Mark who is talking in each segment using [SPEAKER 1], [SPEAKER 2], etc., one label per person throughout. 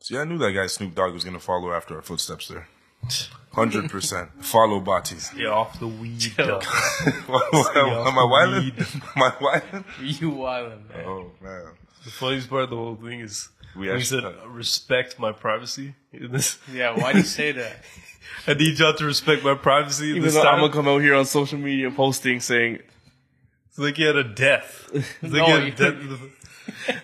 [SPEAKER 1] See, I knew that guy Snoop Dogg was gonna follow after our footsteps there. Hundred percent. Follow Batis.
[SPEAKER 2] Get off the weed.
[SPEAKER 3] Yo.
[SPEAKER 2] dog.
[SPEAKER 1] Am I wilding? Am I wilding?
[SPEAKER 3] you wildin', man.
[SPEAKER 1] Oh man.
[SPEAKER 2] The funniest part of the whole thing is
[SPEAKER 1] We
[SPEAKER 2] we
[SPEAKER 1] actually-
[SPEAKER 2] said respect my privacy. In this,
[SPEAKER 3] Yeah, why'd you say that?
[SPEAKER 2] I need y'all to respect my privacy.
[SPEAKER 4] Even
[SPEAKER 2] this
[SPEAKER 4] though
[SPEAKER 2] time.
[SPEAKER 4] I'm gonna come out here on social media posting saying,
[SPEAKER 2] It's like he had a death. It's like
[SPEAKER 3] No,
[SPEAKER 2] he had
[SPEAKER 3] you-
[SPEAKER 2] a death.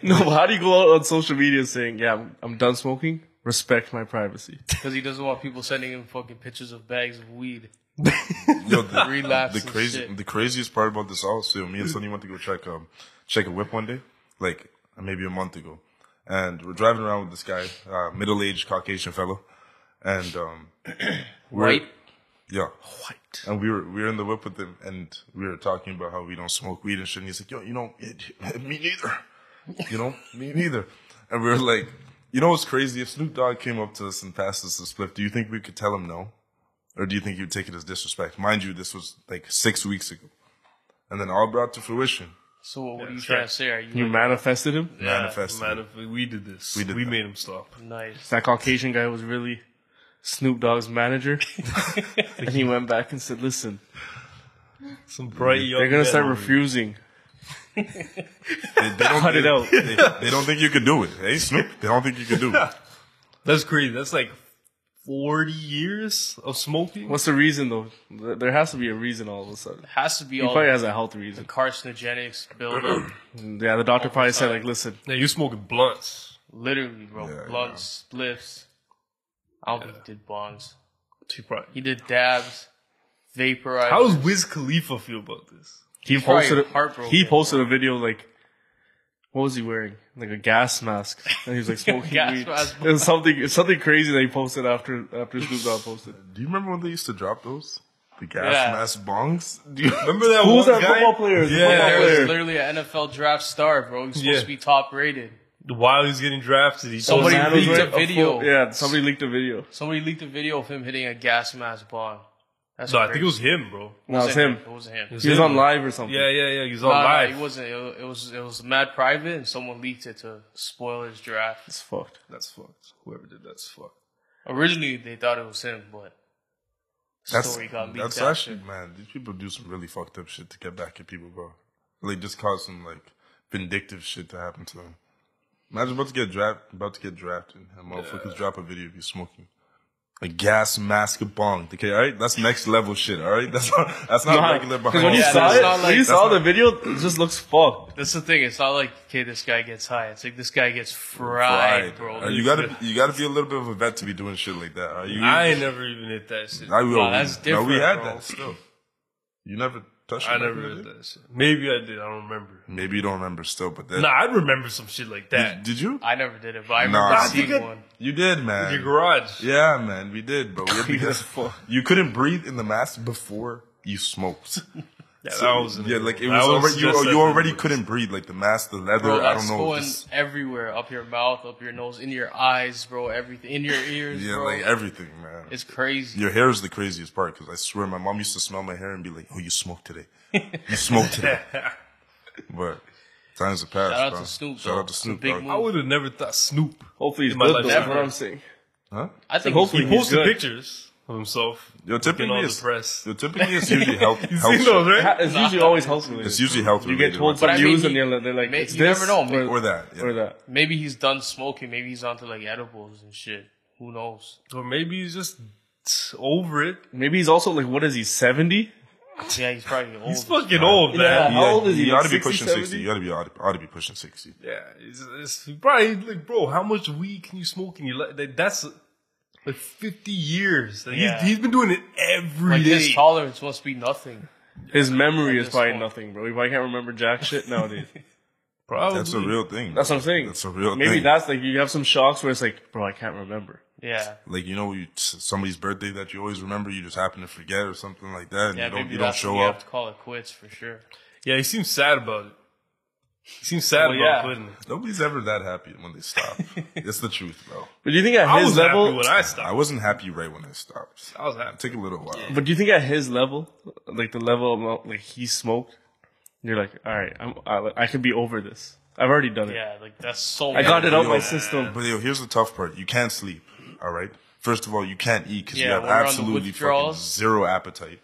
[SPEAKER 4] "No, but how do you go out on social media saying, yeah, I'm, I'm done smoking. Respect my privacy."
[SPEAKER 3] Because he doesn't want people sending him fucking pictures of bags of weed.
[SPEAKER 1] Yo, the,
[SPEAKER 3] Relapse
[SPEAKER 1] the
[SPEAKER 3] and
[SPEAKER 1] crazy,
[SPEAKER 3] shit.
[SPEAKER 1] the craziest part about this also, me and Sonny went to go check um check a whip one day, like maybe a month ago, and we're driving around with this guy, uh, middle aged Caucasian fellow, and um, we're-
[SPEAKER 3] Right?
[SPEAKER 1] yeah, white, and we were we were in the whip with him, and we were talking about how we don't smoke weed and shit, and he's like, yo, you know, it, me neither, you know, me neither, and we were like, you know what's crazy? If Snoop Dogg came up to us and passed us a spliff, do you think we could tell him no? or do you think you'd take it as disrespect? Mind you, this was like six weeks ago, and then all brought to fruition.
[SPEAKER 3] So what were you
[SPEAKER 2] that's
[SPEAKER 3] trying
[SPEAKER 2] right.
[SPEAKER 3] to say? Are you,
[SPEAKER 4] You
[SPEAKER 3] like,
[SPEAKER 4] manifested him.
[SPEAKER 2] Yeah,
[SPEAKER 1] Manifested.
[SPEAKER 2] manif- we did this.
[SPEAKER 1] We
[SPEAKER 2] We,
[SPEAKER 1] did that.
[SPEAKER 2] made him stop.
[SPEAKER 3] nice?
[SPEAKER 4] That Caucasian guy was really Snoop Dogg's manager, and he went back and said, "Listen,
[SPEAKER 2] Some bright young.
[SPEAKER 4] they're gonna
[SPEAKER 2] men
[SPEAKER 4] start
[SPEAKER 2] over here.
[SPEAKER 4] refusing.
[SPEAKER 1] They, they don't
[SPEAKER 4] Cut it
[SPEAKER 1] they-
[SPEAKER 4] out."
[SPEAKER 1] They, they don't think you could do it. Hey Snoop, they don't think you could do it.
[SPEAKER 2] That's crazy. That's like forty years of smoking.
[SPEAKER 4] What's the reason though? There there has to be a reason all of a sudden.
[SPEAKER 3] Has to be
[SPEAKER 4] He
[SPEAKER 3] all
[SPEAKER 4] probably has a health reason.
[SPEAKER 3] carcinogenics buildup.
[SPEAKER 4] Yeah, the doctor probably said like, listen,
[SPEAKER 2] now you're smoking blunts.
[SPEAKER 3] Literally, bro.
[SPEAKER 1] Yeah,
[SPEAKER 3] Blunts, spliffs. I don't think he did bonds.
[SPEAKER 2] Too probably.
[SPEAKER 3] He did dabs, vaporized.
[SPEAKER 2] How does Wiz Khalifa feel about this?
[SPEAKER 4] he
[SPEAKER 3] probably
[SPEAKER 4] posted a,
[SPEAKER 3] heartbroken,
[SPEAKER 4] he posted a video like, what was he wearing? Like a gas mask, and he was like smoking
[SPEAKER 3] Gas
[SPEAKER 4] weed.
[SPEAKER 3] mask.
[SPEAKER 4] It was something it's something crazy that he posted after after Snoop Dogg posted.
[SPEAKER 1] Do you remember when they used to drop those? The gas
[SPEAKER 3] Yeah.
[SPEAKER 1] mask bongs? Do you
[SPEAKER 2] Remember that
[SPEAKER 4] Who
[SPEAKER 2] one
[SPEAKER 4] was that
[SPEAKER 2] guy?
[SPEAKER 4] football player? The
[SPEAKER 2] Yeah,
[SPEAKER 4] football
[SPEAKER 3] There
[SPEAKER 4] player.
[SPEAKER 3] was literally an NFL draft star, bro. He's supposed
[SPEAKER 2] Yeah.
[SPEAKER 3] to be top rated.
[SPEAKER 2] While he was getting drafted, he
[SPEAKER 3] Somebody
[SPEAKER 4] Man
[SPEAKER 2] told
[SPEAKER 4] was
[SPEAKER 2] him-
[SPEAKER 3] leaked
[SPEAKER 4] wearing
[SPEAKER 3] a video.
[SPEAKER 4] full- yeah, somebody leaked a video.
[SPEAKER 3] Somebody leaked a video of him hitting a gas mask bond. That's
[SPEAKER 2] No, I
[SPEAKER 3] crazy.
[SPEAKER 2] think it was him, bro.
[SPEAKER 4] No, it's him.
[SPEAKER 3] It wasn't him.
[SPEAKER 4] He was
[SPEAKER 2] him.
[SPEAKER 4] on live or something.
[SPEAKER 2] Yeah, yeah, yeah. He was on
[SPEAKER 3] No, no,
[SPEAKER 2] live.
[SPEAKER 3] it wasn't. It was, it was it was mad private, and someone leaked it to spoil his draft.
[SPEAKER 4] It's fucked.
[SPEAKER 2] That's fucked. Whoever did that's fucked.
[SPEAKER 3] Originally, they thought it was him, but the
[SPEAKER 1] That's,
[SPEAKER 3] story got leaked.
[SPEAKER 1] that's
[SPEAKER 3] after.
[SPEAKER 1] actually man. These people do some really fucked up shit to get back at people, bro. Like just cause some like vindictive shit to happen to them. Imagine about to get drafted, about to get drafted, and motherfuckers drop a video of you smoking a gas mask bong. Okay, all right, that's next level shit. All right, that's not that's not
[SPEAKER 4] Nah,
[SPEAKER 1] regular
[SPEAKER 4] 'cause
[SPEAKER 1] behind.
[SPEAKER 4] when you
[SPEAKER 3] Yeah,
[SPEAKER 4] saw
[SPEAKER 3] that's
[SPEAKER 4] it,
[SPEAKER 3] not
[SPEAKER 4] when
[SPEAKER 3] like-
[SPEAKER 4] you
[SPEAKER 3] that's
[SPEAKER 4] saw
[SPEAKER 1] not-
[SPEAKER 4] the video, it just looks fucked.
[SPEAKER 3] That's the thing. It's not like okay, this guy gets high. It's like this guy gets fried,
[SPEAKER 1] Right,
[SPEAKER 3] bro.
[SPEAKER 1] bro. Uh, You gotta you gotta be a little bit of a vet to be doing shit like that. Are you?
[SPEAKER 2] I ain't never even hit that shit.
[SPEAKER 1] I will.
[SPEAKER 3] Nah, that's
[SPEAKER 1] No, we
[SPEAKER 3] different,
[SPEAKER 1] had
[SPEAKER 3] bro.
[SPEAKER 1] that still. You never touched.
[SPEAKER 2] I
[SPEAKER 1] it back
[SPEAKER 2] never
[SPEAKER 1] in the
[SPEAKER 2] did
[SPEAKER 1] day?
[SPEAKER 2] that shit. Maybe I did. I don't remember.
[SPEAKER 1] Maybe you don't remember still, but that.
[SPEAKER 2] Nah, I'd remember some shit like that.
[SPEAKER 1] Did you?
[SPEAKER 3] I never did it, but I
[SPEAKER 1] Nah,
[SPEAKER 3] remember
[SPEAKER 1] I
[SPEAKER 3] seeing
[SPEAKER 2] think I-
[SPEAKER 3] one.
[SPEAKER 1] You did, man.
[SPEAKER 2] Your garage.
[SPEAKER 1] Yeah, man, we did, but we had to
[SPEAKER 4] That's
[SPEAKER 1] get,
[SPEAKER 4] fucked.
[SPEAKER 1] you couldn't breathe in the mask before you smoked.
[SPEAKER 2] Yeah, that was
[SPEAKER 1] yeah, like it was
[SPEAKER 2] that
[SPEAKER 1] already you,
[SPEAKER 2] just
[SPEAKER 1] you
[SPEAKER 2] that
[SPEAKER 1] already
[SPEAKER 2] thing.
[SPEAKER 1] couldn't breathe. Like the mask, the leather.
[SPEAKER 3] Bro,
[SPEAKER 1] I
[SPEAKER 3] that's
[SPEAKER 1] don't know.
[SPEAKER 3] going
[SPEAKER 1] just-
[SPEAKER 3] everywhere, up your mouth, up your nose, in your eyes, bro. Everything in your ears,
[SPEAKER 1] yeah,
[SPEAKER 3] bro.
[SPEAKER 1] like everything, man.
[SPEAKER 3] it's crazy.
[SPEAKER 1] Your hair is the craziest part because I swear my mom used to smell my hair and be like, "Oh, you smoked today. You smoked today." but times have passed.
[SPEAKER 3] Shout out
[SPEAKER 1] bro.
[SPEAKER 3] to Snoop,
[SPEAKER 1] Shout
[SPEAKER 3] though.
[SPEAKER 1] out to
[SPEAKER 3] It's a
[SPEAKER 1] Snoop.
[SPEAKER 3] big
[SPEAKER 1] dog.
[SPEAKER 3] move.
[SPEAKER 2] I would have never thought Snoop.
[SPEAKER 4] Hopefully, he's
[SPEAKER 2] In my
[SPEAKER 4] good.
[SPEAKER 2] life,
[SPEAKER 4] though, That's
[SPEAKER 3] never.
[SPEAKER 4] what I'm saying.
[SPEAKER 1] Huh?
[SPEAKER 3] I think
[SPEAKER 4] hopefully
[SPEAKER 3] it's-
[SPEAKER 4] He's
[SPEAKER 2] Posted
[SPEAKER 4] good.
[SPEAKER 2] pictures of himself.
[SPEAKER 1] Yo, typically
[SPEAKER 2] all
[SPEAKER 1] it's-
[SPEAKER 2] depressed.
[SPEAKER 1] So typically, it's usually health.
[SPEAKER 2] You
[SPEAKER 1] health
[SPEAKER 2] seen those,
[SPEAKER 1] shit.
[SPEAKER 2] right?
[SPEAKER 4] It's usually always health related.
[SPEAKER 1] It's usually health.
[SPEAKER 4] you get told
[SPEAKER 3] But
[SPEAKER 4] some
[SPEAKER 3] I mean,
[SPEAKER 4] news
[SPEAKER 3] he-
[SPEAKER 4] and they're, they're like,
[SPEAKER 3] may-
[SPEAKER 4] it's
[SPEAKER 3] you never
[SPEAKER 4] this
[SPEAKER 3] know,
[SPEAKER 4] or,
[SPEAKER 3] may-
[SPEAKER 1] or that. yeah.
[SPEAKER 4] or that.
[SPEAKER 3] maybe he's done smoking. Maybe he's onto like edibles and shit. Who knows?
[SPEAKER 2] Or maybe he's just over it.
[SPEAKER 4] Maybe he's also like, what is he, 70?
[SPEAKER 3] Yeah, he's probably old.
[SPEAKER 2] He's fucking old, man.
[SPEAKER 4] Yeah. How
[SPEAKER 1] Yeah,
[SPEAKER 4] old is he,
[SPEAKER 1] You
[SPEAKER 4] like
[SPEAKER 1] ought to be
[SPEAKER 4] 60,
[SPEAKER 1] pushing
[SPEAKER 4] 70?
[SPEAKER 1] sixty. You ought to be ought to, ought to be pushing sixty.
[SPEAKER 2] Yeah, it's, it's he probably like, bro, how much weed can you smoke in your life? That, that's like 50 years. Like,
[SPEAKER 3] Yeah.
[SPEAKER 2] he's, he's been doing it every
[SPEAKER 3] Like
[SPEAKER 2] day.
[SPEAKER 3] his tolerance must be nothing.
[SPEAKER 4] His memory is
[SPEAKER 3] this
[SPEAKER 4] probably
[SPEAKER 3] point.
[SPEAKER 4] nothing, bro. He probably can't remember jack shit nowadays.
[SPEAKER 2] Probably.
[SPEAKER 1] That's a real thing.
[SPEAKER 4] Oh, That's what I'm saying.
[SPEAKER 1] That's a real
[SPEAKER 4] Maybe
[SPEAKER 1] thing.
[SPEAKER 4] that's like, you have some shocks where it's like, bro, I can't remember.
[SPEAKER 3] Yeah,
[SPEAKER 1] like you know, you, somebody's birthday that you always remember, you just happen to forget or something like that, and
[SPEAKER 3] yeah.
[SPEAKER 1] you don't
[SPEAKER 3] Maybe
[SPEAKER 1] you don't
[SPEAKER 3] that's
[SPEAKER 1] show
[SPEAKER 3] when you have
[SPEAKER 1] up.
[SPEAKER 3] to call it quits for sure.
[SPEAKER 2] Yeah, he seems sad about it. He seems sad about
[SPEAKER 4] Well, yeah.
[SPEAKER 2] quitting.
[SPEAKER 1] Nobody's ever that happy when they stop. it's the truth, bro.
[SPEAKER 4] But do you think at
[SPEAKER 2] I
[SPEAKER 4] his
[SPEAKER 2] was
[SPEAKER 4] level,
[SPEAKER 2] happy when I
[SPEAKER 1] I
[SPEAKER 2] stopped.
[SPEAKER 1] wasn't happy right when I stopped.
[SPEAKER 2] I was happy.
[SPEAKER 1] Take a little while.
[SPEAKER 4] but do you think at his level, like the level of, like he smoked, you're like, all right, I'm, I, I could be over this. I've already done it.
[SPEAKER 3] Yeah, like that's so.
[SPEAKER 4] I got it out my
[SPEAKER 1] Yo,
[SPEAKER 4] system.
[SPEAKER 1] But yo, here's the tough part. You can't sleep. All right. First of all, you can't eat because you
[SPEAKER 3] Yeah,
[SPEAKER 1] have
[SPEAKER 3] when we're on the
[SPEAKER 1] absolutely fucking
[SPEAKER 3] withdrawals,
[SPEAKER 1] zero appetite.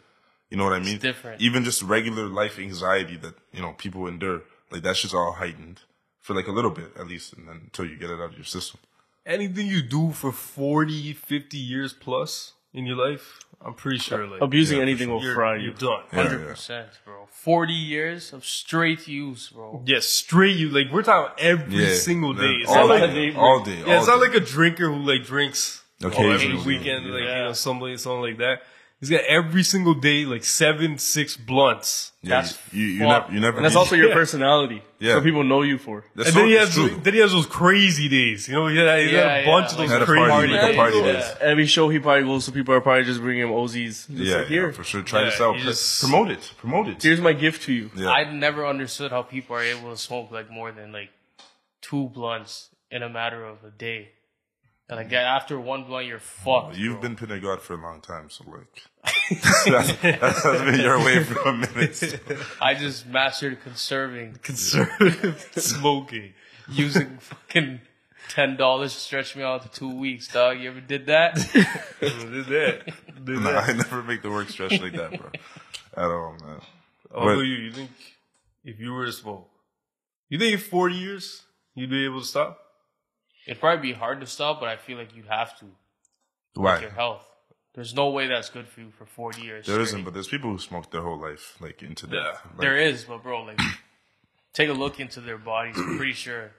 [SPEAKER 1] You know what I mean?
[SPEAKER 3] different.
[SPEAKER 1] Even just regular life anxiety that you know people endure, like that's just all heightened for like a little bit at least, and then until you get it out of your system.
[SPEAKER 2] Anything you do for 40, 50 years plus in your life, I'm pretty sure like
[SPEAKER 4] Abusing anything will
[SPEAKER 2] you're,
[SPEAKER 4] fry you.
[SPEAKER 2] you're done.
[SPEAKER 1] Yeah,
[SPEAKER 3] Hundred percent, bro. Forty years of straight use, bro.
[SPEAKER 2] Yeah, straight you like we're talking every
[SPEAKER 1] yeah. Yeah.
[SPEAKER 2] single day. It's
[SPEAKER 1] all,
[SPEAKER 2] not like
[SPEAKER 1] day, all day.
[SPEAKER 2] yeah, it's
[SPEAKER 1] all
[SPEAKER 2] not like a drinker who like drinks
[SPEAKER 1] Occasionally.
[SPEAKER 2] oh, every weekend, like you
[SPEAKER 3] Yeah.
[SPEAKER 2] know, somebody something like that. He's got every single day like seven, six blunts.
[SPEAKER 1] Yeah,
[SPEAKER 3] That's
[SPEAKER 1] you, you, you
[SPEAKER 3] fucked.
[SPEAKER 1] never, you never.
[SPEAKER 4] And that's
[SPEAKER 1] eat-
[SPEAKER 4] also your personality.
[SPEAKER 1] Yeah.
[SPEAKER 4] So people know you for.
[SPEAKER 1] That's
[SPEAKER 2] And
[SPEAKER 1] so-
[SPEAKER 2] then he
[SPEAKER 1] that's
[SPEAKER 2] has
[SPEAKER 1] true.
[SPEAKER 2] then he has those crazy days. You know, he had, he had
[SPEAKER 3] Yeah,
[SPEAKER 2] a
[SPEAKER 3] yeah,
[SPEAKER 2] bunch
[SPEAKER 3] like
[SPEAKER 2] of those
[SPEAKER 1] Had a
[SPEAKER 2] crazy
[SPEAKER 1] party, like
[SPEAKER 2] days.
[SPEAKER 1] a party
[SPEAKER 3] Yeah.
[SPEAKER 1] days.
[SPEAKER 4] Every show he probably goes to, people are probably just bringing him OZs. Just
[SPEAKER 1] Yeah,
[SPEAKER 4] like,
[SPEAKER 1] yeah,
[SPEAKER 4] here,
[SPEAKER 1] for sure. Try
[SPEAKER 2] Yeah,
[SPEAKER 1] this out.
[SPEAKER 2] you
[SPEAKER 1] Pr-
[SPEAKER 2] just-
[SPEAKER 1] promote it. Promote it.
[SPEAKER 4] here's my gift to you.
[SPEAKER 1] yeah.
[SPEAKER 3] I never understood how people are able to smoke like more than like two blunts in a matter of a day. And like after one blunt, you're fucked.
[SPEAKER 1] Mm. You've been pinning God for a long time, so like that's, that's been your way for a minute. so.
[SPEAKER 3] I just mastered conserving,
[SPEAKER 2] Conservative smoking.
[SPEAKER 3] using fucking ten dollars to stretch me out to two weeks, dog. You ever did that?
[SPEAKER 2] Did that. Did
[SPEAKER 1] Nah,
[SPEAKER 2] that.
[SPEAKER 1] I never make the work stretch like that, bro. At all, man.
[SPEAKER 2] Although you, you think if you were to smoke, you think in 40 years you'd be able to stop?
[SPEAKER 3] It'd probably be hard to stop, but I feel like you'd have to with
[SPEAKER 1] Why?
[SPEAKER 3] your health. There's no way that's good for you for 40 years.
[SPEAKER 1] There
[SPEAKER 3] straight.
[SPEAKER 1] isn't, but there's people who smoke their whole life, like into death. Like,
[SPEAKER 3] There is, but bro, like, take a look into their bodies. I'm pretty sure,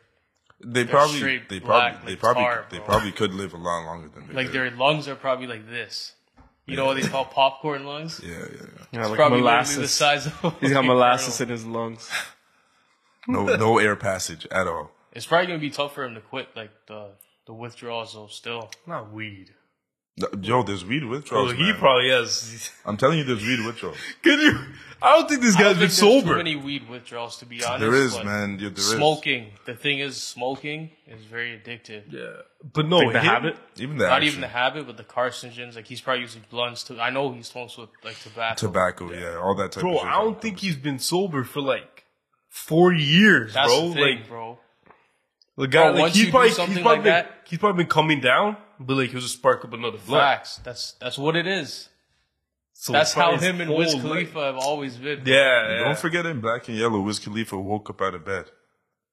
[SPEAKER 1] they probably,
[SPEAKER 3] straight
[SPEAKER 1] they
[SPEAKER 3] black,
[SPEAKER 1] probably, they
[SPEAKER 3] like
[SPEAKER 1] probably,
[SPEAKER 3] tar,
[SPEAKER 1] they
[SPEAKER 3] bro.
[SPEAKER 1] probably could live a lot longer than they
[SPEAKER 3] like
[SPEAKER 1] did.
[SPEAKER 3] their lungs are probably like this. You know what they call popcorn lungs?
[SPEAKER 1] Yeah, yeah, yeah.
[SPEAKER 4] Yeah, like
[SPEAKER 3] probably
[SPEAKER 4] molasses.
[SPEAKER 3] literally the size of.
[SPEAKER 4] He's got molasses in his lungs.
[SPEAKER 1] No, no air passage at all.
[SPEAKER 3] It's probably gonna be tough for him to quit, like the the withdrawals. Though, still,
[SPEAKER 2] Not weed.
[SPEAKER 1] Yo, there's weed withdrawals.
[SPEAKER 2] Well, he
[SPEAKER 1] man.
[SPEAKER 2] probably has.
[SPEAKER 1] I'm telling you, there's weed withdrawals.
[SPEAKER 2] Could you? I don't think this
[SPEAKER 3] I
[SPEAKER 2] guy's been
[SPEAKER 3] don't think there's
[SPEAKER 2] sober.
[SPEAKER 3] Too many weed withdrawals, to be honest.
[SPEAKER 1] There is,
[SPEAKER 3] but
[SPEAKER 1] man. Yeah, there is.
[SPEAKER 3] Smoking. The thing is, smoking is very addictive.
[SPEAKER 2] yeah, but no,
[SPEAKER 4] Like the
[SPEAKER 2] him-
[SPEAKER 4] habit.
[SPEAKER 1] Even the
[SPEAKER 3] Not
[SPEAKER 1] action.
[SPEAKER 3] even the habit, but the carcinogens. Like he's probably using blunts too. I know he smokes with like tobacco.
[SPEAKER 1] tobacco, yeah. all that type of
[SPEAKER 2] bro.
[SPEAKER 1] shit.
[SPEAKER 2] I don't think he's been sober for like four years,
[SPEAKER 3] That's
[SPEAKER 2] bro.
[SPEAKER 3] the thing,
[SPEAKER 2] like
[SPEAKER 3] bro.
[SPEAKER 2] the guy,
[SPEAKER 3] Bro,
[SPEAKER 2] like,
[SPEAKER 3] once
[SPEAKER 2] he's
[SPEAKER 3] you do
[SPEAKER 2] probably, he's
[SPEAKER 3] something
[SPEAKER 2] probably
[SPEAKER 3] like
[SPEAKER 2] been,
[SPEAKER 3] that-
[SPEAKER 2] he's probably been coming down, but like he'll just spark up another blunt.
[SPEAKER 3] Facts. That's that's what it is.
[SPEAKER 2] So
[SPEAKER 3] That's
[SPEAKER 2] it's probably
[SPEAKER 3] how him
[SPEAKER 2] his
[SPEAKER 3] and Wiz
[SPEAKER 2] whole life.
[SPEAKER 3] Khalifa have always been.
[SPEAKER 2] Yeah, yeah.
[SPEAKER 1] Don't forget in black and yellow, Wiz Khalifa woke up out of bed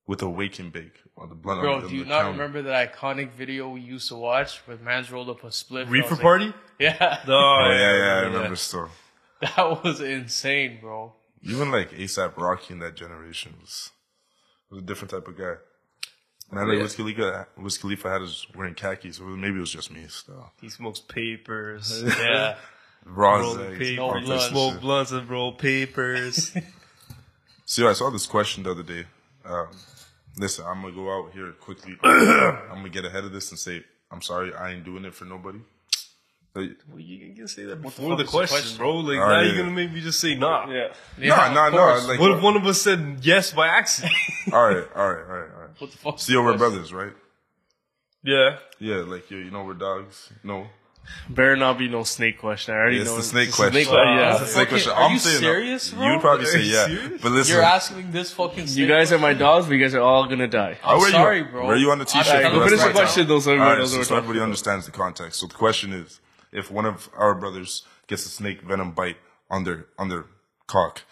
[SPEAKER 1] with a wake and bake on the blunt. on
[SPEAKER 3] Bro,
[SPEAKER 1] the,
[SPEAKER 3] do
[SPEAKER 1] on
[SPEAKER 3] you
[SPEAKER 1] the
[SPEAKER 3] not
[SPEAKER 1] counter.
[SPEAKER 3] remember that iconic video we used to watch where man's rolled up a split? and I
[SPEAKER 2] reefer
[SPEAKER 3] was like-
[SPEAKER 2] party.
[SPEAKER 3] Yeah.
[SPEAKER 2] No,
[SPEAKER 1] Oh yeah, yeah, I remember still.
[SPEAKER 3] That was insane, bro.
[SPEAKER 1] Even like ASAP Rocky in that generation was was a different type of guy. Man, like Wiz Khalifa, Wiz Khalifa had his wearing khakis. Or maybe it was just me still.
[SPEAKER 2] He smokes papers.
[SPEAKER 3] Yeah.
[SPEAKER 1] Raw
[SPEAKER 2] Rolling
[SPEAKER 1] eggs,
[SPEAKER 2] papers,
[SPEAKER 1] all
[SPEAKER 3] no
[SPEAKER 1] types
[SPEAKER 3] blunts.
[SPEAKER 1] of
[SPEAKER 2] smoke
[SPEAKER 1] shit.
[SPEAKER 2] blunts and roll papers.
[SPEAKER 1] See, I saw this question the other day. Um, listen, I'm gonna go out here quickly. I'm gonna get ahead of this and say, I'm sorry, I ain't doing it for nobody. But
[SPEAKER 2] Well, you can- you can say that
[SPEAKER 3] fuck
[SPEAKER 2] before the
[SPEAKER 3] is the
[SPEAKER 2] question,
[SPEAKER 3] question?
[SPEAKER 2] bro. Like
[SPEAKER 1] All
[SPEAKER 2] now
[SPEAKER 1] right.
[SPEAKER 2] you're gonna make me just say nah.
[SPEAKER 4] Yeah.
[SPEAKER 3] Yeah,
[SPEAKER 1] no,
[SPEAKER 3] of
[SPEAKER 1] no,
[SPEAKER 3] course.
[SPEAKER 1] like,
[SPEAKER 2] What if one of us said yes by accident?
[SPEAKER 1] all right, all right, all right, all right.
[SPEAKER 3] What the fuck?
[SPEAKER 1] See, yo, we're brothers, right?
[SPEAKER 2] yeah.
[SPEAKER 1] Yeah, like yo, you know we're dogs. No,
[SPEAKER 4] Better not be no snake question. I already
[SPEAKER 1] it's
[SPEAKER 4] know
[SPEAKER 1] the snake
[SPEAKER 4] it's
[SPEAKER 1] question.
[SPEAKER 4] yeah.
[SPEAKER 1] It's the snake
[SPEAKER 3] Fucking-
[SPEAKER 1] question.
[SPEAKER 3] are
[SPEAKER 1] I'm
[SPEAKER 3] you
[SPEAKER 1] saying, no.
[SPEAKER 3] serious, bro?
[SPEAKER 1] You'd probably say
[SPEAKER 2] you
[SPEAKER 1] yeah,
[SPEAKER 2] serious?
[SPEAKER 1] but listen,
[SPEAKER 3] You're asking this fucking.
[SPEAKER 4] You guys are my dogs, but you guys are all gonna die.
[SPEAKER 1] how
[SPEAKER 3] I'm
[SPEAKER 1] are you-
[SPEAKER 3] sorry, bro.
[SPEAKER 1] Were you on the
[SPEAKER 3] I-
[SPEAKER 1] t-shirt?
[SPEAKER 3] I-
[SPEAKER 1] for
[SPEAKER 3] I'm
[SPEAKER 1] us
[SPEAKER 4] finished
[SPEAKER 1] right
[SPEAKER 4] the question,
[SPEAKER 1] now?
[SPEAKER 4] though, so everyone
[SPEAKER 1] All right,
[SPEAKER 4] knows what
[SPEAKER 1] so
[SPEAKER 4] we're
[SPEAKER 1] so everybody
[SPEAKER 4] talking about.
[SPEAKER 1] understands the context. So the question is, if one of our brothers gets a snake venom bite on their on their cock,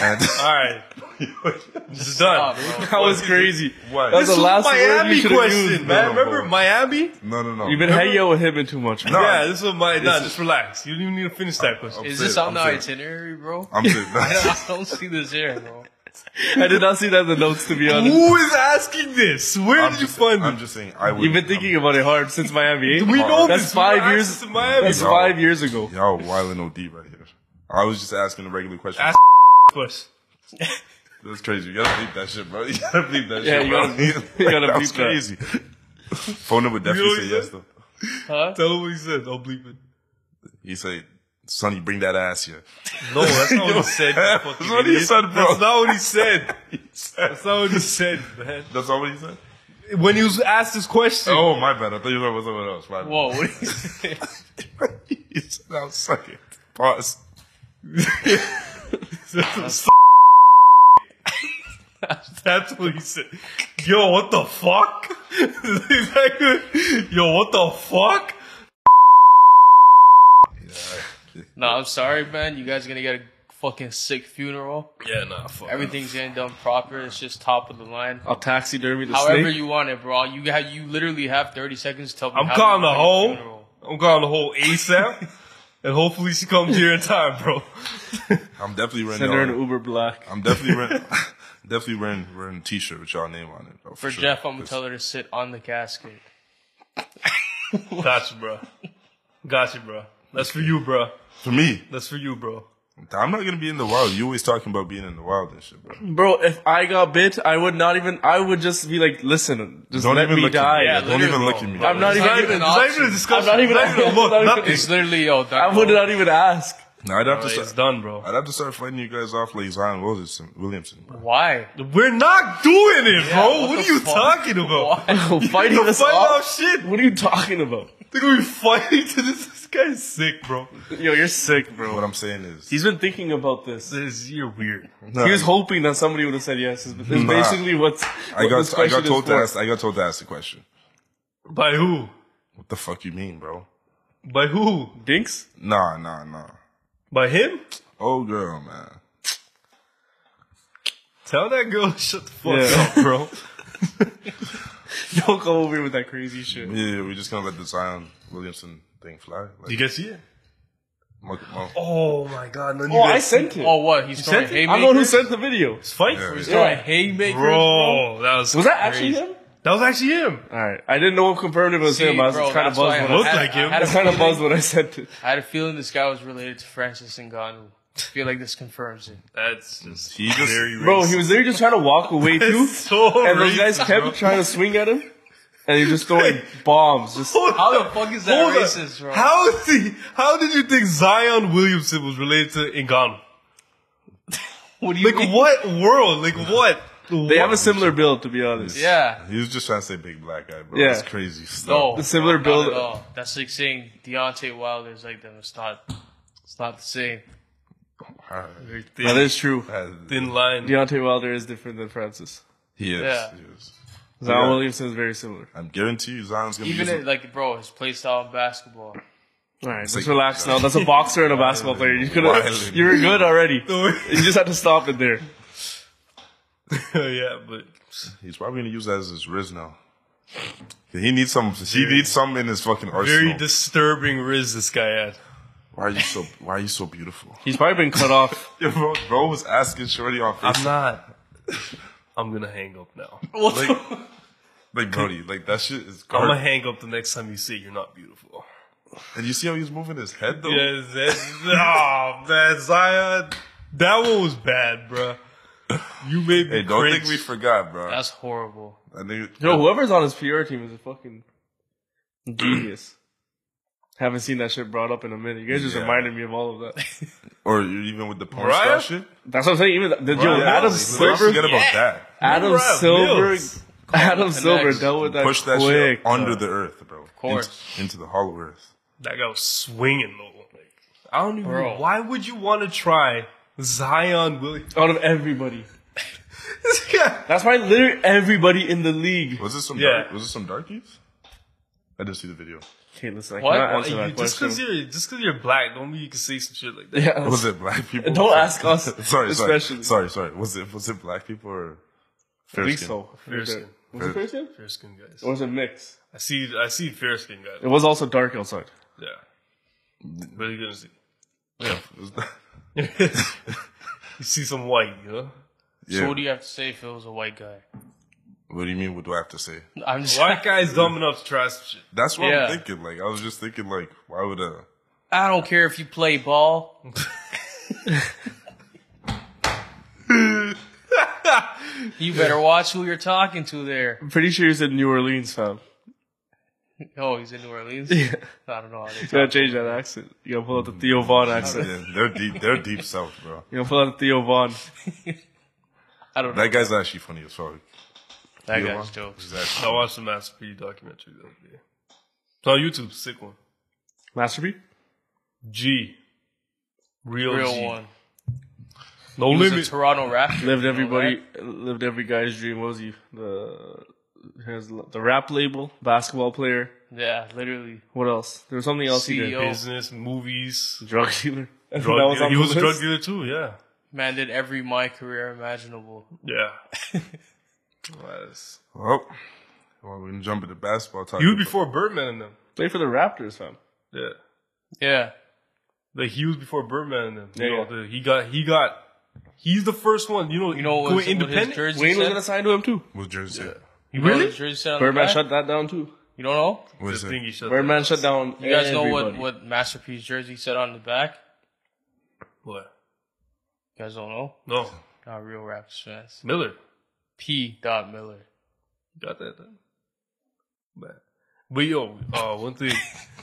[SPEAKER 1] and
[SPEAKER 2] All right. this is done.
[SPEAKER 3] Nah, bro.
[SPEAKER 4] That was crazy.
[SPEAKER 1] Why?
[SPEAKER 4] That was
[SPEAKER 2] This
[SPEAKER 4] the
[SPEAKER 2] was
[SPEAKER 4] last word you
[SPEAKER 2] Miami
[SPEAKER 4] should have
[SPEAKER 2] question,
[SPEAKER 4] used.
[SPEAKER 2] man.
[SPEAKER 1] No, no,
[SPEAKER 2] Remember
[SPEAKER 1] bro.
[SPEAKER 2] Miami?
[SPEAKER 1] no, no, no,
[SPEAKER 4] You've been
[SPEAKER 1] I'm
[SPEAKER 4] hanging out with him in too much. man.
[SPEAKER 1] No.
[SPEAKER 2] yeah, this was my. Nah, just relax. You don't even need to finish that question.
[SPEAKER 1] I'm
[SPEAKER 3] Is
[SPEAKER 1] serious,
[SPEAKER 3] this on
[SPEAKER 1] I'm
[SPEAKER 3] the
[SPEAKER 1] serious.
[SPEAKER 3] itinerary, bro?
[SPEAKER 1] I'm serious.
[SPEAKER 3] I don't see this here, bro.
[SPEAKER 4] I did not see that in the notes, to be honest.
[SPEAKER 2] Who is asking this? Where
[SPEAKER 1] I'm
[SPEAKER 2] did you
[SPEAKER 1] just-
[SPEAKER 2] find
[SPEAKER 1] I'm
[SPEAKER 2] it?
[SPEAKER 1] just saying. I would.
[SPEAKER 4] You've been thinking about it hard since Miami. eh?
[SPEAKER 2] We know
[SPEAKER 4] That's
[SPEAKER 2] this. We
[SPEAKER 4] five
[SPEAKER 2] have
[SPEAKER 4] years-
[SPEAKER 2] access to Miami.
[SPEAKER 4] That's
[SPEAKER 1] Yo.
[SPEAKER 4] five years ago.
[SPEAKER 1] Y'all wilding OD right here. I was just asking a regular question.
[SPEAKER 2] Ask- question.
[SPEAKER 1] That's crazy. You gotta bleep that shit, bro. You gotta bleep that
[SPEAKER 4] Yeah,
[SPEAKER 1] shit.
[SPEAKER 4] you
[SPEAKER 1] bro.
[SPEAKER 4] gotta- you gotta
[SPEAKER 1] that was
[SPEAKER 4] bleep
[SPEAKER 1] crazy.
[SPEAKER 4] that.
[SPEAKER 1] Phone would definitely
[SPEAKER 2] You know
[SPEAKER 1] say
[SPEAKER 2] what
[SPEAKER 1] yes
[SPEAKER 2] he
[SPEAKER 1] though.
[SPEAKER 3] Huh?
[SPEAKER 2] Tell him what he said. I'll bleep it.
[SPEAKER 1] He say, "Sonny, bring that ass here."
[SPEAKER 2] No, that's not what he said. you
[SPEAKER 1] That's
[SPEAKER 2] fucking
[SPEAKER 1] what he
[SPEAKER 2] idiot.
[SPEAKER 1] said, bro.
[SPEAKER 2] That's not what he said.
[SPEAKER 1] That's
[SPEAKER 2] That's not what he said, man.
[SPEAKER 1] not what he said.
[SPEAKER 2] When he was asked this question,
[SPEAKER 1] Oh my bad. I thought you were talking about someone else. My
[SPEAKER 3] Whoa, what did you say?
[SPEAKER 1] bad. he said, "I'll suck it." Pause.
[SPEAKER 2] that's That's what he said. Yo, what the fuck? Exactly. Yo, what the fuck?
[SPEAKER 3] No, I'm sorry, man. You guys are gonna get a fucking sick funeral.
[SPEAKER 2] Yeah, nah, fuck.
[SPEAKER 3] Everything's getting done proper. It's just top of the line.
[SPEAKER 4] I'll taxidermy the
[SPEAKER 3] However
[SPEAKER 4] snake.
[SPEAKER 3] you want it, bro. You have you literally have 30 seconds to tell me.
[SPEAKER 2] I'm
[SPEAKER 3] how you
[SPEAKER 2] calling the
[SPEAKER 3] want your
[SPEAKER 2] whole.
[SPEAKER 3] funeral.
[SPEAKER 2] I'm calling the whole ASAP, and hopefully she comes here in time, bro.
[SPEAKER 1] I'm definitely wearing.
[SPEAKER 4] Send her an
[SPEAKER 1] y'all-
[SPEAKER 4] Uber Black.
[SPEAKER 1] I'm definitely wearing. definitely wearing wearing a t-shirt with y'all name on it. though,
[SPEAKER 3] For
[SPEAKER 1] sure.
[SPEAKER 3] Jeff, I'm gonna
[SPEAKER 1] It's-
[SPEAKER 3] tell her to sit on the casket.
[SPEAKER 2] Gotcha, bro. Gotcha, bro. That's for you, bro.
[SPEAKER 1] For me,
[SPEAKER 2] That's for you, bro.
[SPEAKER 1] I'm not gonna be in the wild. You always talking about being in the wild and shit, bro.
[SPEAKER 4] Bro, if I got bit, I would not even. I would just be like, listen, just
[SPEAKER 1] Don't
[SPEAKER 4] let
[SPEAKER 1] even
[SPEAKER 4] me
[SPEAKER 1] look
[SPEAKER 4] die.
[SPEAKER 1] at me. Don't
[SPEAKER 3] literally,
[SPEAKER 1] even look
[SPEAKER 3] bro.
[SPEAKER 1] at me.
[SPEAKER 4] I'm not
[SPEAKER 3] It's
[SPEAKER 4] even-
[SPEAKER 2] It's
[SPEAKER 4] An
[SPEAKER 2] not
[SPEAKER 3] option.
[SPEAKER 2] even a discussion.
[SPEAKER 4] I'm not even-
[SPEAKER 2] It's not even a look.
[SPEAKER 4] I'm not even-
[SPEAKER 2] nothing.
[SPEAKER 3] It's literally yo.
[SPEAKER 4] I would not even ask.
[SPEAKER 1] Nah, I'd have to.
[SPEAKER 2] It's,
[SPEAKER 1] Start,
[SPEAKER 2] done, bro.
[SPEAKER 1] I'd have to start fighting you guys off like Zion Williamson. Williamson. Bro.
[SPEAKER 3] Why?
[SPEAKER 2] We're not doing it, bro.
[SPEAKER 3] what
[SPEAKER 2] What,
[SPEAKER 3] the
[SPEAKER 2] are you
[SPEAKER 3] fuck?
[SPEAKER 2] talking about?
[SPEAKER 3] Why?
[SPEAKER 4] fighting
[SPEAKER 2] The
[SPEAKER 4] this
[SPEAKER 2] fight
[SPEAKER 4] off?
[SPEAKER 2] off shit.
[SPEAKER 4] What are you talking about?
[SPEAKER 2] They're gonna be fighting to this. This guy's sick, bro.
[SPEAKER 4] Yo, you're sick,
[SPEAKER 1] What
[SPEAKER 4] bro.
[SPEAKER 1] I'm saying is,
[SPEAKER 4] He's been thinking about this.
[SPEAKER 2] This, you're weird.
[SPEAKER 1] nah,
[SPEAKER 4] He was hoping that somebody would have said yes. Is is
[SPEAKER 1] Nah.
[SPEAKER 4] basically what's.
[SPEAKER 1] I
[SPEAKER 4] what this
[SPEAKER 1] got I
[SPEAKER 4] question
[SPEAKER 1] got
[SPEAKER 4] is
[SPEAKER 1] told to
[SPEAKER 4] for.
[SPEAKER 1] ask. I got told to ask the question.
[SPEAKER 2] By who?
[SPEAKER 1] What the fuck you mean, bro?
[SPEAKER 2] By who?
[SPEAKER 4] Dinks.
[SPEAKER 1] Nah, nah, nah.
[SPEAKER 2] By him?
[SPEAKER 1] Oh girl, man.
[SPEAKER 2] Tell that girl to shut the fuck
[SPEAKER 4] Yeah.
[SPEAKER 2] up, bro.
[SPEAKER 4] Don't come over here with that crazy shit.
[SPEAKER 1] Yeah, we just gonna let the Zion Williamson thing fly.
[SPEAKER 2] You
[SPEAKER 1] Like,
[SPEAKER 2] guys see it?
[SPEAKER 1] muck it up.
[SPEAKER 2] Oh my god, none of
[SPEAKER 4] Oh,
[SPEAKER 2] you
[SPEAKER 4] I
[SPEAKER 2] guys
[SPEAKER 4] sent it.
[SPEAKER 3] Oh, what? He's throwing
[SPEAKER 4] Sent it?
[SPEAKER 3] haymakers.
[SPEAKER 4] I'm the one who sent the video.
[SPEAKER 2] It's fight
[SPEAKER 1] Yeah.
[SPEAKER 2] for
[SPEAKER 3] He's
[SPEAKER 2] it.
[SPEAKER 3] throwing haymakers, bro.
[SPEAKER 2] Bro, that was
[SPEAKER 4] Was that actually
[SPEAKER 2] crazy.
[SPEAKER 4] him?
[SPEAKER 2] That was actually him.
[SPEAKER 4] All right. I didn't know what confirmed it was
[SPEAKER 3] See,
[SPEAKER 4] him. I was
[SPEAKER 3] bro,
[SPEAKER 4] kind of
[SPEAKER 3] that's why
[SPEAKER 4] buzzed.
[SPEAKER 3] I
[SPEAKER 4] When
[SPEAKER 2] Looked
[SPEAKER 4] I,
[SPEAKER 3] had-
[SPEAKER 2] like him.
[SPEAKER 3] I had a
[SPEAKER 4] was kind of
[SPEAKER 3] feeling-
[SPEAKER 4] buzzed when I sent it.
[SPEAKER 3] I had a feeling this guy was related to Francis Ngannou. I feel like this confirms it.
[SPEAKER 2] That's just
[SPEAKER 1] He just-
[SPEAKER 2] very
[SPEAKER 4] Bro, he was there just trying to walk away too,
[SPEAKER 2] racist. so
[SPEAKER 4] and those
[SPEAKER 2] racist,
[SPEAKER 4] guys kept
[SPEAKER 2] bro.
[SPEAKER 4] trying to swing at him, and he was just throwing bombs. Just
[SPEAKER 2] Hold
[SPEAKER 3] How
[SPEAKER 2] on.
[SPEAKER 3] the fuck is that
[SPEAKER 2] Hold on.
[SPEAKER 3] racist, bro?
[SPEAKER 2] How is he? How did you think Zion Williamson was related to Ngannou?
[SPEAKER 3] What do you
[SPEAKER 2] Like what world? Like what?
[SPEAKER 4] they have a similar build, to be honest.
[SPEAKER 3] Yeah.
[SPEAKER 1] He was just trying to say big black guy, bro.
[SPEAKER 4] Yeah.
[SPEAKER 1] That's crazy stuff.
[SPEAKER 3] No.
[SPEAKER 4] The similar
[SPEAKER 3] not
[SPEAKER 4] build-
[SPEAKER 3] at all. That's like saying Deontay Wilder's like them. It's not. It's not the same.
[SPEAKER 1] Alright.
[SPEAKER 2] Very
[SPEAKER 4] that
[SPEAKER 2] thin,
[SPEAKER 4] is true.
[SPEAKER 2] thin line.
[SPEAKER 4] Deontay Wilder is different than Francis.
[SPEAKER 1] He is.
[SPEAKER 3] Yeah.
[SPEAKER 1] He is.
[SPEAKER 4] Zion
[SPEAKER 1] Yeah.
[SPEAKER 4] Williamson is very similar.
[SPEAKER 1] I'm guarantee you Zion's gonna
[SPEAKER 3] Even
[SPEAKER 1] be
[SPEAKER 3] if,
[SPEAKER 1] using,
[SPEAKER 3] like, bro, his play style in basketball.
[SPEAKER 4] All right, just
[SPEAKER 1] like-
[SPEAKER 4] relax now. That's a boxer and a basketball player. You could
[SPEAKER 1] Wilding.
[SPEAKER 4] have, you were good already.
[SPEAKER 2] yeah,
[SPEAKER 4] You just had to stop it there.
[SPEAKER 2] but
[SPEAKER 1] he's probably gonna use that as his Riz now. He needs some he needs some in his fucking arsenal.
[SPEAKER 2] very disturbing Riz this guy had.
[SPEAKER 1] why are you so why are you so beautiful?
[SPEAKER 4] He's probably been cut off.
[SPEAKER 1] Yo, bro, bro was asking Shorty on
[SPEAKER 2] I'm
[SPEAKER 1] Facebook.
[SPEAKER 2] not. I'm gonna hang up now.
[SPEAKER 1] Like, like Brody, like that shit is
[SPEAKER 2] I'm gonna
[SPEAKER 1] garbage.
[SPEAKER 2] hang up the next time you say you're not beautiful.
[SPEAKER 1] And you see how he's moving his head though?
[SPEAKER 2] Yes, that's, oh man, Zion, that one was bad, bro. You made
[SPEAKER 1] Hey,
[SPEAKER 2] me
[SPEAKER 1] don't
[SPEAKER 2] cringe.
[SPEAKER 1] think we forgot, bro.
[SPEAKER 3] That's horrible.
[SPEAKER 1] I think
[SPEAKER 4] Yo, whoever's on his PR team is a fucking genius. Haven't seen that shit brought up in a minute. You guys just
[SPEAKER 1] Yeah.
[SPEAKER 4] reminded me of all of that.
[SPEAKER 1] or even with the porn
[SPEAKER 2] Right?
[SPEAKER 1] star shit.
[SPEAKER 4] That's what I'm saying. Even the, the, yo,
[SPEAKER 1] Yeah,
[SPEAKER 4] Adam
[SPEAKER 1] let's
[SPEAKER 4] Silver,
[SPEAKER 1] forget about that.
[SPEAKER 4] Adam
[SPEAKER 2] Remember Adam
[SPEAKER 4] Silver,
[SPEAKER 2] Mills?
[SPEAKER 4] Adam
[SPEAKER 3] the
[SPEAKER 4] Silver
[SPEAKER 3] next.
[SPEAKER 4] dealt with that
[SPEAKER 1] Push that
[SPEAKER 4] quick.
[SPEAKER 1] shit under
[SPEAKER 4] bro.
[SPEAKER 1] the earth, bro. Of
[SPEAKER 3] course.
[SPEAKER 1] Into, into the hollow earth.
[SPEAKER 2] That guy was swinging though. Like, I don't even.
[SPEAKER 3] Bro.
[SPEAKER 2] Why would you want to try Zion Williams?
[SPEAKER 4] out of everybody.
[SPEAKER 2] This guy.
[SPEAKER 4] That's why literally everybody in the league.
[SPEAKER 1] Was this some
[SPEAKER 2] Yeah.
[SPEAKER 1] dark, was this some darkies? I didn't see the video.
[SPEAKER 4] Okay, listen, I
[SPEAKER 3] What?
[SPEAKER 4] cannot
[SPEAKER 3] Why
[SPEAKER 4] answer
[SPEAKER 2] You, just
[SPEAKER 4] that
[SPEAKER 2] because
[SPEAKER 4] question.
[SPEAKER 2] you're just because you're black, don't mean you can say some shit like that.
[SPEAKER 4] Yeah,
[SPEAKER 1] Was it black people?
[SPEAKER 4] Don't ask us,
[SPEAKER 1] sorry, sorry,
[SPEAKER 4] especially.
[SPEAKER 1] sorry, sorry. Was it was it black people or
[SPEAKER 4] I
[SPEAKER 1] fair
[SPEAKER 4] think
[SPEAKER 1] skin?
[SPEAKER 4] so.
[SPEAKER 2] Fair skin.
[SPEAKER 4] Was it fair skin?
[SPEAKER 2] Fair skin guys.
[SPEAKER 4] Or was it mix?
[SPEAKER 2] I see. I see fair skin
[SPEAKER 4] It
[SPEAKER 2] guys.
[SPEAKER 4] was also dark outside.
[SPEAKER 2] Yeah. Really gonna see.
[SPEAKER 1] Yeah. it was-
[SPEAKER 2] you see some white, you know.
[SPEAKER 1] yeah.
[SPEAKER 3] So what do you have to say if it was a white guy?
[SPEAKER 1] what do you mean? What do I have to say?
[SPEAKER 3] I'm just.
[SPEAKER 2] White guy's dumb enough to try some shit.
[SPEAKER 1] That's what
[SPEAKER 3] Yeah.
[SPEAKER 1] I'm thinking. Like I was just thinking, like why would uh, a
[SPEAKER 3] I don't care if you play ball. you better watch who you're talking to there.
[SPEAKER 4] I'm pretty sure he's in New Orleans, fam.
[SPEAKER 3] Oh, he's in New Orleans.
[SPEAKER 4] Yeah.
[SPEAKER 3] I don't know. How they
[SPEAKER 4] You gotta
[SPEAKER 3] talk.
[SPEAKER 4] change that accent. You gotta pull out the Theo Vaughn accent.
[SPEAKER 1] yeah, they're deep they're deep south, bro.
[SPEAKER 4] You gotta pull out the Theo Vaughn.
[SPEAKER 3] I don't know.
[SPEAKER 1] That guy's actually funny as fuck.
[SPEAKER 3] That
[SPEAKER 1] Yeah.
[SPEAKER 3] guy's jokes.
[SPEAKER 1] He's actually-
[SPEAKER 2] I watched the Master P documentary the other day. It's on YouTube. Sick one.
[SPEAKER 4] Masterpiece?
[SPEAKER 2] G. Real,
[SPEAKER 3] Real
[SPEAKER 2] G.
[SPEAKER 3] one.
[SPEAKER 2] No
[SPEAKER 3] He was a
[SPEAKER 2] limit.
[SPEAKER 3] Toronto Raptor. you
[SPEAKER 4] Lived
[SPEAKER 3] know
[SPEAKER 4] everybody
[SPEAKER 3] that?
[SPEAKER 4] lived every guy's dream. What was he? The has the rap label, basketball player.
[SPEAKER 3] Yeah, literally.
[SPEAKER 4] What else? There was something else he
[SPEAKER 3] CEO.
[SPEAKER 4] did.
[SPEAKER 2] Business, movies.
[SPEAKER 4] Drug dealer.
[SPEAKER 2] E Drug dealer. He was a drug dealer too, yeah.
[SPEAKER 3] Man did every my career imaginable.
[SPEAKER 2] Yeah. Was.
[SPEAKER 1] Well, oh, well, we can jump into basketball talk.
[SPEAKER 2] He was before Birdman and them.
[SPEAKER 4] Played for the Raptors, fam.
[SPEAKER 2] Yeah.
[SPEAKER 3] Yeah.
[SPEAKER 2] Like he was before Birdman and them. You
[SPEAKER 4] Yeah,
[SPEAKER 2] know, the- he got he got he's the first one, you know,
[SPEAKER 3] You know what
[SPEAKER 2] going
[SPEAKER 3] was independent?
[SPEAKER 2] independent.
[SPEAKER 3] His jersey
[SPEAKER 4] Wayne was
[SPEAKER 3] said?
[SPEAKER 4] gonna sign to him too.
[SPEAKER 1] was Jersey.
[SPEAKER 3] You know what
[SPEAKER 2] Really?
[SPEAKER 3] his jersey said on the
[SPEAKER 4] Birdman
[SPEAKER 3] back?
[SPEAKER 4] shut that down too.
[SPEAKER 3] You don't know?
[SPEAKER 1] Was
[SPEAKER 2] the
[SPEAKER 1] it?
[SPEAKER 2] thing he shut
[SPEAKER 4] Birdman
[SPEAKER 2] down.
[SPEAKER 4] shut down.
[SPEAKER 3] You guys know what,
[SPEAKER 4] everybody.
[SPEAKER 3] what Masterpiece jersey said on the back?
[SPEAKER 2] What?
[SPEAKER 3] You guys don't know?
[SPEAKER 2] No.
[SPEAKER 3] Not real Raptors fans.
[SPEAKER 2] Miller.
[SPEAKER 3] P. Dot Miller.
[SPEAKER 2] Got that done. But, but yo, uh, one thing,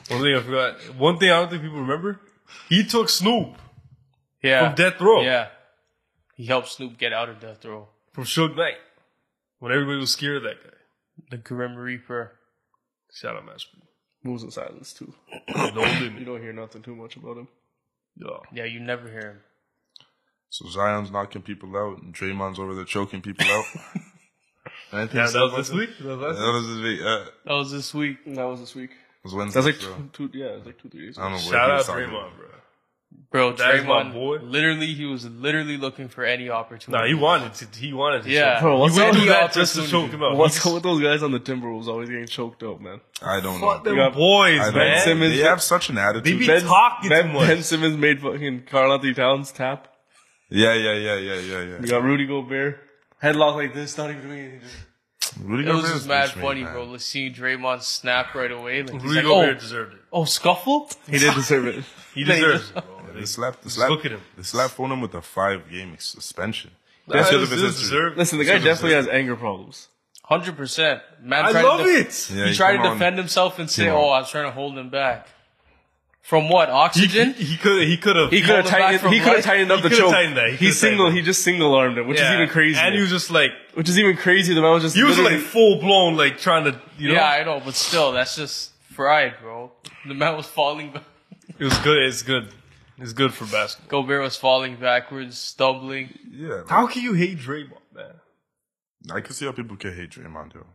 [SPEAKER 2] one thing I forgot. One thing I don't think people remember. He took Snoop
[SPEAKER 3] Yeah.
[SPEAKER 2] from Death Row
[SPEAKER 3] Yeah. He helped Snoop get out of death row.
[SPEAKER 2] from Suge Knight when everybody was scared of that guy.
[SPEAKER 3] The Grim Reaper.
[SPEAKER 2] Shout out Masterpiece.
[SPEAKER 4] moves in silence too.
[SPEAKER 2] No
[SPEAKER 4] You
[SPEAKER 2] limit.
[SPEAKER 4] don't hear nothing too much about him.
[SPEAKER 2] Yo.
[SPEAKER 3] Yeah, you never hear him.
[SPEAKER 1] So Zion's knocking people out, and Draymond's over there choking people out. and I think
[SPEAKER 2] Yeah, that was
[SPEAKER 1] so-
[SPEAKER 2] this week. That was
[SPEAKER 1] Yeah,
[SPEAKER 2] last
[SPEAKER 1] that was this week. Uh, it
[SPEAKER 3] That was this week.
[SPEAKER 4] That was this week.
[SPEAKER 1] was Wednesday.
[SPEAKER 4] That's like
[SPEAKER 1] so
[SPEAKER 4] two, two yeah, it was like two three days.
[SPEAKER 1] I don't know.
[SPEAKER 2] week.
[SPEAKER 1] where
[SPEAKER 2] Shout
[SPEAKER 1] he
[SPEAKER 2] out
[SPEAKER 1] was talking
[SPEAKER 2] Draymond,
[SPEAKER 1] about.
[SPEAKER 2] bro.
[SPEAKER 3] Bro,
[SPEAKER 2] That is my
[SPEAKER 3] Draymond,
[SPEAKER 2] boy.
[SPEAKER 3] literally, he was literally looking for any opportunity.
[SPEAKER 2] Nah, he wanted to. He wanted to.
[SPEAKER 3] Yeah.
[SPEAKER 2] choke him.
[SPEAKER 4] Bro, what's
[SPEAKER 2] he
[SPEAKER 4] up
[SPEAKER 2] went
[SPEAKER 4] with
[SPEAKER 2] to that
[SPEAKER 3] the
[SPEAKER 2] just to choke
[SPEAKER 3] opportunity?
[SPEAKER 2] him out.
[SPEAKER 4] What's up with those guys on the Timberwolves always getting choked up, man?
[SPEAKER 1] I don't
[SPEAKER 2] Fuck
[SPEAKER 1] know.
[SPEAKER 2] them
[SPEAKER 4] You got
[SPEAKER 2] boys,
[SPEAKER 1] I don't
[SPEAKER 2] man.
[SPEAKER 1] know.
[SPEAKER 4] Simmons-
[SPEAKER 1] They have such an
[SPEAKER 2] They
[SPEAKER 1] attitude.
[SPEAKER 2] be talking too
[SPEAKER 4] Ben,
[SPEAKER 2] much.
[SPEAKER 4] ben Simmons made fucking Carl Anthony Towns tap.
[SPEAKER 1] yeah, yeah, yeah, yeah, yeah, yeah.
[SPEAKER 4] You got Rudy Gobert. Headlock like this, not even doing anything.
[SPEAKER 1] Rudy
[SPEAKER 3] It was
[SPEAKER 1] Gobert
[SPEAKER 3] just
[SPEAKER 1] is
[SPEAKER 3] mad
[SPEAKER 1] bitch made,
[SPEAKER 3] funny,
[SPEAKER 1] man.
[SPEAKER 3] bro. Let's see Draymond snap right away. Like, he's
[SPEAKER 2] Rudy
[SPEAKER 3] like,
[SPEAKER 2] Gobert
[SPEAKER 3] oh,
[SPEAKER 2] deserved it.
[SPEAKER 3] oh, scuffle?
[SPEAKER 4] He did deserve it.
[SPEAKER 2] He deserves it, bro.
[SPEAKER 1] They slapped, they slapped,
[SPEAKER 2] look at him.
[SPEAKER 1] They slapped on him with a five game ex- suspension.
[SPEAKER 2] That
[SPEAKER 1] because of his
[SPEAKER 2] is- this
[SPEAKER 1] injury.
[SPEAKER 2] deserved.
[SPEAKER 4] Listen, the guy definitely has anger problems.
[SPEAKER 3] 100%. Man,
[SPEAKER 2] I
[SPEAKER 3] tried
[SPEAKER 2] love
[SPEAKER 3] to def-
[SPEAKER 2] it.
[SPEAKER 1] Yeah,
[SPEAKER 3] he tried
[SPEAKER 1] come
[SPEAKER 3] to
[SPEAKER 1] on.
[SPEAKER 3] defend himself and say,
[SPEAKER 1] Come
[SPEAKER 3] oh,
[SPEAKER 1] on.
[SPEAKER 3] I was trying to hold him back. From what? Oxygen?
[SPEAKER 2] He could. He could have.
[SPEAKER 4] He could
[SPEAKER 3] him
[SPEAKER 4] have
[SPEAKER 3] back
[SPEAKER 4] tightened.
[SPEAKER 3] from
[SPEAKER 4] He could have
[SPEAKER 3] life.
[SPEAKER 4] tightened up
[SPEAKER 2] He
[SPEAKER 4] the
[SPEAKER 2] coulda
[SPEAKER 4] choke.
[SPEAKER 2] tightened that. He
[SPEAKER 4] He,
[SPEAKER 2] coulda
[SPEAKER 4] single.
[SPEAKER 2] tightened
[SPEAKER 4] He just single armed him, which is even crazy.
[SPEAKER 2] And he was just like,
[SPEAKER 4] which is even crazy. The man was just.
[SPEAKER 2] he was like
[SPEAKER 4] literally-
[SPEAKER 2] full blown, like trying to, you know.
[SPEAKER 3] Yeah, I know, but still, that's just fried, bro. The man was falling back.
[SPEAKER 2] It was good. It's good. It's good for basketball.
[SPEAKER 3] Gobert was falling backwards, stumbling.
[SPEAKER 1] Yeah, like,
[SPEAKER 2] How can you hate Draymond, man?
[SPEAKER 1] I can see how people can hate Draymond. Yo.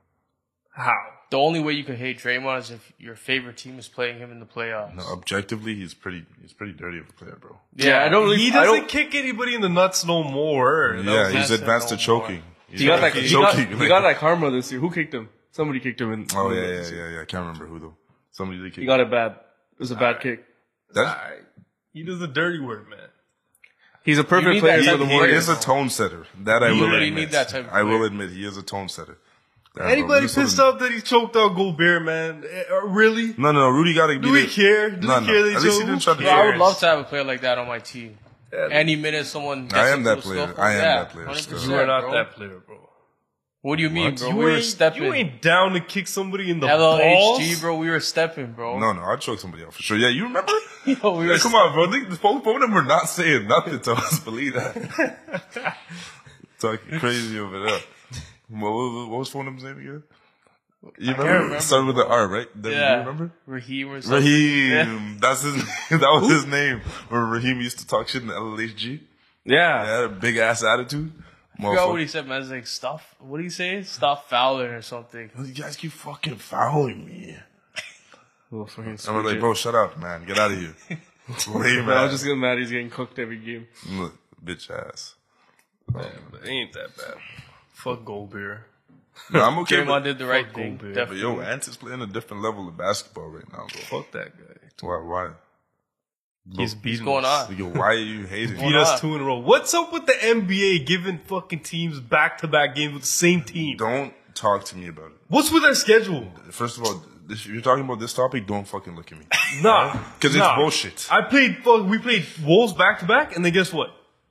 [SPEAKER 2] How?
[SPEAKER 3] The only way you could hate Draymond is if your favorite team is playing him in the playoffs.
[SPEAKER 1] No, objectively, he's pretty. He's pretty dirty of a player, bro.
[SPEAKER 4] Yeah, I don't really.
[SPEAKER 2] He
[SPEAKER 4] I
[SPEAKER 2] doesn't
[SPEAKER 4] don't.
[SPEAKER 2] kick anybody in the nuts no more. That
[SPEAKER 1] yeah,
[SPEAKER 2] was-
[SPEAKER 1] he's
[SPEAKER 3] faster
[SPEAKER 1] advanced to
[SPEAKER 3] than Omar.
[SPEAKER 1] choking. He's
[SPEAKER 4] He got that.
[SPEAKER 1] advanced
[SPEAKER 4] He
[SPEAKER 1] to
[SPEAKER 4] got,
[SPEAKER 1] choking,
[SPEAKER 4] he
[SPEAKER 1] like-
[SPEAKER 4] got that karma this year. Who kicked him? Somebody kicked him in.
[SPEAKER 1] Oh yeah, yeah, yeah, yeah. I can't remember who though. Somebody did kick.
[SPEAKER 4] He got it bad. It was a bad kick.
[SPEAKER 1] That's,
[SPEAKER 2] he does the dirty work, man.
[SPEAKER 4] He's a perfect
[SPEAKER 3] need
[SPEAKER 4] player
[SPEAKER 3] that
[SPEAKER 4] for
[SPEAKER 3] type
[SPEAKER 4] the
[SPEAKER 3] of
[SPEAKER 1] he
[SPEAKER 4] Warriors.
[SPEAKER 1] is a tone setter. That I
[SPEAKER 3] You
[SPEAKER 1] will
[SPEAKER 3] really
[SPEAKER 1] admit.
[SPEAKER 3] need that type of
[SPEAKER 1] I will
[SPEAKER 3] player.
[SPEAKER 1] admit he is a tone setter. Yeah, bro,
[SPEAKER 2] Anybody
[SPEAKER 1] you saw
[SPEAKER 2] pissed
[SPEAKER 1] the-
[SPEAKER 2] off that he choked out Gobert, man? Eh, uh, Really?
[SPEAKER 1] No, no, Rudy got to
[SPEAKER 2] Do we care? Do
[SPEAKER 1] No, no.
[SPEAKER 2] we care? that he
[SPEAKER 1] At least he
[SPEAKER 2] choked?
[SPEAKER 1] didn't try to
[SPEAKER 2] Who
[SPEAKER 3] Bro, I would
[SPEAKER 2] cares?
[SPEAKER 3] love to have a player like that on my team.
[SPEAKER 2] Yeah,
[SPEAKER 3] Any minute someone gets
[SPEAKER 1] I am
[SPEAKER 3] into
[SPEAKER 1] that
[SPEAKER 3] a
[SPEAKER 1] player.
[SPEAKER 3] scuffle,
[SPEAKER 1] I am
[SPEAKER 3] yeah,
[SPEAKER 1] that player
[SPEAKER 3] 100%,
[SPEAKER 1] still.
[SPEAKER 2] you are not
[SPEAKER 3] bro.
[SPEAKER 2] that player, bro.
[SPEAKER 3] What do you mean,
[SPEAKER 1] What?
[SPEAKER 3] bro?
[SPEAKER 2] You,
[SPEAKER 3] we were
[SPEAKER 2] ain't,
[SPEAKER 3] stepping.
[SPEAKER 2] you ain't down to kick somebody in the
[SPEAKER 3] LLHG,
[SPEAKER 2] balls,
[SPEAKER 3] bro. We were stepping, bro.
[SPEAKER 1] No, no, I choked somebody out for sure. Yeah, you remember?
[SPEAKER 3] Yo, we were
[SPEAKER 1] Come on, bro. They- The both both of them were not saying nothing to us. Believe that. Talking crazy over there. What was, what was one of them's name again? You remember?
[SPEAKER 3] remember,
[SPEAKER 1] Started with an R, right? Do
[SPEAKER 3] Yeah.
[SPEAKER 1] You remember?
[SPEAKER 3] Raheem or something.
[SPEAKER 1] Raheem. That's his. that was his name. Remember Raheem used to talk shit in the LHG.
[SPEAKER 4] Yeah.
[SPEAKER 1] He had a big ass attitude.
[SPEAKER 3] I forgot
[SPEAKER 1] Motherfucker.
[SPEAKER 3] what he said, man. I was like, stop. What do you say? Stop fouling or something.
[SPEAKER 1] You guys keep fucking fouling me.
[SPEAKER 4] Well, fucking
[SPEAKER 1] And we're
[SPEAKER 4] sweet
[SPEAKER 1] like,
[SPEAKER 4] shit.
[SPEAKER 1] bro, shut up, man. Get out of here. Lame
[SPEAKER 4] I
[SPEAKER 1] man.
[SPEAKER 4] was just getting mad. He's getting cooked every game.
[SPEAKER 1] Look, bitch ass.
[SPEAKER 2] It ain't that bad. Fuck Gobert.
[SPEAKER 1] No, I'm okay.
[SPEAKER 3] Draymond
[SPEAKER 1] With,
[SPEAKER 3] did the right thing.
[SPEAKER 2] Gobert,
[SPEAKER 1] but
[SPEAKER 3] Definitely.
[SPEAKER 1] yo, Ants is playing a different level of basketball right now, bro.
[SPEAKER 2] Fuck that guy.
[SPEAKER 1] Why? Why?
[SPEAKER 2] He's beating
[SPEAKER 3] going
[SPEAKER 2] us.
[SPEAKER 3] on?
[SPEAKER 1] Yo, why are you hating?
[SPEAKER 2] Beat
[SPEAKER 1] You
[SPEAKER 3] on?
[SPEAKER 2] us two in a row. What's up with the NBA giving fucking teams back to back games with the same team?
[SPEAKER 1] Don't talk to me about it.
[SPEAKER 2] What's with their schedule?
[SPEAKER 1] First of all, if you're talking about this topic, don't fucking look at me.
[SPEAKER 2] Nah,
[SPEAKER 1] Because
[SPEAKER 2] nah.
[SPEAKER 1] it's bullshit.
[SPEAKER 2] I played. Fuck, we played Wolves back to back, and then guess what?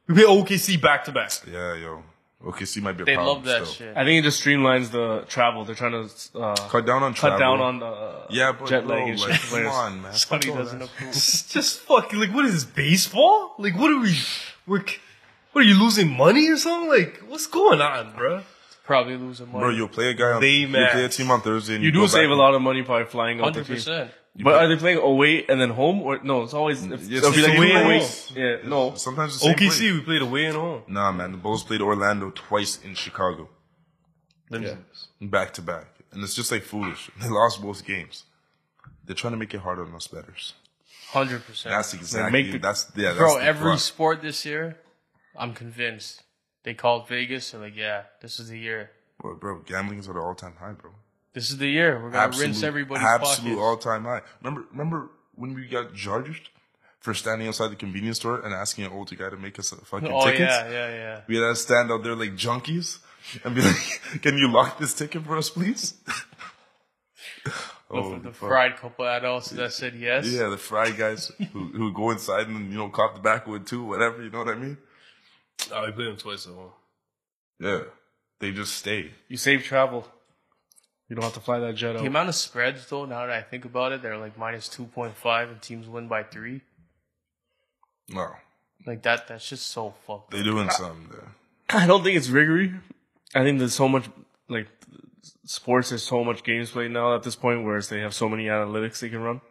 [SPEAKER 2] We played OKC back to back.
[SPEAKER 1] Yeah, yo. OKC might be a
[SPEAKER 3] They
[SPEAKER 1] problem
[SPEAKER 3] love that
[SPEAKER 1] still.
[SPEAKER 3] shit.
[SPEAKER 4] I think it just streamlines the travel. They're trying to uh, cut,
[SPEAKER 1] Cut down on travel.
[SPEAKER 4] down on the uh,
[SPEAKER 1] yeah, but
[SPEAKER 4] jet
[SPEAKER 1] bro,
[SPEAKER 4] lag and shit.
[SPEAKER 1] like,
[SPEAKER 4] for
[SPEAKER 1] come
[SPEAKER 4] players.
[SPEAKER 1] on, man. Fuck
[SPEAKER 3] Somebody
[SPEAKER 1] all
[SPEAKER 3] doesn't
[SPEAKER 1] that.
[SPEAKER 3] approve.
[SPEAKER 2] It's just fucking like what is this baseball? Like what are we? We're, what are you losing money or something? Like what's going on, bruh?
[SPEAKER 3] probably losing money.
[SPEAKER 1] Bro, you'll play a guy on.
[SPEAKER 2] They
[SPEAKER 1] You
[SPEAKER 2] max.
[SPEAKER 1] play a team on Thursday. And
[SPEAKER 4] You do
[SPEAKER 1] go
[SPEAKER 4] save
[SPEAKER 1] back.
[SPEAKER 4] a lot of money by flying out the
[SPEAKER 3] hundred
[SPEAKER 4] team.
[SPEAKER 3] percent.
[SPEAKER 4] But are they playing away and then home or no? Mm, It's always if,
[SPEAKER 1] Yes,
[SPEAKER 4] it'll be
[SPEAKER 1] it's
[SPEAKER 4] like
[SPEAKER 2] away
[SPEAKER 4] two
[SPEAKER 2] and
[SPEAKER 4] away.
[SPEAKER 2] home.
[SPEAKER 4] Yeah, no.
[SPEAKER 1] Sometimes the same
[SPEAKER 2] OKC,
[SPEAKER 1] place.
[SPEAKER 2] we played away and home.
[SPEAKER 1] Nah, man, the Bulls played Orlando twice in Chicago,
[SPEAKER 2] Them
[SPEAKER 1] back to back, and it's just like foolish. They lost both games. They're trying to make it harder on us betters.
[SPEAKER 3] Hundred percent.
[SPEAKER 1] That's exactly.
[SPEAKER 4] make the-
[SPEAKER 1] that's yeah. That's
[SPEAKER 3] Bro,
[SPEAKER 1] the
[SPEAKER 3] every
[SPEAKER 1] plot.
[SPEAKER 3] sport this year, I'm convinced. They called Vegas. They're like, yeah, this is the year.
[SPEAKER 1] Bro, bro, gambling is at an all-time high, bro.
[SPEAKER 3] This is the year. We're gonna rinse everybody's
[SPEAKER 1] absolute
[SPEAKER 3] pockets.
[SPEAKER 1] all-time high. Remember, remember when we got charged for standing outside the convenience store and asking an older guy to make us a fucking
[SPEAKER 3] oh
[SPEAKER 1] tickets?
[SPEAKER 3] yeah, yeah, yeah.
[SPEAKER 1] We had to stand out there like junkies and be like, "Can you lock this ticket for us, please?"
[SPEAKER 3] But
[SPEAKER 1] oh,
[SPEAKER 3] for the
[SPEAKER 1] fuck.
[SPEAKER 3] fried couple adults that said yes.
[SPEAKER 1] Yeah, the fried guys who, who go inside and you know cop the backwood too, whatever. You know what I mean?
[SPEAKER 2] Oh, we played them twice at home.
[SPEAKER 1] Yeah, they just stay.
[SPEAKER 4] You save travel. You don't have to fly that jet
[SPEAKER 3] The
[SPEAKER 4] out.
[SPEAKER 3] amount of spreads, though, now that I think about it, they're like minus two point five, and teams win by three.
[SPEAKER 1] No,
[SPEAKER 3] Like that. That's just so fucked.
[SPEAKER 1] they doing something there.
[SPEAKER 4] I don't think it's rigory. I think there's so much like sports. There's so much games played now at this point, whereas they have so many analytics they can run.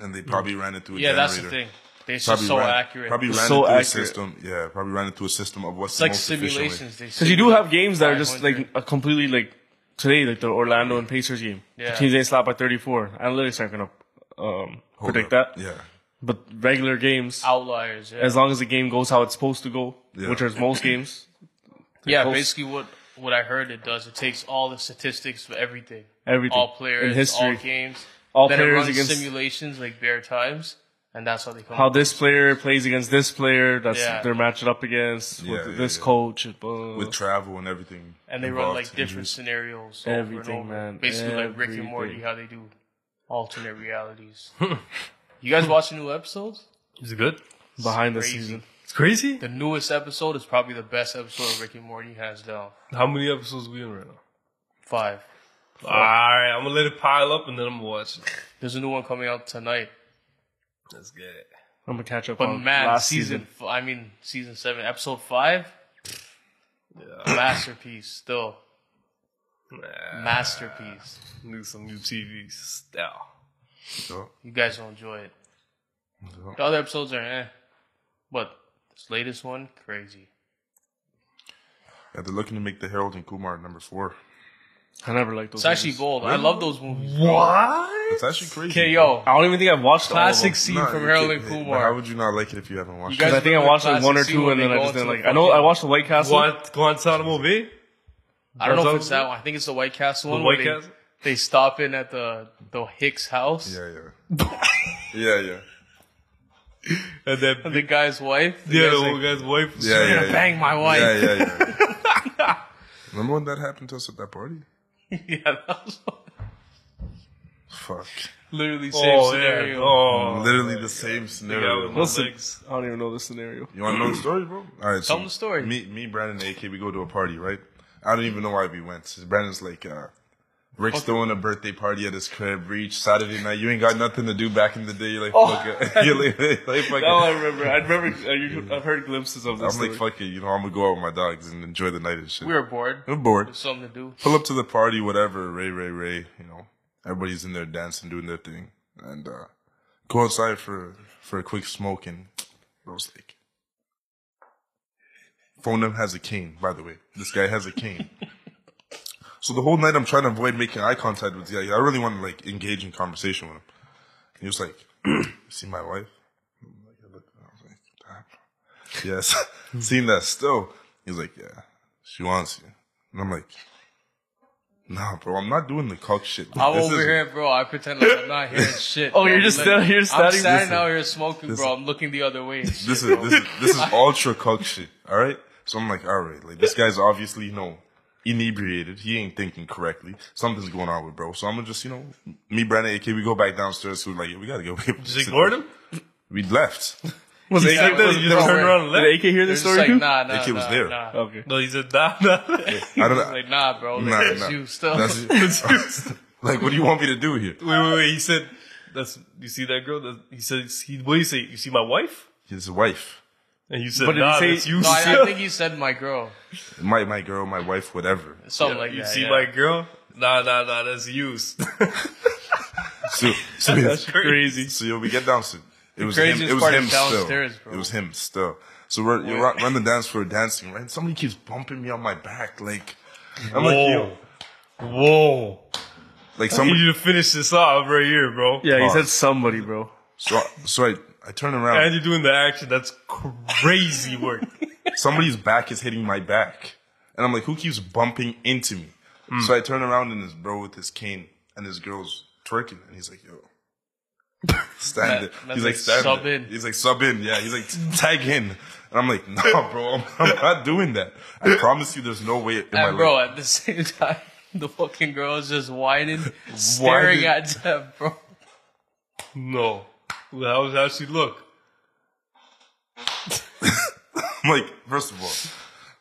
[SPEAKER 1] and they probably ran it through a
[SPEAKER 3] Hmm. Yeah,
[SPEAKER 1] generator.
[SPEAKER 3] that's the thing. They're just so
[SPEAKER 1] ran,
[SPEAKER 3] accurate.
[SPEAKER 1] Probably ran
[SPEAKER 4] So
[SPEAKER 1] it through
[SPEAKER 4] accurate.
[SPEAKER 1] a system. Yeah, probably ran it through a system of what's
[SPEAKER 3] it's
[SPEAKER 1] the
[SPEAKER 3] like
[SPEAKER 1] most efficient way.
[SPEAKER 3] simulations. They
[SPEAKER 4] Because you do
[SPEAKER 3] simulate
[SPEAKER 4] have games that are just
[SPEAKER 3] 500.
[SPEAKER 4] like a completely like today, like the Orlando and Pacers game.
[SPEAKER 3] Yeah.
[SPEAKER 4] The teams they slapped by 34. Analytics aren't gonna um,
[SPEAKER 1] Hold
[SPEAKER 4] predict
[SPEAKER 1] up.
[SPEAKER 4] that.
[SPEAKER 1] Yeah,
[SPEAKER 4] But regular games,
[SPEAKER 3] outliers. Yeah,
[SPEAKER 4] as long as the game goes how it's supposed to go,
[SPEAKER 1] Yeah.
[SPEAKER 4] which is most games,
[SPEAKER 3] yeah
[SPEAKER 4] close.
[SPEAKER 3] basically what what I heard it does. It takes all the statistics of everything,
[SPEAKER 4] everything,
[SPEAKER 3] all players,
[SPEAKER 4] in history,
[SPEAKER 3] all games.
[SPEAKER 4] all
[SPEAKER 3] then it
[SPEAKER 4] players
[SPEAKER 3] runs
[SPEAKER 4] against
[SPEAKER 3] simulations like bare times, and that's how they come.
[SPEAKER 4] how
[SPEAKER 3] up.
[SPEAKER 4] this player plays against this player. That's
[SPEAKER 3] Yeah.
[SPEAKER 4] they're matching up against
[SPEAKER 1] Yeah,
[SPEAKER 4] with
[SPEAKER 1] yeah,
[SPEAKER 4] this
[SPEAKER 1] yeah.
[SPEAKER 4] coach. and uh, blah.
[SPEAKER 1] with travel and everything.
[SPEAKER 3] and they run
[SPEAKER 1] involved,
[SPEAKER 3] like different
[SPEAKER 1] injuries.
[SPEAKER 3] scenarios. over
[SPEAKER 4] Everything,
[SPEAKER 3] and over.
[SPEAKER 4] man.
[SPEAKER 3] Basically, like Rick and Morty,
[SPEAKER 4] Everything.
[SPEAKER 3] how they do alternate realities. Hmm. you guys watch the new episodes?
[SPEAKER 2] Is it good?
[SPEAKER 4] behind the
[SPEAKER 3] crazy.
[SPEAKER 4] season.
[SPEAKER 2] It's crazy.
[SPEAKER 3] The newest episode is probably the best episode of Rick and Morty hands down.
[SPEAKER 2] How many episodes we in right now?
[SPEAKER 3] Five.
[SPEAKER 2] All right, I'm gonna let it pile up and then I'm gonna watch. it.
[SPEAKER 3] There's a new one coming out tonight.
[SPEAKER 2] Let's get it.
[SPEAKER 4] I'm gonna catch up
[SPEAKER 3] But
[SPEAKER 4] on
[SPEAKER 3] man,
[SPEAKER 4] last
[SPEAKER 3] season,
[SPEAKER 4] season.
[SPEAKER 3] f- I mean season seven, episode five,
[SPEAKER 2] Yeah.
[SPEAKER 3] masterpiece. Still
[SPEAKER 2] Nah,
[SPEAKER 3] masterpiece.
[SPEAKER 2] need some new TV style.
[SPEAKER 1] So,
[SPEAKER 3] You guys will enjoy it.
[SPEAKER 1] so.
[SPEAKER 3] The other episodes are eh, but this latest one crazy.
[SPEAKER 1] Yeah, they're looking to make the Harold and Kumar number four.
[SPEAKER 4] I never liked those.
[SPEAKER 3] It's actually
[SPEAKER 4] movies.
[SPEAKER 3] bold. I love those movies.
[SPEAKER 2] What?
[SPEAKER 1] It's actually crazy.
[SPEAKER 3] Okay,
[SPEAKER 1] bro.
[SPEAKER 3] yo,
[SPEAKER 4] I don't even think I've watched
[SPEAKER 3] classic
[SPEAKER 4] All
[SPEAKER 3] scene
[SPEAKER 1] Nah,
[SPEAKER 3] from
[SPEAKER 1] you
[SPEAKER 3] Harold
[SPEAKER 1] can't-
[SPEAKER 3] and
[SPEAKER 1] hey, but
[SPEAKER 3] Kumar.
[SPEAKER 1] How would you not like it if you haven't watched
[SPEAKER 3] guys-
[SPEAKER 1] it?
[SPEAKER 4] of them. I think I watched like
[SPEAKER 3] Classic
[SPEAKER 4] one or
[SPEAKER 3] scene
[SPEAKER 4] two,
[SPEAKER 3] where
[SPEAKER 4] and
[SPEAKER 3] they
[SPEAKER 4] then I
[SPEAKER 3] go
[SPEAKER 4] just
[SPEAKER 3] into the
[SPEAKER 4] didn't like. I know I
[SPEAKER 3] fucking-
[SPEAKER 4] watched the White Castle.
[SPEAKER 2] Guant- Guantanamo Bay?
[SPEAKER 3] I don't know if
[SPEAKER 2] Guantanamo
[SPEAKER 3] it's that
[SPEAKER 2] Bay?
[SPEAKER 3] one. I think it's the White Castle
[SPEAKER 2] The
[SPEAKER 3] one.
[SPEAKER 2] White
[SPEAKER 3] where they-
[SPEAKER 2] Castle?
[SPEAKER 3] They stop in at the the Hicks house.
[SPEAKER 1] Yeah, yeah. yeah, yeah.
[SPEAKER 2] And that
[SPEAKER 3] And the guy's wife. The
[SPEAKER 2] yeah,
[SPEAKER 3] guy's
[SPEAKER 2] the
[SPEAKER 3] like,
[SPEAKER 2] old guy's wife.
[SPEAKER 1] Yeah, yeah, yeah.
[SPEAKER 3] bang my wife.
[SPEAKER 1] Yeah, yeah, yeah. Remember when that happened to us at that party?
[SPEAKER 3] yeah, that was
[SPEAKER 1] Fuck.
[SPEAKER 3] literally same
[SPEAKER 2] Oh, yeah.
[SPEAKER 3] scenario.
[SPEAKER 2] Oh,
[SPEAKER 1] Literally the same
[SPEAKER 2] the guy
[SPEAKER 1] scenario.
[SPEAKER 2] with
[SPEAKER 1] man.
[SPEAKER 2] no legs.
[SPEAKER 4] I don't even know the scenario.
[SPEAKER 1] You want to know the story, bro? All right,
[SPEAKER 3] Tell
[SPEAKER 1] so
[SPEAKER 3] them the story.
[SPEAKER 1] Me, me, Brandon, and AK, we go to a party, right? I don't even know why we went. Brandon's like, uh, Rick's throwing a birthday party at his crib. Reach Saturday night. You ain't got nothing to do. Back in the day, you're like,
[SPEAKER 3] Oh.
[SPEAKER 1] fuck it. You're like, like, fuck
[SPEAKER 4] Oh,
[SPEAKER 1] it.
[SPEAKER 4] I remember. I remember. Uh, you, I've heard glimpses of this.
[SPEAKER 1] I'm like, fuck it. You know, I'm gonna go out with my dogs and enjoy the night and shit.
[SPEAKER 3] We were bored.
[SPEAKER 1] I'm bored.
[SPEAKER 3] Something to do.
[SPEAKER 1] Pull up to the party, whatever. Ray, Ray, Ray. You know, everybody's in there dancing, doing their thing, and uh, go outside for for a quick smoke. And I was like, phone him has a cane. By the way, this guy has a cane. so the whole night I'm trying to avoid making eye contact with the guy. I really want to like engage in conversation with him. And he was like, "See my wife?" I'm like, I looked at him, I was like, "Damn." Yes, seen that still. He was like, "Yeah, she wants you," and I'm like. Nah, bro, I'm not doing the cock shit.
[SPEAKER 3] I'm
[SPEAKER 1] This
[SPEAKER 3] over
[SPEAKER 1] is-
[SPEAKER 3] here, bro. I pretend like I'm not hearing shit.
[SPEAKER 4] Oh,
[SPEAKER 3] bro.
[SPEAKER 4] you're just
[SPEAKER 3] Like,
[SPEAKER 4] sta- you're
[SPEAKER 3] I'm
[SPEAKER 4] standing-
[SPEAKER 3] standing
[SPEAKER 1] Listen.
[SPEAKER 3] out here smoking, bro. I'm looking the other way. and shit,
[SPEAKER 1] this is
[SPEAKER 3] bro.
[SPEAKER 1] this is this is ultra cock shit. All right. So I'm like, all right, like this guy's obviously you know inebriated. He ain't thinking correctly. Something's going on with bro. So I'm gonna just you know me, Brandon, AK, we go back downstairs. So we're like, we gotta go.
[SPEAKER 2] Just ignored him?
[SPEAKER 1] We left.
[SPEAKER 4] was
[SPEAKER 2] He
[SPEAKER 4] AK,
[SPEAKER 2] said that,
[SPEAKER 4] was,
[SPEAKER 2] you just
[SPEAKER 3] no,
[SPEAKER 2] turned around and
[SPEAKER 4] did
[SPEAKER 2] left?
[SPEAKER 4] AK hear
[SPEAKER 3] They're
[SPEAKER 4] this
[SPEAKER 3] just
[SPEAKER 4] story
[SPEAKER 3] like,
[SPEAKER 4] too?
[SPEAKER 3] nah, nah,
[SPEAKER 1] That kid was
[SPEAKER 3] nah,
[SPEAKER 1] there.
[SPEAKER 3] Nah.
[SPEAKER 4] Okay.
[SPEAKER 2] No, he said, nah, nah.
[SPEAKER 1] I don't
[SPEAKER 3] He's
[SPEAKER 1] know.
[SPEAKER 3] like, nah, bro. Like,
[SPEAKER 1] Nah,
[SPEAKER 3] that's
[SPEAKER 1] nah.
[SPEAKER 3] you still.
[SPEAKER 1] That's you. like, what do you want me to do here?
[SPEAKER 2] Wait, wait, wait. He said, "That's you see that girl." That, he said, "He what do you say? You see my wife?"
[SPEAKER 1] His wife.
[SPEAKER 2] And you said,
[SPEAKER 4] But did
[SPEAKER 2] nah,
[SPEAKER 4] he say-
[SPEAKER 2] that's you.
[SPEAKER 3] No, I, I
[SPEAKER 2] still."
[SPEAKER 3] think you said my girl.
[SPEAKER 1] My my girl, my wife, whatever.
[SPEAKER 3] Something like
[SPEAKER 2] you
[SPEAKER 3] that.
[SPEAKER 2] see
[SPEAKER 3] yeah.
[SPEAKER 2] my girl? Nah, nah, nah, that's used.
[SPEAKER 1] So so,
[SPEAKER 2] that's crazy.
[SPEAKER 1] so yo, we get down soon. It was him.
[SPEAKER 3] craziest
[SPEAKER 1] It was
[SPEAKER 3] part
[SPEAKER 1] him
[SPEAKER 3] is
[SPEAKER 1] still.
[SPEAKER 3] downstairs, bro.
[SPEAKER 1] It was him still. So we're you run, run the dance floor dancing, right? Somebody keeps bumping me on my back, like I'm like, yo,
[SPEAKER 2] Whoa. Whoa.
[SPEAKER 1] like
[SPEAKER 2] I need
[SPEAKER 1] somebody.
[SPEAKER 2] you to finish this off right here, bro.
[SPEAKER 4] Yeah, he
[SPEAKER 1] Pause.
[SPEAKER 4] said somebody, bro.
[SPEAKER 1] So I- so I I turn around.
[SPEAKER 2] And you're doing the action. That's crazy work.
[SPEAKER 1] somebody's back is hitting my back. And I'm like, who keeps bumping into me?
[SPEAKER 3] Hmm.
[SPEAKER 1] So I turn around and this bro with his cane and this girl's twerking. And he's like, yo, stand
[SPEAKER 3] That-
[SPEAKER 1] it.
[SPEAKER 3] that's
[SPEAKER 1] He's like,
[SPEAKER 3] like,
[SPEAKER 1] stand
[SPEAKER 3] sub
[SPEAKER 1] it.
[SPEAKER 3] in.
[SPEAKER 1] He's like, sub in. Yeah. He's like, tag in. And I'm like, no, bro, I'm, I'm not doing that. I promise you, there's no way in my
[SPEAKER 3] And bro,
[SPEAKER 1] life.
[SPEAKER 3] at the same time, the fucking girl is just whining,
[SPEAKER 1] Whining.
[SPEAKER 3] staring at them, bro.
[SPEAKER 2] No. Well, How was how she look?
[SPEAKER 1] I'm like, first of all,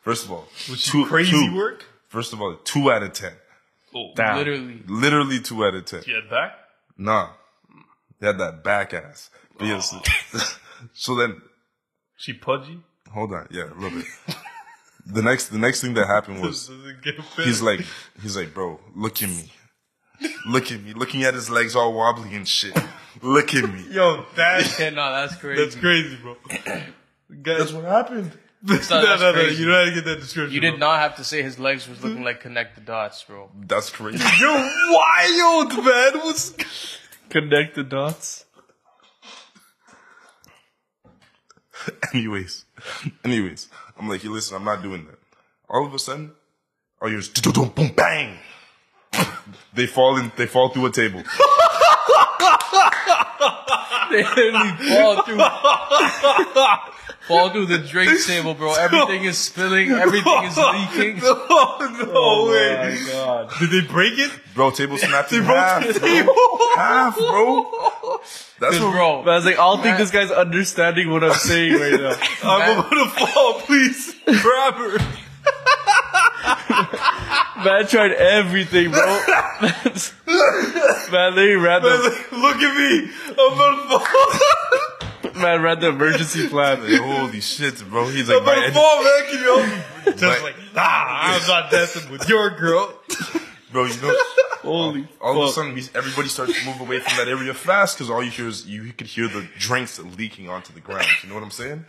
[SPEAKER 1] first of all,
[SPEAKER 2] Was she
[SPEAKER 1] two-
[SPEAKER 2] crazy
[SPEAKER 1] two-
[SPEAKER 2] work?
[SPEAKER 1] First of all, two out of 10.
[SPEAKER 2] Oh,
[SPEAKER 4] Damn.
[SPEAKER 3] Literally.
[SPEAKER 1] Literally two out of 10.
[SPEAKER 2] she had back?
[SPEAKER 1] Nah. They had that back ass. But yes. so then
[SPEAKER 2] She pudgy?
[SPEAKER 1] hold on, yeah, a little bit. the next, the next thing that happened was
[SPEAKER 2] Doesn't get
[SPEAKER 1] he's like, he's like, bro, look at me, look at me, looking at his legs all wobbly and shit. Look at me.
[SPEAKER 2] yo, that,
[SPEAKER 3] Yeah, no, that's crazy.
[SPEAKER 2] that's crazy, bro. Guys,
[SPEAKER 1] That's what happened.
[SPEAKER 2] no,
[SPEAKER 3] not- that's
[SPEAKER 2] no, no,
[SPEAKER 3] crazy.
[SPEAKER 2] you don't have to get that description.
[SPEAKER 3] You did not have to say his legs was looking like connect the dots, bro.
[SPEAKER 1] That's crazy.
[SPEAKER 2] You're wild, man. What's
[SPEAKER 4] Connect the dots.
[SPEAKER 1] anyways, anyways, I'm like, hey, listen, I'm not doing that. All of a sudden, all you just boom, boom, bang. they fall in. They fall through a table.
[SPEAKER 3] They literally fall through, fall through the drink table, bro. Everything is spilling. Everything is leaking.
[SPEAKER 2] Oh, no way.
[SPEAKER 4] god.
[SPEAKER 2] Did they break it?
[SPEAKER 1] Bro, table snapped in half, bro. half, bro. That's what,
[SPEAKER 3] Bro,
[SPEAKER 4] But I was like, I don't think
[SPEAKER 3] Matt-
[SPEAKER 4] this guy's understanding what I'm saying right now.
[SPEAKER 2] I'm about to fall, please. Grab her.
[SPEAKER 4] Man tried everything, bro. man, they ran the
[SPEAKER 2] Look at me. I'm about to fall.
[SPEAKER 4] man ran the emergency plan.
[SPEAKER 1] Like, holy shit, bro. He's like,
[SPEAKER 2] I'm about
[SPEAKER 1] my,
[SPEAKER 2] to fall, man. Can you help me?
[SPEAKER 1] Right.
[SPEAKER 2] Just like, ah, I'm not dancing with your girl.
[SPEAKER 1] bro, you know,
[SPEAKER 4] Holy
[SPEAKER 1] all of a
[SPEAKER 4] fuck.
[SPEAKER 1] sudden we, everybody starts to move away from that area fast because all you hear is you could hear the drinks leaking onto the ground. You know what I'm saying?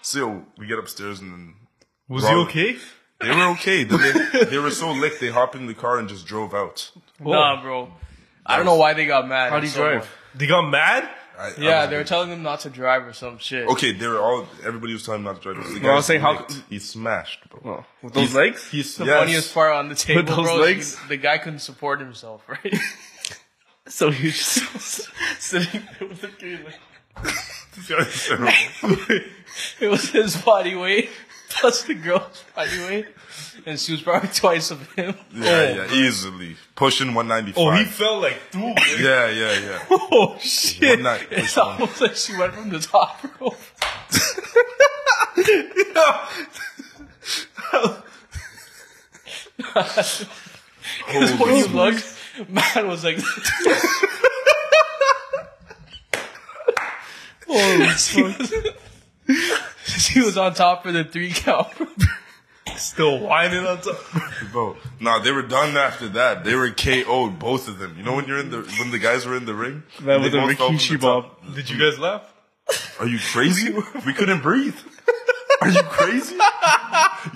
[SPEAKER 1] So we get upstairs and then
[SPEAKER 2] Was
[SPEAKER 1] he
[SPEAKER 2] he
[SPEAKER 1] okay?
[SPEAKER 2] okay?
[SPEAKER 1] they were okay. They, they were so licked they hopped in the car and just drove out.
[SPEAKER 3] nah, bro. I don't know why they got mad.
[SPEAKER 4] How
[SPEAKER 3] at
[SPEAKER 4] do you
[SPEAKER 3] someone.
[SPEAKER 4] drive?
[SPEAKER 2] They got mad?
[SPEAKER 1] I- I
[SPEAKER 3] Yeah,
[SPEAKER 2] Oh,
[SPEAKER 1] was-
[SPEAKER 3] they were telling them not to drive or some shit.
[SPEAKER 1] Okay, they were all. Everybody was telling him not to drive. The
[SPEAKER 4] Well, I was
[SPEAKER 1] guy's
[SPEAKER 4] saying how-
[SPEAKER 1] licked. he smashed, bro.
[SPEAKER 4] Oh, with those legs?
[SPEAKER 1] He's
[SPEAKER 3] The funniest part on the table,
[SPEAKER 4] those
[SPEAKER 3] bro.
[SPEAKER 4] legs?
[SPEAKER 3] is The guy couldn't support himself, right?
[SPEAKER 4] So he was just sitting there with a cane like
[SPEAKER 3] It was his body weight plus the girl's body weight, and she was probably twice of him.
[SPEAKER 1] yeah, yeah, easily pushing 195.
[SPEAKER 2] Oh, he fell like through.
[SPEAKER 1] yeah, yeah, yeah.
[SPEAKER 3] Oh shit!
[SPEAKER 1] One night,
[SPEAKER 3] It's
[SPEAKER 1] push one.
[SPEAKER 3] almost like she went from the top rope. when you looked, man was like,
[SPEAKER 4] Holy
[SPEAKER 3] she was, she was on top for the three count.
[SPEAKER 2] Still whining on top.
[SPEAKER 1] Bro, nah, they were done after that. They were KO'd, both of them. You know when you're in the when the guys were in the ring,
[SPEAKER 4] man
[SPEAKER 1] They
[SPEAKER 4] with a
[SPEAKER 1] both fell from the
[SPEAKER 4] Rikishi
[SPEAKER 1] top.
[SPEAKER 4] bomb.
[SPEAKER 2] Did you guys laugh?
[SPEAKER 1] Are you crazy? we couldn't breathe. Are you crazy?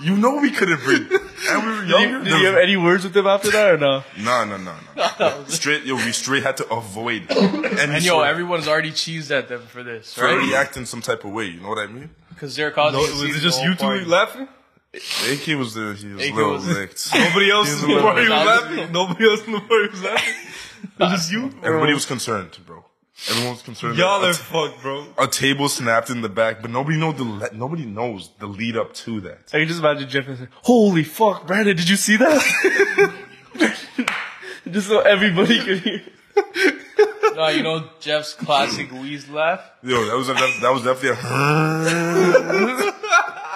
[SPEAKER 1] you know we couldn't breathe, and we were younger.
[SPEAKER 4] Did you have any words with him after that or no?
[SPEAKER 1] no, no, no, no. Straight, yo, we straight had to avoid. And,
[SPEAKER 3] And yo, everyone's already cheesed at them for this,
[SPEAKER 1] for
[SPEAKER 3] right?
[SPEAKER 1] reacting some type of way. You know what I mean?
[SPEAKER 3] Because they're causing.
[SPEAKER 4] Oh,
[SPEAKER 2] No,
[SPEAKER 3] a
[SPEAKER 2] was
[SPEAKER 3] scene
[SPEAKER 2] it
[SPEAKER 3] the
[SPEAKER 2] just
[SPEAKER 3] whole
[SPEAKER 2] you two
[SPEAKER 3] party.
[SPEAKER 2] laughing?
[SPEAKER 1] AK was there. He was a
[SPEAKER 3] AK
[SPEAKER 1] little
[SPEAKER 3] was-
[SPEAKER 1] licked.
[SPEAKER 2] Nobody else in the
[SPEAKER 1] little
[SPEAKER 2] party was
[SPEAKER 1] bit-
[SPEAKER 2] laughing. Nobody else in the party was laughing. It was just you.
[SPEAKER 1] Everybody was concerned, bro. Everyone was concerned.
[SPEAKER 2] Y'all
[SPEAKER 1] that-
[SPEAKER 2] are fucked, bro.
[SPEAKER 1] a table snapped in the back, but nobody know the le- nobody knows the lead up to that.
[SPEAKER 4] I can just imagine Jeff and say, Holy fuck, Brandon, did you see that? just so everybody could hear.
[SPEAKER 3] No, Oh, you know Jeff's classic wheeze laugh.
[SPEAKER 1] Yo, that was a, that was definitely. A,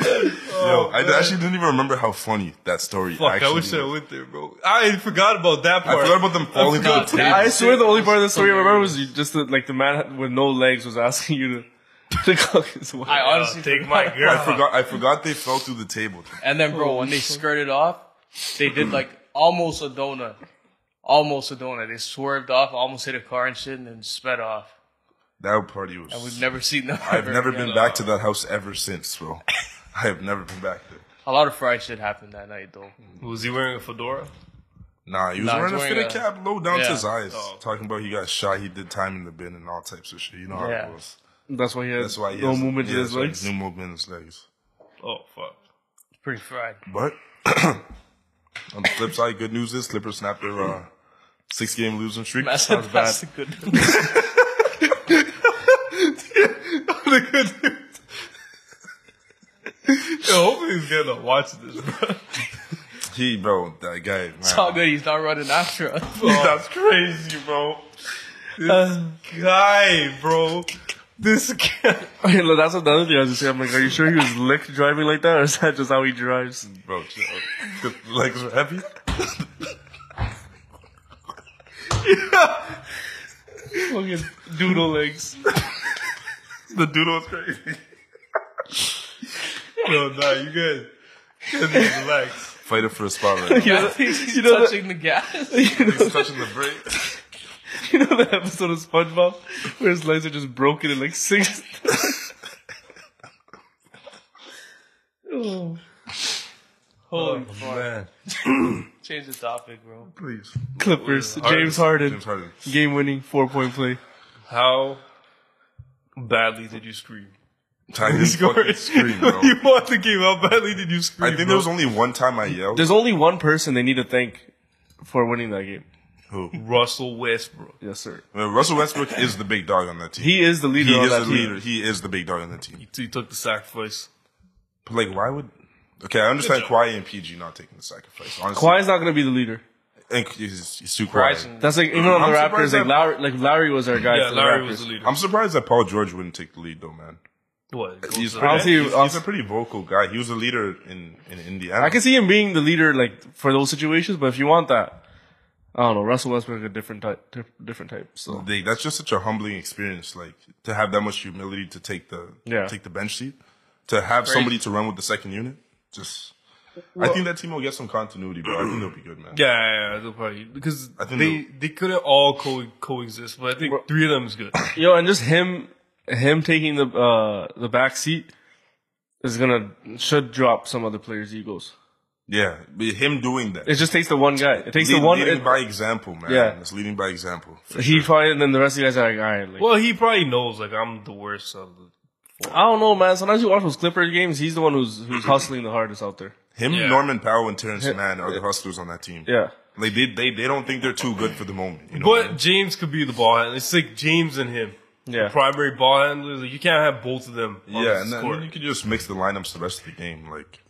[SPEAKER 1] yo, I actually didn't even remember how funny that story.
[SPEAKER 2] Fuck,
[SPEAKER 1] actually
[SPEAKER 2] I wish I
[SPEAKER 1] was.
[SPEAKER 2] went there, bro. I forgot about that
[SPEAKER 1] I
[SPEAKER 2] part.
[SPEAKER 1] forgot about them falling through the
[SPEAKER 3] forgot
[SPEAKER 1] table.
[SPEAKER 3] that.
[SPEAKER 4] I swear the only part of the story I remember was you- just the, like the man with no legs was asking you to Click is wild.
[SPEAKER 3] I honestly
[SPEAKER 2] take
[SPEAKER 3] forgot.
[SPEAKER 2] my girl.
[SPEAKER 1] I forgot. I forgot they fell through the table.
[SPEAKER 3] And then, bro, when they skirted off, they did like almost a donut, almost a donut. They swerved off, almost hit a car and shit, and then sped off.
[SPEAKER 1] That party was.
[SPEAKER 3] And we've never uh, seen that.
[SPEAKER 1] I've
[SPEAKER 3] ever
[SPEAKER 1] never
[SPEAKER 3] again.
[SPEAKER 1] been back to that house ever since, bro. I have never been back there.
[SPEAKER 3] A lot of fried shit happened that night, though.
[SPEAKER 2] Was he wearing a fedora?
[SPEAKER 1] Nah, he was
[SPEAKER 3] Nah, he's
[SPEAKER 1] wearing a
[SPEAKER 3] wearing
[SPEAKER 1] fitted
[SPEAKER 3] a-
[SPEAKER 1] cap low down to
[SPEAKER 3] Yeah.
[SPEAKER 1] his eyes.
[SPEAKER 2] Oh.
[SPEAKER 1] Talking about he got shot, he did time in the bin and all types of shit. You know how
[SPEAKER 3] Yeah.
[SPEAKER 1] it was.
[SPEAKER 4] That's why he has
[SPEAKER 1] That's why he
[SPEAKER 4] no
[SPEAKER 1] has-
[SPEAKER 4] movement in
[SPEAKER 1] yeah,
[SPEAKER 4] his
[SPEAKER 1] that's why he
[SPEAKER 4] legs.
[SPEAKER 1] has No movement in his legs.
[SPEAKER 2] Oh fuck!
[SPEAKER 3] Pretty fried.
[SPEAKER 1] But on the flip side, good news is Clippers snapped their uh, six game losing streak.
[SPEAKER 3] That's,
[SPEAKER 4] Sounds
[SPEAKER 3] that's
[SPEAKER 4] bad.
[SPEAKER 3] a good.
[SPEAKER 2] Yo, hopefully he's gonna watch this, bro.
[SPEAKER 1] He, bro, that guy. Man,
[SPEAKER 3] It's all good. He's not running after us.
[SPEAKER 2] That's crazy, bro. This guy, bro. This guy.
[SPEAKER 4] Okay, look, that's another thing I was just saying. I'm like, are you sure he was licked driving like that, or is that just how he drives?
[SPEAKER 1] bro, chill out. His legs were heavy.
[SPEAKER 4] Fucking doodle legs.
[SPEAKER 1] The dude was crazy.
[SPEAKER 2] Yo, nah, you guys. You guys need to relax.
[SPEAKER 1] Fighting for a spot right now.
[SPEAKER 3] Yeah, he's
[SPEAKER 4] you know
[SPEAKER 3] touching the gas.
[SPEAKER 4] you, know,
[SPEAKER 1] He's touching the brake.
[SPEAKER 4] you know the episode of SpongeBob where his legs are just broken in like six.
[SPEAKER 3] Holy
[SPEAKER 2] Oh,
[SPEAKER 3] fuck!
[SPEAKER 2] man.
[SPEAKER 3] Change the topic, bro.
[SPEAKER 1] Please.
[SPEAKER 4] Clippers. James Harden.
[SPEAKER 1] James Harden.
[SPEAKER 4] Game winning four point play.
[SPEAKER 2] How badly did you scream?
[SPEAKER 1] I didn't fucking scream, bro.
[SPEAKER 2] you want the game. How badly did you
[SPEAKER 1] I
[SPEAKER 2] scream?
[SPEAKER 1] think
[SPEAKER 2] bro?
[SPEAKER 1] there was only one time I yelled.
[SPEAKER 4] There's only one person they need to thank for winning that game.
[SPEAKER 1] Who?
[SPEAKER 2] Russell Westbrook.
[SPEAKER 4] Yes, sir.
[SPEAKER 1] Well, Russell Westbrook is the big dog on that team.
[SPEAKER 4] He is the leader
[SPEAKER 1] He
[SPEAKER 4] of
[SPEAKER 1] is
[SPEAKER 4] that
[SPEAKER 1] the
[SPEAKER 4] team.
[SPEAKER 1] leader. He is the big dog on the team.
[SPEAKER 2] He took the sacrifice.
[SPEAKER 1] But like, why would? Okay, I understand Kawhi and PG not taking the sacrifice. Honestly,
[SPEAKER 4] Kawhi's not going to be the leader.
[SPEAKER 1] And he's, he's too quiet.
[SPEAKER 3] Pricing.
[SPEAKER 4] That's like even on
[SPEAKER 1] I'm
[SPEAKER 4] the
[SPEAKER 1] surprised
[SPEAKER 4] Raptors,
[SPEAKER 1] that-
[SPEAKER 4] like Lowry, like Lowry was our guy.
[SPEAKER 2] Yeah,
[SPEAKER 4] for
[SPEAKER 2] Larry
[SPEAKER 4] the Raptors.
[SPEAKER 2] was the leader.
[SPEAKER 1] I'm surprised that Paul George wouldn't take the lead, though, man.
[SPEAKER 2] what? goes
[SPEAKER 1] He's
[SPEAKER 2] up?
[SPEAKER 1] pretty,
[SPEAKER 4] Honestly,
[SPEAKER 1] he's, he's a pretty vocal guy. He was a leader in, in Indiana.
[SPEAKER 4] I can see him being the leader, like for those situations. But if you want that, I don't know. Russell Westbrook a different type, diff- different type. So
[SPEAKER 1] They- that's just such a humbling experience, like to have that much humility to take the
[SPEAKER 4] Yeah.
[SPEAKER 1] take the bench seat, to have somebody to run with the second unit. Just, I think that team will get some continuity, bro. I think they'll be good, man.
[SPEAKER 2] Yeah, yeah, yeah, they'll probably because
[SPEAKER 1] I think
[SPEAKER 2] they they couldn't all co- coexist, but I think three of them is good.
[SPEAKER 4] yo, and just him, him taking the uh the back seat is gonna should drop some other players' egos.
[SPEAKER 1] yeah. but him doing that,
[SPEAKER 4] It just takes the one guy. It takes
[SPEAKER 1] Lead-
[SPEAKER 4] the one.
[SPEAKER 1] leading
[SPEAKER 4] it-
[SPEAKER 1] by example, man.
[SPEAKER 4] Yeah.
[SPEAKER 1] it's leading by example. for
[SPEAKER 4] he
[SPEAKER 1] sure.
[SPEAKER 4] probably and then the rest of you guys are like, all right. Like,
[SPEAKER 2] Well, he probably knows like I'm the worst of the.
[SPEAKER 4] I don't know, man. Sometimes you watch those Clippers games. He's the one who's who's hustling the hardest out there.
[SPEAKER 1] Him,
[SPEAKER 2] Yeah.
[SPEAKER 1] Norman Powell, and Terrence Mann are the hustlers on that team.
[SPEAKER 4] Yeah.
[SPEAKER 1] Like they, they they don't think they're too good for the moment. You know, what I
[SPEAKER 2] But
[SPEAKER 1] mean?
[SPEAKER 2] James could be the ball handler. It's like James and him,
[SPEAKER 4] Yeah.
[SPEAKER 2] primary ball handlers. Like, you can't have both of them. On
[SPEAKER 1] yeah,
[SPEAKER 2] the
[SPEAKER 1] and then
[SPEAKER 2] court.
[SPEAKER 1] you can just mix the lineups the rest of the game. Like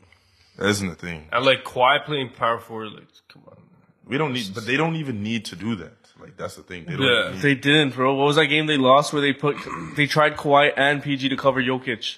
[SPEAKER 1] that isn't a thing.
[SPEAKER 2] and like Kawhi playing power forward. Like, come on.
[SPEAKER 1] We don't need, but they don't even need to do that. Like that's the thing. They don't.
[SPEAKER 2] Yeah.
[SPEAKER 1] even need-
[SPEAKER 4] They didn't, bro. What was that game they lost where they put they tried Kawhi and PG to cover Jokic?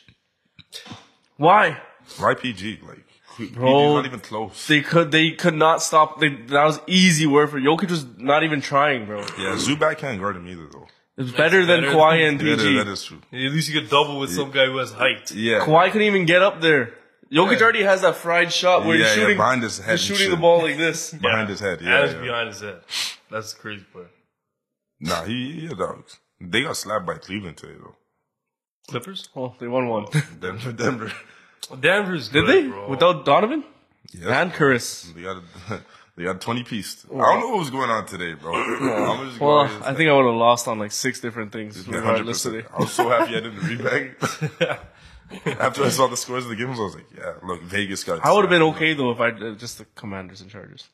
[SPEAKER 4] Why?
[SPEAKER 1] Why PG? Like PG's
[SPEAKER 4] Bro,
[SPEAKER 1] not even close.
[SPEAKER 4] They could they could not stop. They, that was easy work for Jokic was not even trying, bro. It
[SPEAKER 1] yeah, Zubac can't guard him either, though.
[SPEAKER 4] was better than
[SPEAKER 2] better
[SPEAKER 4] Kawhi
[SPEAKER 2] than-
[SPEAKER 4] and
[SPEAKER 1] Yeah, that, that
[SPEAKER 4] PG.
[SPEAKER 1] is true.
[SPEAKER 2] At least you could double with some guy who has height.
[SPEAKER 1] Yeah,
[SPEAKER 4] Kawhi couldn't even get up there. Jokic already has that fried shot where
[SPEAKER 1] Yeah, yeah,
[SPEAKER 4] he's shooting
[SPEAKER 1] behind his head
[SPEAKER 4] he's
[SPEAKER 1] and
[SPEAKER 4] shooting the
[SPEAKER 1] shit.
[SPEAKER 4] ball like this.
[SPEAKER 1] behind his head. Yeah,
[SPEAKER 2] and it's
[SPEAKER 1] yeah.
[SPEAKER 2] behind his head. That's the crazy part.
[SPEAKER 1] nah, he, he a dog. They got slapped by Cleveland today, though.
[SPEAKER 2] Clippers,
[SPEAKER 4] Oh, they won one.
[SPEAKER 1] Denver, Denver.
[SPEAKER 2] Denver's
[SPEAKER 4] Did
[SPEAKER 2] good,
[SPEAKER 4] they?
[SPEAKER 2] Bro.
[SPEAKER 4] Without Donovan
[SPEAKER 1] Yeah,
[SPEAKER 4] and Curris.
[SPEAKER 1] They got a, they got a twenty piece. I don't know what was going on today, bro. I'm just
[SPEAKER 4] Well,
[SPEAKER 1] going
[SPEAKER 4] I think I would have lost on like six different things.
[SPEAKER 1] hundred
[SPEAKER 4] Regardless today.
[SPEAKER 1] percent. I was so happy I didn't rebang. After I saw the scores of the games, I was like, "Yeah, look, Vegas got."
[SPEAKER 4] I would have been okay though if I uh, just the Commanders and Chargers.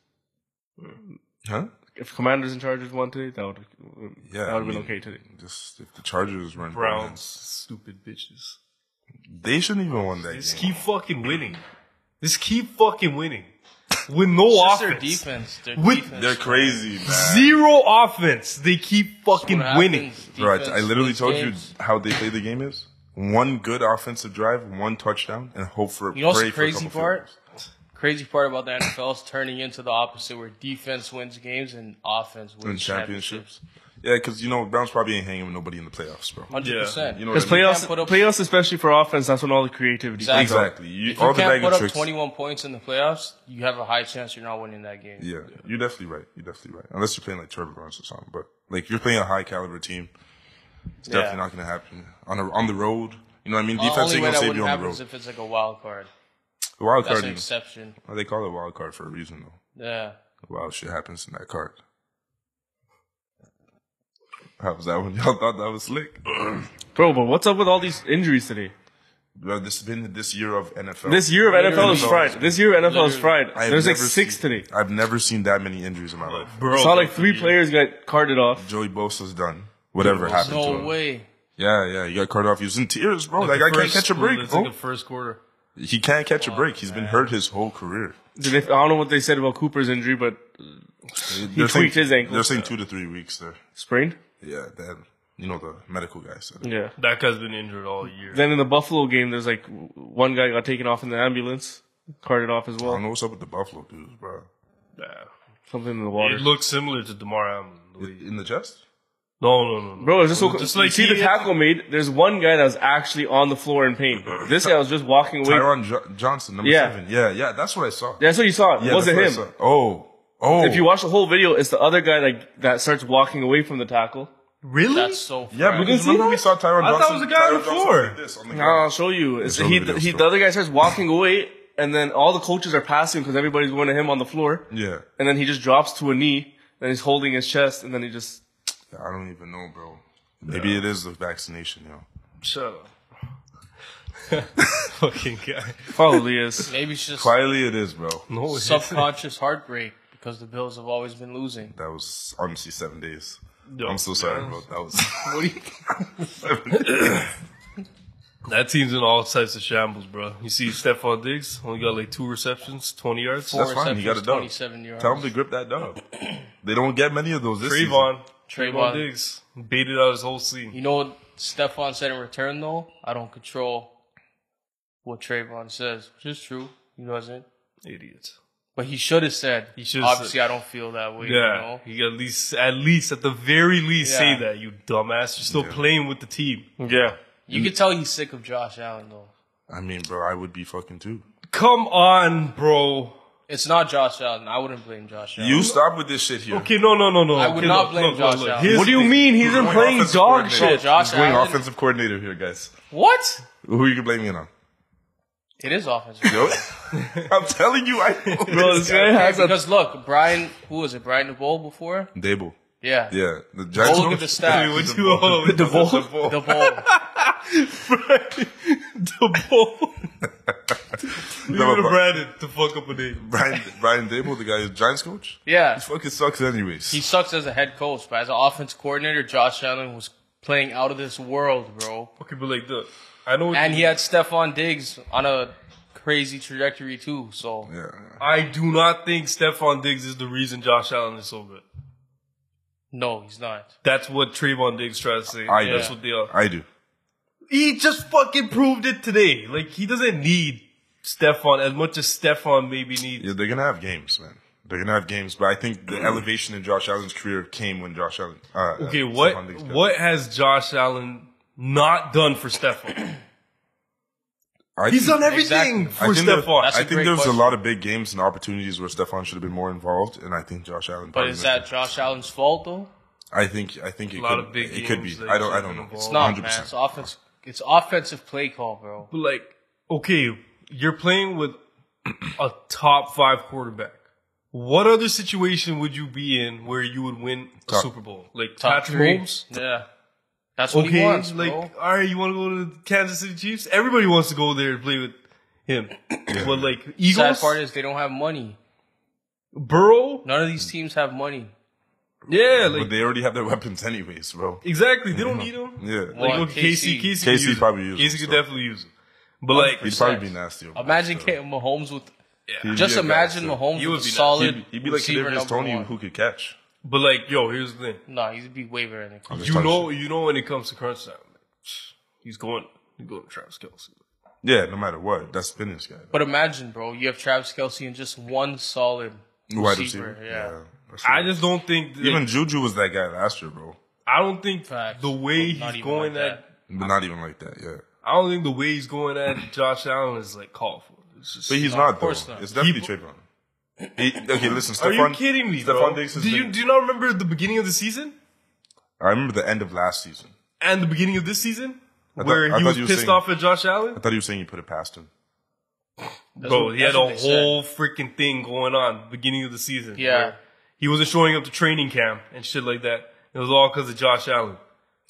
[SPEAKER 1] huh?
[SPEAKER 4] If Commanders and Chargers won today, that would
[SPEAKER 1] Yeah,
[SPEAKER 4] yeah, that would have
[SPEAKER 1] I
[SPEAKER 4] been
[SPEAKER 1] mean-
[SPEAKER 4] okay today.
[SPEAKER 1] Just if the Chargers run
[SPEAKER 2] Browns, stupid bitches.
[SPEAKER 1] they shouldn't even won that
[SPEAKER 2] Just
[SPEAKER 1] game.
[SPEAKER 2] keep fucking winning. Just keep fucking winning. With no
[SPEAKER 3] Just their
[SPEAKER 2] offense.
[SPEAKER 3] defense. Their
[SPEAKER 2] With-
[SPEAKER 3] defense.
[SPEAKER 1] They're crazy, man.
[SPEAKER 2] Zero offense. They keep fucking
[SPEAKER 3] What
[SPEAKER 2] winning.
[SPEAKER 3] happens,
[SPEAKER 1] Bro, I,
[SPEAKER 3] defense
[SPEAKER 1] I literally
[SPEAKER 3] wins
[SPEAKER 1] told
[SPEAKER 3] games.
[SPEAKER 1] you how they play the game is. One good offensive drive, one touchdown, and hope for
[SPEAKER 3] You know what's
[SPEAKER 1] pray
[SPEAKER 3] the crazy
[SPEAKER 1] for a couple
[SPEAKER 3] part?
[SPEAKER 1] field goals.
[SPEAKER 3] Crazy part about the NFL is turning into the opposite, where defense wins games and offense wins
[SPEAKER 1] and championships. Yeah, because you know Browns probably ain't hanging with nobody in the playoffs, bro.
[SPEAKER 3] hundred percent.
[SPEAKER 1] You know what
[SPEAKER 4] Because
[SPEAKER 1] I mean?
[SPEAKER 4] playoffs,
[SPEAKER 3] can't put up-
[SPEAKER 4] playoffs, especially for offense, that's when all the creativity.
[SPEAKER 3] Exactly.
[SPEAKER 1] Exactly. You,
[SPEAKER 3] If
[SPEAKER 1] all
[SPEAKER 3] you
[SPEAKER 1] the
[SPEAKER 3] can't
[SPEAKER 1] bag
[SPEAKER 3] put
[SPEAKER 1] of
[SPEAKER 3] up
[SPEAKER 1] tricks.
[SPEAKER 3] 21 points in the playoffs, you have a high chance you're not winning that game.
[SPEAKER 1] Yeah, you're definitely right. You're definitely right. Unless you're playing like Trevor Lawrence or something, but like you're playing a high caliber team, it's
[SPEAKER 3] Yeah.
[SPEAKER 1] definitely not going to happen on a, on the road. You know what I mean?
[SPEAKER 3] The
[SPEAKER 1] Defense
[SPEAKER 3] only
[SPEAKER 1] ain't
[SPEAKER 3] way
[SPEAKER 1] going to
[SPEAKER 3] that
[SPEAKER 1] save
[SPEAKER 3] wouldn't
[SPEAKER 1] you on the
[SPEAKER 3] happen is
[SPEAKER 1] road.
[SPEAKER 3] if it's like a wild card.
[SPEAKER 1] The wild
[SPEAKER 3] That's
[SPEAKER 1] card,
[SPEAKER 3] an
[SPEAKER 1] you
[SPEAKER 3] exception.
[SPEAKER 1] know, they call it wild card for a reason though.
[SPEAKER 3] Yeah.
[SPEAKER 1] Wild shit happens in that card. How was that one? Y'all thought that was slick.
[SPEAKER 4] Bro, but what's up with all these injuries today?
[SPEAKER 1] Bro, this has been this year of NFL.
[SPEAKER 4] This year of NFL is
[SPEAKER 1] Literally.
[SPEAKER 4] fried. This year of NFL is fried.
[SPEAKER 1] I have
[SPEAKER 4] There's like
[SPEAKER 1] never
[SPEAKER 4] six
[SPEAKER 1] seen-
[SPEAKER 4] today.
[SPEAKER 1] I've never seen that many injuries in my life.
[SPEAKER 2] Bro,
[SPEAKER 4] Saw like
[SPEAKER 2] though,
[SPEAKER 4] three
[SPEAKER 2] you-
[SPEAKER 4] players got carted off.
[SPEAKER 1] Joey Bosa's done. Whatever happened to
[SPEAKER 3] No
[SPEAKER 1] him.
[SPEAKER 3] way.
[SPEAKER 1] Yeah, yeah. He got carted off. He was in tears, bro.
[SPEAKER 2] the
[SPEAKER 1] That guy can't
[SPEAKER 2] first-
[SPEAKER 1] catch a break,
[SPEAKER 2] It's
[SPEAKER 1] bro.
[SPEAKER 2] like the first quarter.
[SPEAKER 1] He can't catch a break. He's been hurt his whole career.
[SPEAKER 4] Did they- I don't know what they said about Cooper's injury, but
[SPEAKER 1] He
[SPEAKER 4] tweaked his ankle.
[SPEAKER 1] They're saying two to three weeks there.
[SPEAKER 4] sprained.
[SPEAKER 1] Yeah, that you know the medical guy said. It.
[SPEAKER 4] Yeah.
[SPEAKER 2] That guy's been injured all year.
[SPEAKER 4] Then in the Buffalo game, there's like w- one guy got taken off in the ambulance, carted off as
[SPEAKER 1] I
[SPEAKER 4] well.
[SPEAKER 1] don't know what's up with the Buffalo dudes, bro.
[SPEAKER 2] Yeah.
[SPEAKER 4] Something in the
[SPEAKER 2] It
[SPEAKER 4] water.
[SPEAKER 2] looks similar to Demar Hamlin. the way-
[SPEAKER 1] In the chest?
[SPEAKER 2] No, no, no, no.
[SPEAKER 4] Bro, it's just so.
[SPEAKER 2] Just
[SPEAKER 4] you
[SPEAKER 2] like
[SPEAKER 4] see
[SPEAKER 2] he-
[SPEAKER 4] the tackle made. There's one guy that was actually on the floor in pain. This guy was just walking away.
[SPEAKER 1] Tyron jo- Johnson, number
[SPEAKER 4] Yeah.
[SPEAKER 1] seven. Yeah, yeah. That's what I saw.
[SPEAKER 4] That's what you saw. It
[SPEAKER 1] Yeah,
[SPEAKER 4] wasn't him.
[SPEAKER 1] that's what I saw. Oh, oh.
[SPEAKER 4] If you watch the whole video, it's the other guy that that starts walking away from the tackle.
[SPEAKER 2] really?
[SPEAKER 3] That's so
[SPEAKER 1] yeah,
[SPEAKER 3] fried.
[SPEAKER 1] because
[SPEAKER 4] see
[SPEAKER 1] remember
[SPEAKER 4] that?
[SPEAKER 1] we saw Tyron
[SPEAKER 2] I
[SPEAKER 1] Johnson.
[SPEAKER 2] thought it was the guy on
[SPEAKER 1] Tyron
[SPEAKER 2] the
[SPEAKER 1] Johnson
[SPEAKER 2] floor.
[SPEAKER 1] did this on the
[SPEAKER 4] No, I'll
[SPEAKER 1] ground.
[SPEAKER 4] show you. It's,
[SPEAKER 1] Yeah, show
[SPEAKER 4] he,
[SPEAKER 1] the video,
[SPEAKER 4] he,
[SPEAKER 1] show.
[SPEAKER 4] the other guy starts walking away, and then all the coaches are passing because everybody's going to him on the floor,
[SPEAKER 1] Yeah.
[SPEAKER 4] and then he just drops to a knee, and he's holding his chest, and then he just.
[SPEAKER 1] I don't even know, bro. Maybe it is the vaccination, yo.
[SPEAKER 2] Shut up. Fucking guy.
[SPEAKER 4] Probably is.
[SPEAKER 3] Maybe it's just
[SPEAKER 1] Quietly, it is, bro.
[SPEAKER 2] No, it's-
[SPEAKER 3] subconscious heartbreak because the Bills have always been losing.
[SPEAKER 1] That was honestly seven days.
[SPEAKER 2] Yo,
[SPEAKER 1] I'm so sorry, bro. That was. what do you?
[SPEAKER 2] That team's in all types of shambles, bro. You see Stephon Diggs only got like two receptions, 20 yards.
[SPEAKER 3] Four
[SPEAKER 1] That's fine, you got
[SPEAKER 3] receptions,
[SPEAKER 1] it done.
[SPEAKER 3] 27 yards.
[SPEAKER 1] Tell them to grip that dub. They don't get many of those this season.
[SPEAKER 2] Trayvon. Trayvon
[SPEAKER 3] Trayvon.
[SPEAKER 2] Diggs baited out his whole scene.
[SPEAKER 3] You know what Stefan said in return, though? I don't control what Trayvon says, which is true. He doesn't.
[SPEAKER 2] Idiot.
[SPEAKER 3] But he should have said,
[SPEAKER 2] He should have
[SPEAKER 3] obviously, I don't feel that way. You
[SPEAKER 2] Yeah.
[SPEAKER 3] know?
[SPEAKER 2] You at least, at least, at the very least,
[SPEAKER 3] Yeah.
[SPEAKER 2] say that, you dumbass. You're still playing with the team.
[SPEAKER 4] Yeah.
[SPEAKER 3] You can tell he's sick of Josh Allen, though.
[SPEAKER 1] I mean, bro, I would be fucking too.
[SPEAKER 2] Come on, bro.
[SPEAKER 3] It's not Josh Allen. I wouldn't blame Josh Allen.
[SPEAKER 1] You stop with this shit here.
[SPEAKER 2] Okay, no, no, no, no.
[SPEAKER 3] I would
[SPEAKER 2] Okay,
[SPEAKER 3] not
[SPEAKER 2] look,
[SPEAKER 3] blame
[SPEAKER 2] look, look,
[SPEAKER 3] Josh
[SPEAKER 2] look.
[SPEAKER 3] Allen.
[SPEAKER 2] Here's
[SPEAKER 4] What do
[SPEAKER 2] the
[SPEAKER 4] you
[SPEAKER 2] thing.
[SPEAKER 4] mean? He's been
[SPEAKER 1] Going
[SPEAKER 4] playing
[SPEAKER 1] offensive
[SPEAKER 4] dog
[SPEAKER 1] coordinator.
[SPEAKER 4] shit.
[SPEAKER 3] Josh
[SPEAKER 1] He's going
[SPEAKER 3] Allen.
[SPEAKER 1] offensive coordinator here, guys.
[SPEAKER 3] What?
[SPEAKER 1] Who are you blaming it on?
[SPEAKER 3] It is offensive.
[SPEAKER 1] Yo, I'm telling you, I know
[SPEAKER 4] Bro,
[SPEAKER 1] this
[SPEAKER 4] this guy has a.
[SPEAKER 3] because look, Brian, who was it? Brian DeBowl before?
[SPEAKER 1] Dable.
[SPEAKER 3] Yeah.
[SPEAKER 1] Yeah, the
[SPEAKER 3] Go
[SPEAKER 1] Giants.
[SPEAKER 3] look at the stats.
[SPEAKER 2] What you all
[SPEAKER 4] The ball.
[SPEAKER 3] The bowl.
[SPEAKER 2] the ball. Leave it to
[SPEAKER 1] but-
[SPEAKER 2] Brandon to fuck up a name.
[SPEAKER 1] Brian, Brian Dable, the guy who's Giants coach.
[SPEAKER 3] Yeah.
[SPEAKER 1] He fucking sucks, anyways.
[SPEAKER 3] He sucks as a head coach, but as an offense coordinator, Josh Allen was playing out of this world, bro.
[SPEAKER 2] Okay, but like, look, I know.
[SPEAKER 3] And he had Stephon Diggs on a crazy trajectory too. So
[SPEAKER 1] yeah,
[SPEAKER 2] I do not think Stephon Diggs is the reason Josh Allen is so good.
[SPEAKER 3] no, he's not.
[SPEAKER 2] That's what Trayvon Diggs tries to say.
[SPEAKER 1] I do.
[SPEAKER 2] That's what they are.
[SPEAKER 1] I do.
[SPEAKER 2] He just fucking proved it today. Like he doesn't need Stephon as much as Stephon maybe needs.
[SPEAKER 1] Yeah, they're gonna have games, man. They're gonna have games, but I think
[SPEAKER 3] Mm.
[SPEAKER 1] the elevation in Josh Allen's career came when Josh Allen. Uh,
[SPEAKER 2] Okay,
[SPEAKER 1] uh,
[SPEAKER 2] what
[SPEAKER 1] Stephon Diggs got-
[SPEAKER 2] what has Josh Allen not done for Stephon?
[SPEAKER 1] I
[SPEAKER 2] He's
[SPEAKER 1] think-
[SPEAKER 2] done everything
[SPEAKER 3] Exactly.
[SPEAKER 1] I
[SPEAKER 2] for
[SPEAKER 1] think, there,
[SPEAKER 2] Stephon.
[SPEAKER 1] I
[SPEAKER 3] That's a
[SPEAKER 1] think
[SPEAKER 3] great
[SPEAKER 1] there was
[SPEAKER 3] question.
[SPEAKER 1] a lot of big games and opportunities where Stephon should have been more involved, and I think Josh Allen.
[SPEAKER 3] But
[SPEAKER 1] probably
[SPEAKER 3] is
[SPEAKER 1] missed
[SPEAKER 3] that
[SPEAKER 1] it.
[SPEAKER 3] Josh Allen's fault though?
[SPEAKER 1] I think I think it,
[SPEAKER 2] A lot
[SPEAKER 1] could,
[SPEAKER 2] of big
[SPEAKER 1] it could be.
[SPEAKER 2] games that
[SPEAKER 1] I don't.
[SPEAKER 2] he
[SPEAKER 1] I
[SPEAKER 2] should've
[SPEAKER 1] don't know.
[SPEAKER 2] been
[SPEAKER 3] It's
[SPEAKER 2] involved.
[SPEAKER 3] not, man. It's offense. It's offensive play call, bro.
[SPEAKER 2] But like, okay, you're playing with a top five quarterback. What other situation would you be in where you would win a
[SPEAKER 1] Top-
[SPEAKER 2] Super Bowl? Like
[SPEAKER 3] Top
[SPEAKER 2] Patrick
[SPEAKER 3] three.
[SPEAKER 2] Mahomes?
[SPEAKER 3] Yeah, that's what
[SPEAKER 2] Okay,
[SPEAKER 3] he wants,
[SPEAKER 2] like,
[SPEAKER 3] bro.
[SPEAKER 2] all right, you want to go to the Kansas City Chiefs? Everybody wants to go there and play with him. But like
[SPEAKER 3] Sad
[SPEAKER 2] Eagles,
[SPEAKER 3] part is they don't have money.
[SPEAKER 2] Burrow,
[SPEAKER 3] None of these teams have money.
[SPEAKER 2] yeah,
[SPEAKER 1] But
[SPEAKER 2] like
[SPEAKER 1] they already have their weapons, anyways, bro.
[SPEAKER 2] exactly. They don't need
[SPEAKER 4] Uh-huh.
[SPEAKER 2] him.
[SPEAKER 1] Yeah,
[SPEAKER 3] Well,
[SPEAKER 2] Like, look,
[SPEAKER 3] KC.
[SPEAKER 2] KC, KC,
[SPEAKER 1] KC
[SPEAKER 2] could
[SPEAKER 1] probably use
[SPEAKER 2] use him.
[SPEAKER 1] him,
[SPEAKER 2] KC could
[SPEAKER 1] so.
[SPEAKER 2] definitely use him. But like,
[SPEAKER 1] he'd probably be nasty.
[SPEAKER 3] Imagine getting Mahomes with.
[SPEAKER 1] He'd
[SPEAKER 3] Just
[SPEAKER 1] be a guy,
[SPEAKER 3] imagine
[SPEAKER 1] so.
[SPEAKER 3] Mahomes
[SPEAKER 2] He would
[SPEAKER 3] with
[SPEAKER 2] be
[SPEAKER 3] a
[SPEAKER 2] nice.
[SPEAKER 3] solid
[SPEAKER 1] He'd, he'd be like
[SPEAKER 3] receiver
[SPEAKER 1] Kadarius
[SPEAKER 3] number
[SPEAKER 1] Tony,
[SPEAKER 3] one.
[SPEAKER 1] who could catch.
[SPEAKER 2] but like, yo, here's the thing.
[SPEAKER 3] No, he'd be way better than Cooper.
[SPEAKER 1] I'm just
[SPEAKER 2] You
[SPEAKER 1] talking
[SPEAKER 2] know,
[SPEAKER 1] shit.
[SPEAKER 2] you know when it comes to crunch time, like, he's going, he's going to Travis Kelsey.
[SPEAKER 1] Yeah, no matter what, that's been this guy.
[SPEAKER 3] But imagine, bro, you have Travis Kelsey and just one solid receiver.
[SPEAKER 1] Wide receiver.
[SPEAKER 3] Yeah.
[SPEAKER 1] that's
[SPEAKER 2] I
[SPEAKER 1] right.
[SPEAKER 2] just don't think that,
[SPEAKER 1] even Juju was that guy last year, bro.
[SPEAKER 2] I don't think
[SPEAKER 3] Facts.
[SPEAKER 2] the way
[SPEAKER 3] Not
[SPEAKER 2] he's
[SPEAKER 3] even
[SPEAKER 2] going
[SPEAKER 3] like
[SPEAKER 2] at
[SPEAKER 3] that.
[SPEAKER 1] But not even like that, yeah.
[SPEAKER 2] I don't think the way he's going at Josh Allen is like called for. It's just-
[SPEAKER 1] But he's
[SPEAKER 3] No,
[SPEAKER 1] not,
[SPEAKER 3] of
[SPEAKER 1] though.
[SPEAKER 3] course not.
[SPEAKER 1] It's definitely Trayvon. He- okay, listen,
[SPEAKER 2] are
[SPEAKER 1] Stephon.
[SPEAKER 2] you kidding me,
[SPEAKER 1] Stephon
[SPEAKER 2] bro?
[SPEAKER 1] Diggs has
[SPEAKER 2] do you
[SPEAKER 1] been-
[SPEAKER 2] do you not remember the beginning of the season
[SPEAKER 1] I remember the end of last season.
[SPEAKER 2] and the beginning of this season
[SPEAKER 1] I thought-
[SPEAKER 2] where
[SPEAKER 1] I
[SPEAKER 2] he
[SPEAKER 1] thought
[SPEAKER 2] was
[SPEAKER 1] you were
[SPEAKER 2] pissed
[SPEAKER 1] saying-
[SPEAKER 2] off at Josh Allen?
[SPEAKER 1] I thought he was saying you put it past him.
[SPEAKER 3] That's
[SPEAKER 2] Bro,
[SPEAKER 3] what-
[SPEAKER 2] he had
[SPEAKER 3] that's
[SPEAKER 2] a
[SPEAKER 3] what they said.
[SPEAKER 2] whole freaking thing going on at the beginning of the season.
[SPEAKER 3] Yeah.
[SPEAKER 2] where He wasn't showing up to training camp and shit like that. It was all because of Josh Allen.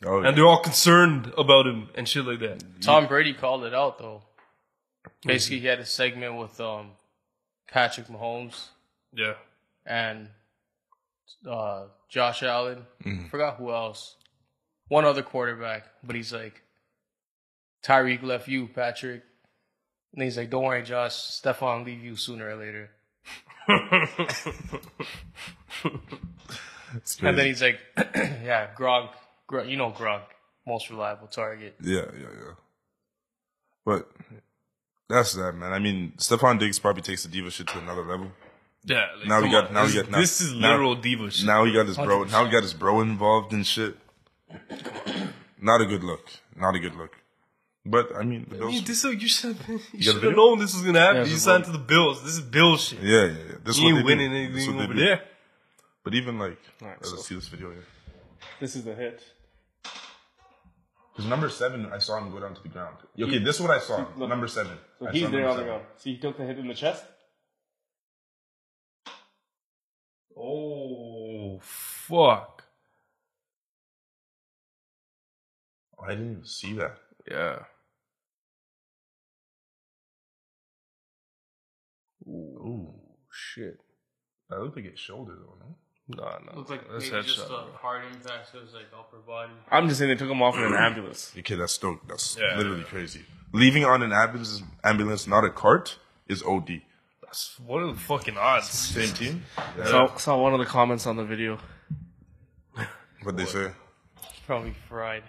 [SPEAKER 1] Oh, yeah.
[SPEAKER 2] And they're all concerned about him and shit like that.
[SPEAKER 3] Tom Brady called it out though. Basically, he had a segment with um, Patrick Mahomes
[SPEAKER 2] Yeah.
[SPEAKER 3] and uh, Josh Allen. Forgot who else. One other quarterback, but he's like, Tyreek left you, Patrick. And he's like, don't worry, Josh. Stefan leave you sooner or later.
[SPEAKER 1] It's
[SPEAKER 3] And then
[SPEAKER 1] crazy.
[SPEAKER 3] he's like, yeah, Gronk. Gronk. You know Gronk. Most reliable target.
[SPEAKER 1] yeah, yeah, yeah. But that's that, man. I mean, Stephon Diggs probably takes the diva shit to another level.
[SPEAKER 2] Yeah. like,
[SPEAKER 1] Now we
[SPEAKER 2] come
[SPEAKER 1] got-
[SPEAKER 2] on.
[SPEAKER 1] now we
[SPEAKER 2] this,
[SPEAKER 1] got- now-
[SPEAKER 2] this is
[SPEAKER 1] now-
[SPEAKER 2] literal diva shit.
[SPEAKER 1] Now he got his bro. Now he got his bro involved in shit. Not a good look. Not a good look. But I mean, the
[SPEAKER 2] You,
[SPEAKER 1] Bills,
[SPEAKER 2] this, you should
[SPEAKER 1] got a
[SPEAKER 2] have
[SPEAKER 1] video?
[SPEAKER 2] known this was gonna happen.
[SPEAKER 4] Yeah,
[SPEAKER 2] you
[SPEAKER 4] it's
[SPEAKER 2] signed to the Bills. This is Bill shit.
[SPEAKER 1] yeah, yeah, yeah. This is
[SPEAKER 2] you
[SPEAKER 1] what
[SPEAKER 2] ain't
[SPEAKER 1] they do.
[SPEAKER 2] winning
[SPEAKER 1] This is
[SPEAKER 2] anything
[SPEAKER 1] what they
[SPEAKER 2] over
[SPEAKER 1] do.
[SPEAKER 2] there.
[SPEAKER 1] But even like,
[SPEAKER 4] Alright,
[SPEAKER 1] let's
[SPEAKER 4] so-
[SPEAKER 1] see this video here.
[SPEAKER 4] This is the hit.
[SPEAKER 1] Because number seven, I saw him go down to the ground. Okay, this is what I saw.
[SPEAKER 4] look.
[SPEAKER 1] number seven.
[SPEAKER 4] So
[SPEAKER 1] I
[SPEAKER 4] he's
[SPEAKER 1] saw
[SPEAKER 4] there
[SPEAKER 1] number
[SPEAKER 4] on the
[SPEAKER 1] seven.
[SPEAKER 4] ground. See, he took the hit in the chest.
[SPEAKER 2] Oh fuck.
[SPEAKER 1] Oh, I didn't even see that.
[SPEAKER 2] Yeah.
[SPEAKER 1] Ooh,
[SPEAKER 2] Shit.
[SPEAKER 1] that looked like his shoulder though. No,
[SPEAKER 2] Nah, nah.
[SPEAKER 3] Looks like
[SPEAKER 2] that's
[SPEAKER 3] maybe
[SPEAKER 2] headshot.
[SPEAKER 3] just a
[SPEAKER 2] bro.
[SPEAKER 3] hard impact to his like upper body.
[SPEAKER 4] I'm just saying they took him off in an ambulance.
[SPEAKER 1] okay, that's stoked. That's
[SPEAKER 2] Yeah.
[SPEAKER 1] literally crazy. Leaving on an ambulance, ambulance, not a cart, is OD.
[SPEAKER 2] That's- What are the fucking odds?
[SPEAKER 1] Same team.
[SPEAKER 4] So saw one of the comments on the video.
[SPEAKER 1] What they say?
[SPEAKER 3] Probably fried.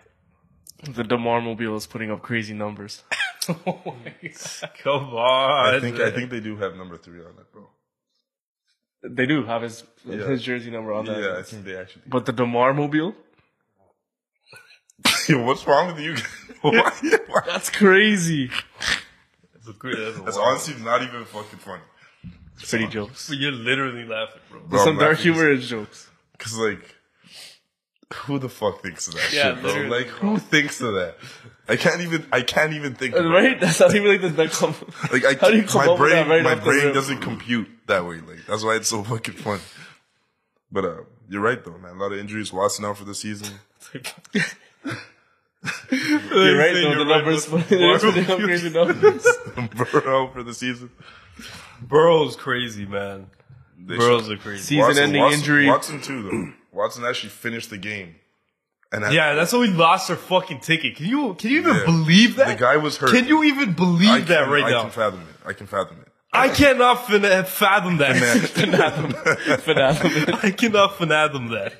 [SPEAKER 4] The Demar Mobile is putting up crazy numbers.
[SPEAKER 3] oh my god.
[SPEAKER 2] Come on.
[SPEAKER 1] I think I
[SPEAKER 2] man.
[SPEAKER 1] think they do have number three on it, bro.
[SPEAKER 4] They do have his his jersey number on that.
[SPEAKER 1] Yeah, I think they actually.
[SPEAKER 4] But the Demar Mobile,
[SPEAKER 1] Yo, what's wrong with you? guys? Why- why-
[SPEAKER 4] that's crazy.
[SPEAKER 2] That's a great- that's a
[SPEAKER 1] That's
[SPEAKER 2] wild-
[SPEAKER 1] honestly not even fucking funny.
[SPEAKER 4] Pretty jokes.
[SPEAKER 2] But You're literally laughing, bro.
[SPEAKER 1] Bro,
[SPEAKER 4] Some dark humor is jokes.
[SPEAKER 1] Because like, who the fuck thinks of that
[SPEAKER 3] Yeah,
[SPEAKER 1] shit, bro?
[SPEAKER 3] literally,
[SPEAKER 1] Like, who thinks of that? I can't even. I can't even think. of that.
[SPEAKER 4] Right? That's not even like the next com-
[SPEAKER 1] Like, I,
[SPEAKER 4] How do you come
[SPEAKER 1] my
[SPEAKER 4] up with
[SPEAKER 1] brain,
[SPEAKER 4] that right
[SPEAKER 1] my
[SPEAKER 4] off the
[SPEAKER 1] brain
[SPEAKER 4] rip?
[SPEAKER 1] doesn't compute that way. Like, that's why it's so fucking fun. But uh, you're right though, man. A lot of injuries. Watson out for the season.
[SPEAKER 4] You're right,
[SPEAKER 2] You're
[SPEAKER 4] though. The
[SPEAKER 2] right,
[SPEAKER 4] numbers,
[SPEAKER 2] bro.
[SPEAKER 4] they're putting up crazy numbers.
[SPEAKER 1] Burrow out for the season.
[SPEAKER 2] Burrow's crazy, man.
[SPEAKER 1] They
[SPEAKER 2] Burrow's are crazy.
[SPEAKER 4] Season ending
[SPEAKER 1] Watson,
[SPEAKER 4] injury.
[SPEAKER 1] Watson too though. Watson actually finished the game. And I-
[SPEAKER 2] Yeah, that's how we lost our fucking ticket. Can you can you even
[SPEAKER 1] Yeah.
[SPEAKER 2] believe that?
[SPEAKER 1] The guy was hurt.
[SPEAKER 2] Can you even believe
[SPEAKER 1] I
[SPEAKER 2] that
[SPEAKER 1] can-
[SPEAKER 2] right
[SPEAKER 1] I
[SPEAKER 2] now?
[SPEAKER 1] can fathom it. I can fathom it.
[SPEAKER 2] I cannot fin- fathom that.
[SPEAKER 4] Phenomenal.
[SPEAKER 2] I cannot fathom that.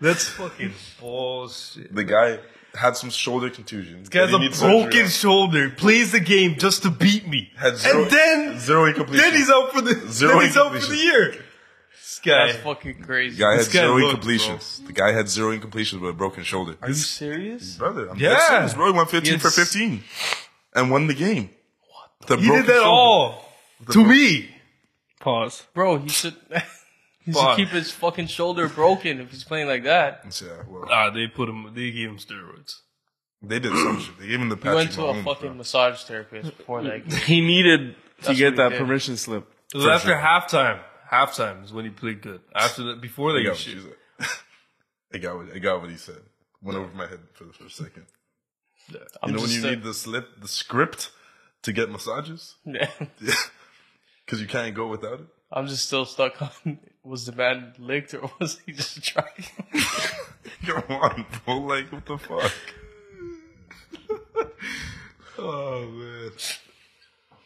[SPEAKER 2] That's fucking bullshit.
[SPEAKER 1] The guy had some shoulder contusion.
[SPEAKER 2] He has
[SPEAKER 1] that
[SPEAKER 2] a
[SPEAKER 1] he needs surgery
[SPEAKER 2] broken
[SPEAKER 1] on.
[SPEAKER 2] shoulder, plays the game just to beat me,
[SPEAKER 1] Had zero-
[SPEAKER 2] and then
[SPEAKER 1] zero incompletion.
[SPEAKER 2] then he's out for the
[SPEAKER 1] Zero
[SPEAKER 2] then he's out for the
[SPEAKER 1] incompletion.
[SPEAKER 2] year. This guy,
[SPEAKER 3] That's fucking crazy.
[SPEAKER 1] guy had
[SPEAKER 2] This guy
[SPEAKER 1] zero
[SPEAKER 2] looked,
[SPEAKER 1] incompletions. The guy had zero incompletions with a broken shoulder.
[SPEAKER 3] Are you serious?
[SPEAKER 1] Brother, I'm
[SPEAKER 2] Yeah.
[SPEAKER 1] dead serious, bro. He went 15 for
[SPEAKER 2] Yes.
[SPEAKER 1] 15 and won the game. What? The
[SPEAKER 2] he did
[SPEAKER 1] broken
[SPEAKER 2] that
[SPEAKER 1] shoulder.
[SPEAKER 2] all to me.
[SPEAKER 4] Pause.
[SPEAKER 3] Bro, he should he should
[SPEAKER 2] Fuck.
[SPEAKER 3] keep his fucking shoulder broken if he's playing like that.
[SPEAKER 1] Yeah, well,
[SPEAKER 2] Ah, they put him. They gave him steroids.
[SPEAKER 1] they did some shit. They gave him the
[SPEAKER 3] He
[SPEAKER 1] Patrick
[SPEAKER 3] went to a
[SPEAKER 1] Mahomes,
[SPEAKER 3] fucking
[SPEAKER 1] bro.
[SPEAKER 3] massage therapist before that game.
[SPEAKER 4] He needed to
[SPEAKER 3] That's
[SPEAKER 4] get
[SPEAKER 3] what he
[SPEAKER 4] that
[SPEAKER 3] did.
[SPEAKER 4] permission slip.
[SPEAKER 2] It was
[SPEAKER 1] For
[SPEAKER 2] after
[SPEAKER 1] sure.
[SPEAKER 2] halftime. Halftime is when he played good. After that, before
[SPEAKER 1] I
[SPEAKER 2] they
[SPEAKER 1] got
[SPEAKER 2] got
[SPEAKER 1] what you said. I got what, I got what he said. Went over my head for the first second.
[SPEAKER 3] I'm
[SPEAKER 1] You know when
[SPEAKER 3] just
[SPEAKER 1] you
[SPEAKER 3] a-
[SPEAKER 1] need the slip, the script to get massages? Because you can't go without it?
[SPEAKER 3] I'm just still stuck on was the man licked or was he just trying?
[SPEAKER 1] Come on, bro. Like, what the fuck? oh, man.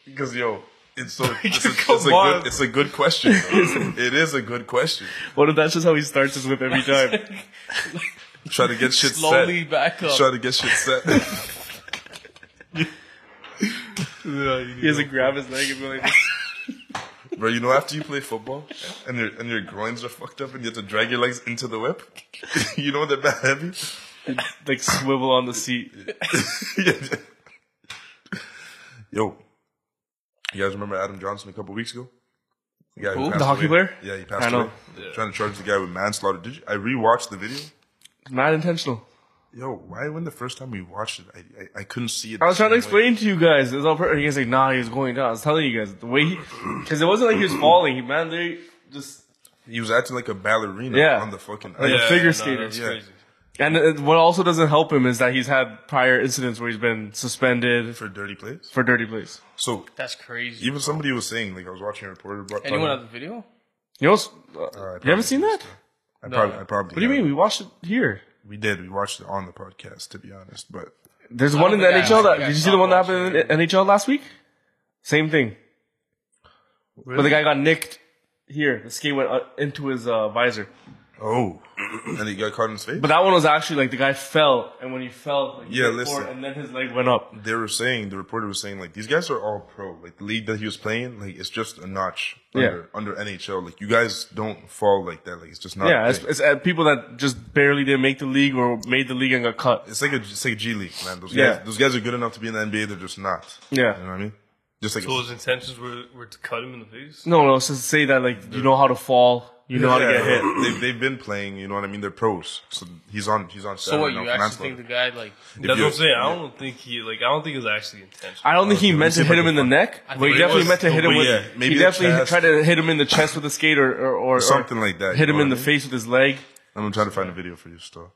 [SPEAKER 1] Because, yo, it's so. It's a,
[SPEAKER 2] Come
[SPEAKER 1] it's a,
[SPEAKER 2] on.
[SPEAKER 1] good, it's a good question. though. it is a good question.
[SPEAKER 4] What if that's just how he starts his whip every time?
[SPEAKER 1] Try to get shit
[SPEAKER 3] Slowly
[SPEAKER 1] set.
[SPEAKER 3] back up.
[SPEAKER 1] Try to get shit set.
[SPEAKER 2] you.
[SPEAKER 4] He has to grab his leg and be like,
[SPEAKER 1] Bro, you know, after you play football and your and your groins are fucked up and you have to drag your legs into the whip, you know they're bad heavy.
[SPEAKER 4] like swivel on the seat.
[SPEAKER 1] Yo, you guys remember Adam Johnson a couple weeks ago? The guy
[SPEAKER 3] Who?
[SPEAKER 1] passed
[SPEAKER 4] The hockey
[SPEAKER 1] away.
[SPEAKER 4] player?
[SPEAKER 1] Yeah, he passed
[SPEAKER 4] I know.
[SPEAKER 1] away. Trying to charge the guy with manslaughter. Did you? I rewatched the video.
[SPEAKER 4] Not intentional.
[SPEAKER 1] Yo, why when the first time we watched it, I I, I couldn't see it.
[SPEAKER 4] I was
[SPEAKER 1] the
[SPEAKER 4] trying to
[SPEAKER 1] same way.
[SPEAKER 4] explain to you guys. It was all per- you guys like, nah, he was going down. I was telling you guys the way he, because it wasn't like he was falling. He man, they just
[SPEAKER 1] He was acting like a ballerina
[SPEAKER 4] Yeah.
[SPEAKER 1] on the fucking.
[SPEAKER 4] Like a
[SPEAKER 1] Yeah.
[SPEAKER 4] figure
[SPEAKER 2] no,
[SPEAKER 4] skater,
[SPEAKER 2] that's
[SPEAKER 1] yeah.
[SPEAKER 2] crazy.
[SPEAKER 4] and it, what also doesn't help him is that he's had prior incidents where he's been suspended
[SPEAKER 1] for
[SPEAKER 4] for,
[SPEAKER 1] dirty plays.
[SPEAKER 4] for dirty plays.
[SPEAKER 1] So
[SPEAKER 3] That's crazy.
[SPEAKER 1] even somebody was saying like I was watching a reporter. About, Uh,
[SPEAKER 3] Anyone have the video?
[SPEAKER 4] You know, what's- uh,
[SPEAKER 1] I
[SPEAKER 4] you
[SPEAKER 1] probably
[SPEAKER 4] haven't seen
[SPEAKER 1] missed
[SPEAKER 4] that?
[SPEAKER 1] I probably, I probably.
[SPEAKER 4] What do you mean? We watched it here.
[SPEAKER 1] We did. We watched it on the podcast, to be honest. But
[SPEAKER 4] There's one in the
[SPEAKER 3] think I
[SPEAKER 4] NHL. That
[SPEAKER 3] actually got
[SPEAKER 4] did you see the one that
[SPEAKER 3] caught
[SPEAKER 4] happened in NHL last week? Same thing. Where the guy got nicked here. The skate went uh, into his uh, visor.
[SPEAKER 1] oh, and he got caught in his face.
[SPEAKER 4] But that one was actually like the guy fell, and when he fell, like, he
[SPEAKER 1] Yeah,
[SPEAKER 4] went
[SPEAKER 1] listen.
[SPEAKER 4] forward, and then his leg went up.
[SPEAKER 1] they were saying the reporter was saying like these guys are all pro. Like the league that he was playing, like it's just a notch
[SPEAKER 4] Yeah.
[SPEAKER 1] under under NHL. Like you guys don't fall like that. Like it's just not.
[SPEAKER 4] Yeah,
[SPEAKER 1] a
[SPEAKER 4] it's,
[SPEAKER 1] thing.
[SPEAKER 4] it's uh, people that just barely didn't make the league or made the league and got cut.
[SPEAKER 1] It's like a it's like G League, man. Those
[SPEAKER 4] Yeah.
[SPEAKER 1] guys, those guys are good enough to be in the NBA. They're just not.
[SPEAKER 4] Yeah.
[SPEAKER 1] you know what I mean. Just like
[SPEAKER 2] So his intentions were, were to cut him in the face.
[SPEAKER 4] No, no, it's just to say that like you know how to fall, you know how to
[SPEAKER 1] Yeah,
[SPEAKER 4] get hit.
[SPEAKER 1] They've, they've been playing. You know what I mean. They're pros. So he's on. He's on.
[SPEAKER 3] So what? You actually think the guy like?
[SPEAKER 2] That's what I'm saying. I don't think he like. I don't think it's actually intentional.
[SPEAKER 4] I don't think he
[SPEAKER 1] Okay,
[SPEAKER 4] meant to
[SPEAKER 1] let me see
[SPEAKER 4] hit
[SPEAKER 1] if I
[SPEAKER 4] him in the
[SPEAKER 1] can
[SPEAKER 4] neck, but he
[SPEAKER 2] it
[SPEAKER 4] definitely
[SPEAKER 2] was
[SPEAKER 4] meant to
[SPEAKER 2] the
[SPEAKER 4] hit him
[SPEAKER 1] way-
[SPEAKER 4] with.
[SPEAKER 1] yeah, maybe
[SPEAKER 4] he
[SPEAKER 1] the
[SPEAKER 4] definitely
[SPEAKER 1] chest.
[SPEAKER 4] tried to hit him in the chest with a skate or or, or, or
[SPEAKER 1] something like that.
[SPEAKER 4] Hit
[SPEAKER 1] you
[SPEAKER 4] him
[SPEAKER 1] know
[SPEAKER 4] in
[SPEAKER 1] what
[SPEAKER 4] the
[SPEAKER 1] I mean?
[SPEAKER 4] face with his leg.
[SPEAKER 1] I'm trying to find a video for you still.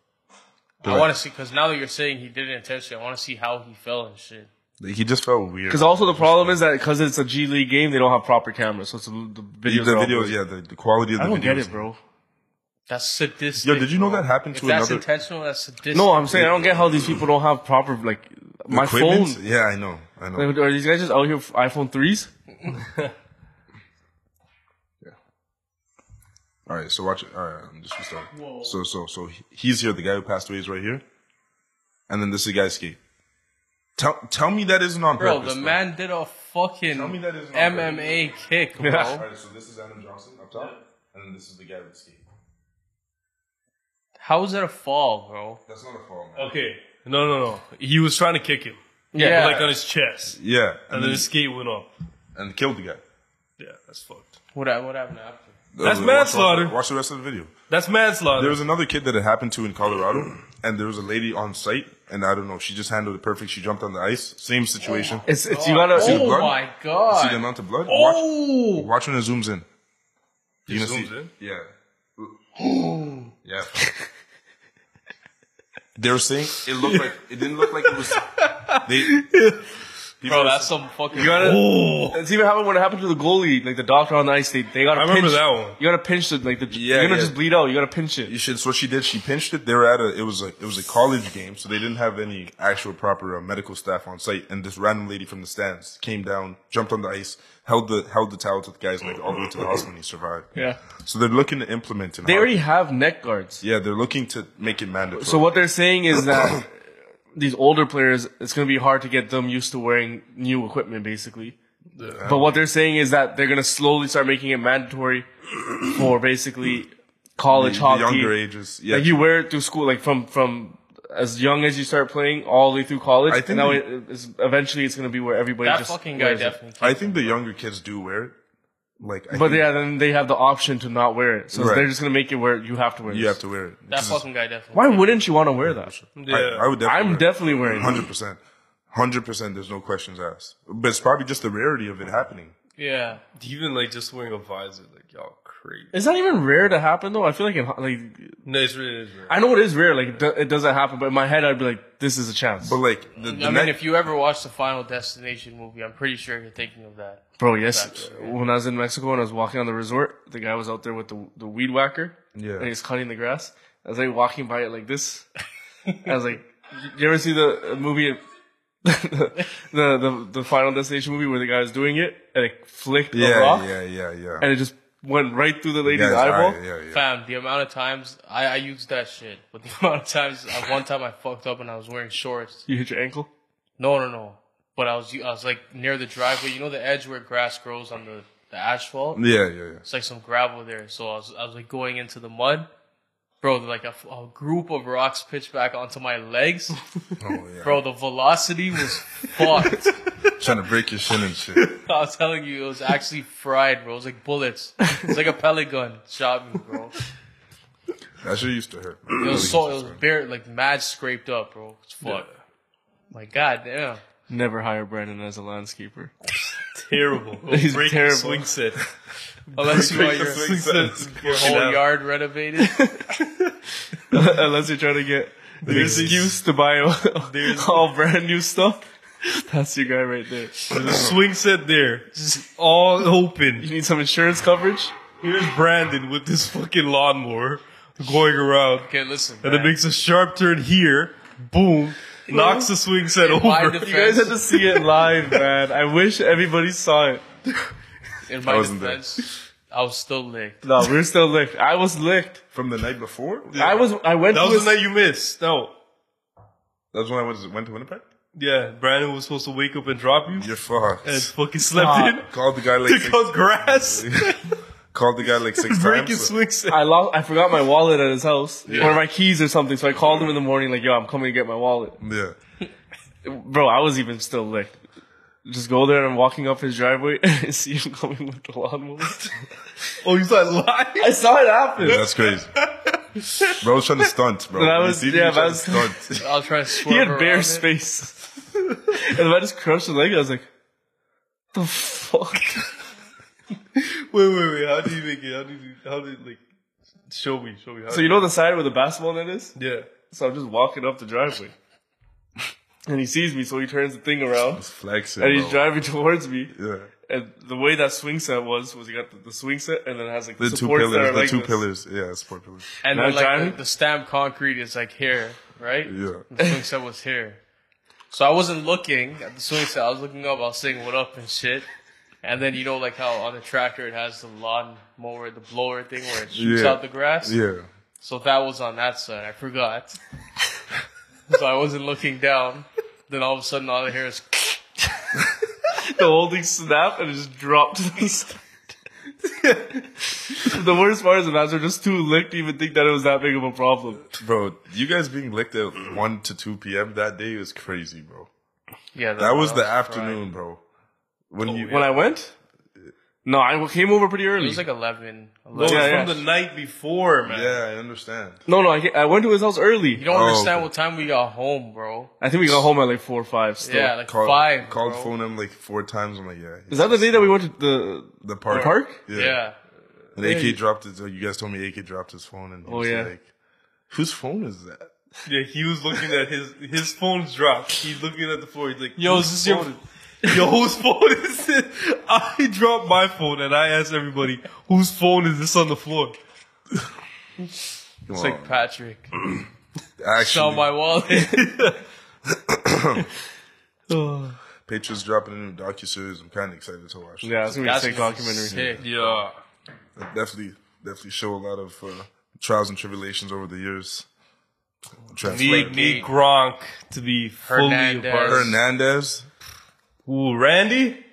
[SPEAKER 3] I want to see because now that you're saying he did it intentionally, I want to see how he fell and shit.
[SPEAKER 1] Like, He just felt weird.
[SPEAKER 4] Because also the problem is that because it's a G League game, they don't have proper cameras, so it's a, the
[SPEAKER 1] the
[SPEAKER 4] videos. are all
[SPEAKER 1] videos,
[SPEAKER 4] blurry.
[SPEAKER 1] yeah, the, the quality of the
[SPEAKER 4] I don't
[SPEAKER 1] videos.
[SPEAKER 4] get it, bro.
[SPEAKER 3] That's sadistic.
[SPEAKER 1] Yo, did you know
[SPEAKER 3] bro.
[SPEAKER 1] that happened
[SPEAKER 3] If
[SPEAKER 1] to
[SPEAKER 3] that's
[SPEAKER 1] another-
[SPEAKER 3] intentional, that's sadistic.
[SPEAKER 4] No, I'm saying I don't get how these people don't have proper like my
[SPEAKER 1] Equipment?
[SPEAKER 4] phone.
[SPEAKER 1] Yeah, I know. I know.
[SPEAKER 4] Like, are these guys just out here with iPhone threes?
[SPEAKER 1] All right, so watch it. All right, I'm just restarting. So, so, so he- he's here. The guy who passed away is right here, and then this is the guy skate. Tell, tell me that isn't on
[SPEAKER 3] bro,
[SPEAKER 1] purpose.
[SPEAKER 3] the
[SPEAKER 1] though.
[SPEAKER 3] man did a fucking
[SPEAKER 1] Tell me that isn't on
[SPEAKER 3] MMA kick, bro.
[SPEAKER 1] All right, so this is Adam Johnson up top, and then this is the guy with the skate.
[SPEAKER 3] How is that a fall, bro?
[SPEAKER 1] That's not a fall, man.
[SPEAKER 2] Okay. No, no, no. He was trying to kick him,
[SPEAKER 3] Yeah,
[SPEAKER 2] like uh, on his chest,
[SPEAKER 1] Yeah,
[SPEAKER 2] and then his skate went up.
[SPEAKER 1] and killed the guy.
[SPEAKER 2] Yeah, that's fucked.
[SPEAKER 3] what, hap- what happened after?
[SPEAKER 2] That's
[SPEAKER 1] Uh, Watch-
[SPEAKER 2] manslaughter.
[SPEAKER 1] Watch the rest of the video.
[SPEAKER 2] That's manslaughter.
[SPEAKER 1] There was another kid that it happened to in Colorado, and there was a lady on site, and I don't know, she just handled it perfect. She jumped on the ice, same situation.
[SPEAKER 4] It's it's you gotta.
[SPEAKER 1] the
[SPEAKER 3] oh
[SPEAKER 1] blood?
[SPEAKER 3] my
[SPEAKER 1] see the
[SPEAKER 3] god!
[SPEAKER 1] amount of blood? Watch,
[SPEAKER 3] Oh,
[SPEAKER 1] watch when it zooms in. You
[SPEAKER 2] It
[SPEAKER 1] gonna
[SPEAKER 2] zooms
[SPEAKER 1] see?
[SPEAKER 2] in?
[SPEAKER 1] Yeah. yeah. they were saying it looked like it didn't look like it was. They, people
[SPEAKER 3] bro,
[SPEAKER 1] were
[SPEAKER 3] that's some fucking.
[SPEAKER 4] You gotta. It's even happened when it happened to the goalie, like the doctor on the ice. They they gotta.
[SPEAKER 2] I remember
[SPEAKER 4] pinch-
[SPEAKER 2] that one.
[SPEAKER 4] You gotta pinch it, like the.
[SPEAKER 1] Yeah,
[SPEAKER 4] you're gonna
[SPEAKER 1] yeah.
[SPEAKER 4] just bleed out. You gotta pinch
[SPEAKER 1] You
[SPEAKER 4] it.
[SPEAKER 1] should. So what she did, she pinched it. They were at a. It was a. It was a college game, so they didn't have any actual proper uh, medical staff on site. And this random lady from the stands came down, jumped on the ice, held the held the towel to the guy's leg all the way to the hospital, and he survived.
[SPEAKER 4] Yeah.
[SPEAKER 1] So they're looking to implement it.
[SPEAKER 4] They already have neck guards.
[SPEAKER 1] Yeah, they're looking to make it mandatory.
[SPEAKER 4] So what they're saying is that these older players, it's gonna be hard to get them used to wearing new equipment, basically. But what they're saying is that they're gonna slowly start making it mandatory for basically
[SPEAKER 1] The-
[SPEAKER 4] college
[SPEAKER 1] the
[SPEAKER 4] hockey.
[SPEAKER 1] younger ages? Yeah.
[SPEAKER 4] Like you wear it through school, like from from as young as you start playing all the way through college.
[SPEAKER 1] I
[SPEAKER 4] I
[SPEAKER 1] think
[SPEAKER 4] think and now
[SPEAKER 1] they-
[SPEAKER 4] it, it's, eventually it's gonna be where everybody
[SPEAKER 3] that
[SPEAKER 4] just
[SPEAKER 3] fucking guy
[SPEAKER 4] wears it.
[SPEAKER 3] definitely.
[SPEAKER 1] I think the younger kids do wear it. Like, I
[SPEAKER 4] But
[SPEAKER 1] think
[SPEAKER 4] yeah, then they have the option to not wear it, so
[SPEAKER 1] Right.
[SPEAKER 4] they're just gonna make it where you have to wear.
[SPEAKER 1] you
[SPEAKER 4] this.
[SPEAKER 1] have to wear it.
[SPEAKER 3] That
[SPEAKER 1] This is-
[SPEAKER 3] fucking guy definitely.
[SPEAKER 4] Why wouldn't you want to wear that?
[SPEAKER 2] yeah.
[SPEAKER 1] I, I would definitely.
[SPEAKER 4] I'm definitely wearing. it.
[SPEAKER 1] hundred percent, hundred percent. There's no questions asked. But it's probably just the rarity of it happening.
[SPEAKER 3] Yeah.
[SPEAKER 2] even like just wearing a visor, like y'all crazy.
[SPEAKER 4] Is that even rare to happen though? I feel like in, ho- like
[SPEAKER 2] No, it's really it's really-
[SPEAKER 4] I know it is rare. Like it do- it doesn't happen, but in my head I'd be like, this is a chance,
[SPEAKER 1] But like the, the
[SPEAKER 3] I mean,
[SPEAKER 1] neck-
[SPEAKER 3] if you ever watched the Final Destination movie, I'm pretty sure you're thinking of that.
[SPEAKER 4] bro. Yes, when I was in Mexico and I was walking on the resort, the guy was out there with the the weed whacker.
[SPEAKER 1] Yeah.
[SPEAKER 4] and he's cutting the grass. I was like walking by it like this. I was like, you ever see the uh, movie? the, the the the Final Destination movie where the guy was doing it and it flicked the
[SPEAKER 1] yeah,
[SPEAKER 4] rock
[SPEAKER 1] yeah, yeah, yeah.
[SPEAKER 4] and it just went right through the lady's
[SPEAKER 1] Yeah, it's
[SPEAKER 4] eyeball.
[SPEAKER 1] alright, yeah, yeah.
[SPEAKER 3] Fam, the amount of times I, I used that shit, but the amount of times I, one time I fucked up and I was wearing shorts.
[SPEAKER 4] You hit your ankle.
[SPEAKER 3] No, no, no. But I was I was like near the driveway. You know the edge where grass grows on the the asphalt.
[SPEAKER 1] Yeah, yeah, yeah.
[SPEAKER 3] It's like some gravel there. So I was, I was like going into the mud. Bro, like a, a group of rocks pitched back onto my legs.
[SPEAKER 1] Oh, yeah.
[SPEAKER 3] Bro, the velocity was fucked.
[SPEAKER 1] Trying to break your shin and shit.
[SPEAKER 3] I was telling you, it was actually fried, bro. It was like bullets. It's like a pellet gun shot me, bro.
[SPEAKER 1] That shit used to hurt.
[SPEAKER 3] It was so, it was bare, like mad scraped up, bro. It's fucked. Like, goddamn.
[SPEAKER 4] Never hire Brandon as a landscaper.
[SPEAKER 2] Terrible.
[SPEAKER 4] He's
[SPEAKER 2] Break
[SPEAKER 4] terrible.
[SPEAKER 2] Swing set.
[SPEAKER 3] Unless you want
[SPEAKER 1] the
[SPEAKER 3] your,
[SPEAKER 1] swing set.
[SPEAKER 3] your whole yard renovated.
[SPEAKER 4] Unless you're trying to get the
[SPEAKER 2] There's these-
[SPEAKER 4] excuse to buy all, all brand new stuff. That's your guy right there.
[SPEAKER 2] There's a swing set there, just all open.
[SPEAKER 4] You need some insurance coverage?
[SPEAKER 2] Here's Brandon with this fucking lawnmower going around,
[SPEAKER 3] Okay, listen.
[SPEAKER 2] and it
[SPEAKER 3] man.
[SPEAKER 2] makes a sharp turn here. Boom! Knocks the swing set
[SPEAKER 3] In my
[SPEAKER 2] over.
[SPEAKER 4] You guys
[SPEAKER 3] Friends.
[SPEAKER 4] had to see it live, man. I wish everybody saw it.
[SPEAKER 3] In my
[SPEAKER 1] wasn't there.
[SPEAKER 3] defense, I was still licked.
[SPEAKER 4] No, we were still licked. I was licked.
[SPEAKER 1] From the night before?
[SPEAKER 4] I was. I went.
[SPEAKER 2] that
[SPEAKER 4] to
[SPEAKER 2] was
[SPEAKER 4] his-
[SPEAKER 2] the night you missed. No.
[SPEAKER 1] That's when I was, went to Winnipeg?
[SPEAKER 2] Yeah, Brandon was supposed to wake up and drop you,
[SPEAKER 1] You're fucked.
[SPEAKER 2] and fucking slept
[SPEAKER 4] Stop.
[SPEAKER 2] in.
[SPEAKER 1] called the guy like
[SPEAKER 2] Took
[SPEAKER 1] six,
[SPEAKER 2] out grass.
[SPEAKER 1] called the guy like six
[SPEAKER 2] Breaking
[SPEAKER 1] times.
[SPEAKER 2] swing set.
[SPEAKER 4] I lost. I forgot my wallet at his house or my keys or something. So I called him in the morning, like, "Yo, I'm coming to get my wallet,
[SPEAKER 1] yeah.
[SPEAKER 4] bro." I was even still licked. Just go there and I'm walking up his driveway and see him coming with the lawnmower.
[SPEAKER 2] Oh, you said lying?
[SPEAKER 4] I saw it happen.
[SPEAKER 1] Yeah, that's crazy. Bro was trying to stunt, bro.
[SPEAKER 4] That
[SPEAKER 1] You
[SPEAKER 4] was-
[SPEAKER 1] see,
[SPEAKER 4] yeah,
[SPEAKER 1] he tried
[SPEAKER 4] that
[SPEAKER 1] to
[SPEAKER 4] was-
[SPEAKER 1] stunt.
[SPEAKER 3] I was trying to swerve
[SPEAKER 4] He had
[SPEAKER 3] around
[SPEAKER 4] bare
[SPEAKER 3] it.
[SPEAKER 4] space, and I just crushed his leg. I was like, "The fuck."
[SPEAKER 2] Wait, wait, wait. How do you make it? How do you, how do you, like, show me, show me. How
[SPEAKER 4] So you know the side where the basketball net is.
[SPEAKER 2] Yeah.
[SPEAKER 4] So I'm just walking up the driveway, and he sees me. So he turns the thing around,
[SPEAKER 1] It's flexing,
[SPEAKER 4] and he's
[SPEAKER 1] bro.
[SPEAKER 4] driving towards me.
[SPEAKER 1] Yeah.
[SPEAKER 4] And the way that swing set was, was you got the, the swing set and then it has like
[SPEAKER 1] The two
[SPEAKER 4] supports
[SPEAKER 1] pillars,
[SPEAKER 4] that
[SPEAKER 1] the
[SPEAKER 4] are like
[SPEAKER 1] two
[SPEAKER 4] this.
[SPEAKER 1] pillars. Yeah, support pillars.
[SPEAKER 3] And
[SPEAKER 4] Now
[SPEAKER 3] then, like,
[SPEAKER 4] driving?
[SPEAKER 3] the, the stamped concrete is like here, right?
[SPEAKER 1] Yeah.
[SPEAKER 3] The swing set was here. So I wasn't looking at the swing set. I was looking up. I was saying what up and shit. And then you know, like how on the tractor it has the lawn mower, the blower thing where it shoots
[SPEAKER 1] Yeah.
[SPEAKER 3] out the grass.
[SPEAKER 1] Yeah.
[SPEAKER 3] So that was on that side. I forgot. so I wasn't looking down. Then all of a sudden, all I hear is
[SPEAKER 4] The whole thing snapped and it just dropped to the side. the worst part is the Nats are just too licked to even think that it was that big of a problem.
[SPEAKER 1] Bro, you guys being licked at 1 to 2 p.m. that day is crazy, bro.
[SPEAKER 3] yeah.
[SPEAKER 1] That was
[SPEAKER 3] I
[SPEAKER 1] the
[SPEAKER 3] fried.
[SPEAKER 1] afternoon, bro. When you
[SPEAKER 4] When I went? No, I came over pretty
[SPEAKER 3] It
[SPEAKER 4] early.
[SPEAKER 3] was like 11.
[SPEAKER 2] No, it's
[SPEAKER 3] 11.
[SPEAKER 4] Yeah, yeah.
[SPEAKER 2] from the night before, man.
[SPEAKER 1] Yeah, I understand.
[SPEAKER 4] no, no, I, ca- I went to his house
[SPEAKER 3] You
[SPEAKER 4] early.
[SPEAKER 3] don't
[SPEAKER 1] Oh,
[SPEAKER 3] understand
[SPEAKER 1] okay.
[SPEAKER 3] what time we got home, bro.
[SPEAKER 4] I think we got home at like 4 or 5 still.
[SPEAKER 3] yeah, like
[SPEAKER 1] Called,
[SPEAKER 3] five.
[SPEAKER 1] called
[SPEAKER 3] bro.
[SPEAKER 1] phone him like four times. I'm like, yeah.
[SPEAKER 4] Is that the day that we went to the,
[SPEAKER 1] the park?
[SPEAKER 4] park?
[SPEAKER 1] Yeah.
[SPEAKER 3] Yeah.
[SPEAKER 1] And AK dropped his. You guys told me AK dropped his phone, and he
[SPEAKER 4] Oh,
[SPEAKER 1] was
[SPEAKER 4] yeah.
[SPEAKER 1] like, "Whose phone is that?"
[SPEAKER 2] Yeah, he was looking at his, his phone's dropped. He's looking at the floor. He's like,
[SPEAKER 3] Yo,
[SPEAKER 2] whose
[SPEAKER 3] is this your-
[SPEAKER 2] phone is- Yo, whose phone is this? I dropped my phone and I asked everybody, whose phone is this on the floor?
[SPEAKER 3] It's like Patrick.
[SPEAKER 1] actually,
[SPEAKER 3] Sell my wallet.
[SPEAKER 1] Patriots dropping a new docu series. I'm kind of excited to watch.
[SPEAKER 4] Yeah, it's going to be a
[SPEAKER 3] That's
[SPEAKER 4] sick documentary.
[SPEAKER 3] Sick.
[SPEAKER 2] Yeah.
[SPEAKER 1] That definitely, definitely show a lot of uh, trials and tribulations over the years.
[SPEAKER 2] Need,
[SPEAKER 1] Translate.
[SPEAKER 2] need Gronk to be fully
[SPEAKER 3] Hernandez.
[SPEAKER 2] apart.
[SPEAKER 1] Hernandez,
[SPEAKER 2] Ooh, Randy?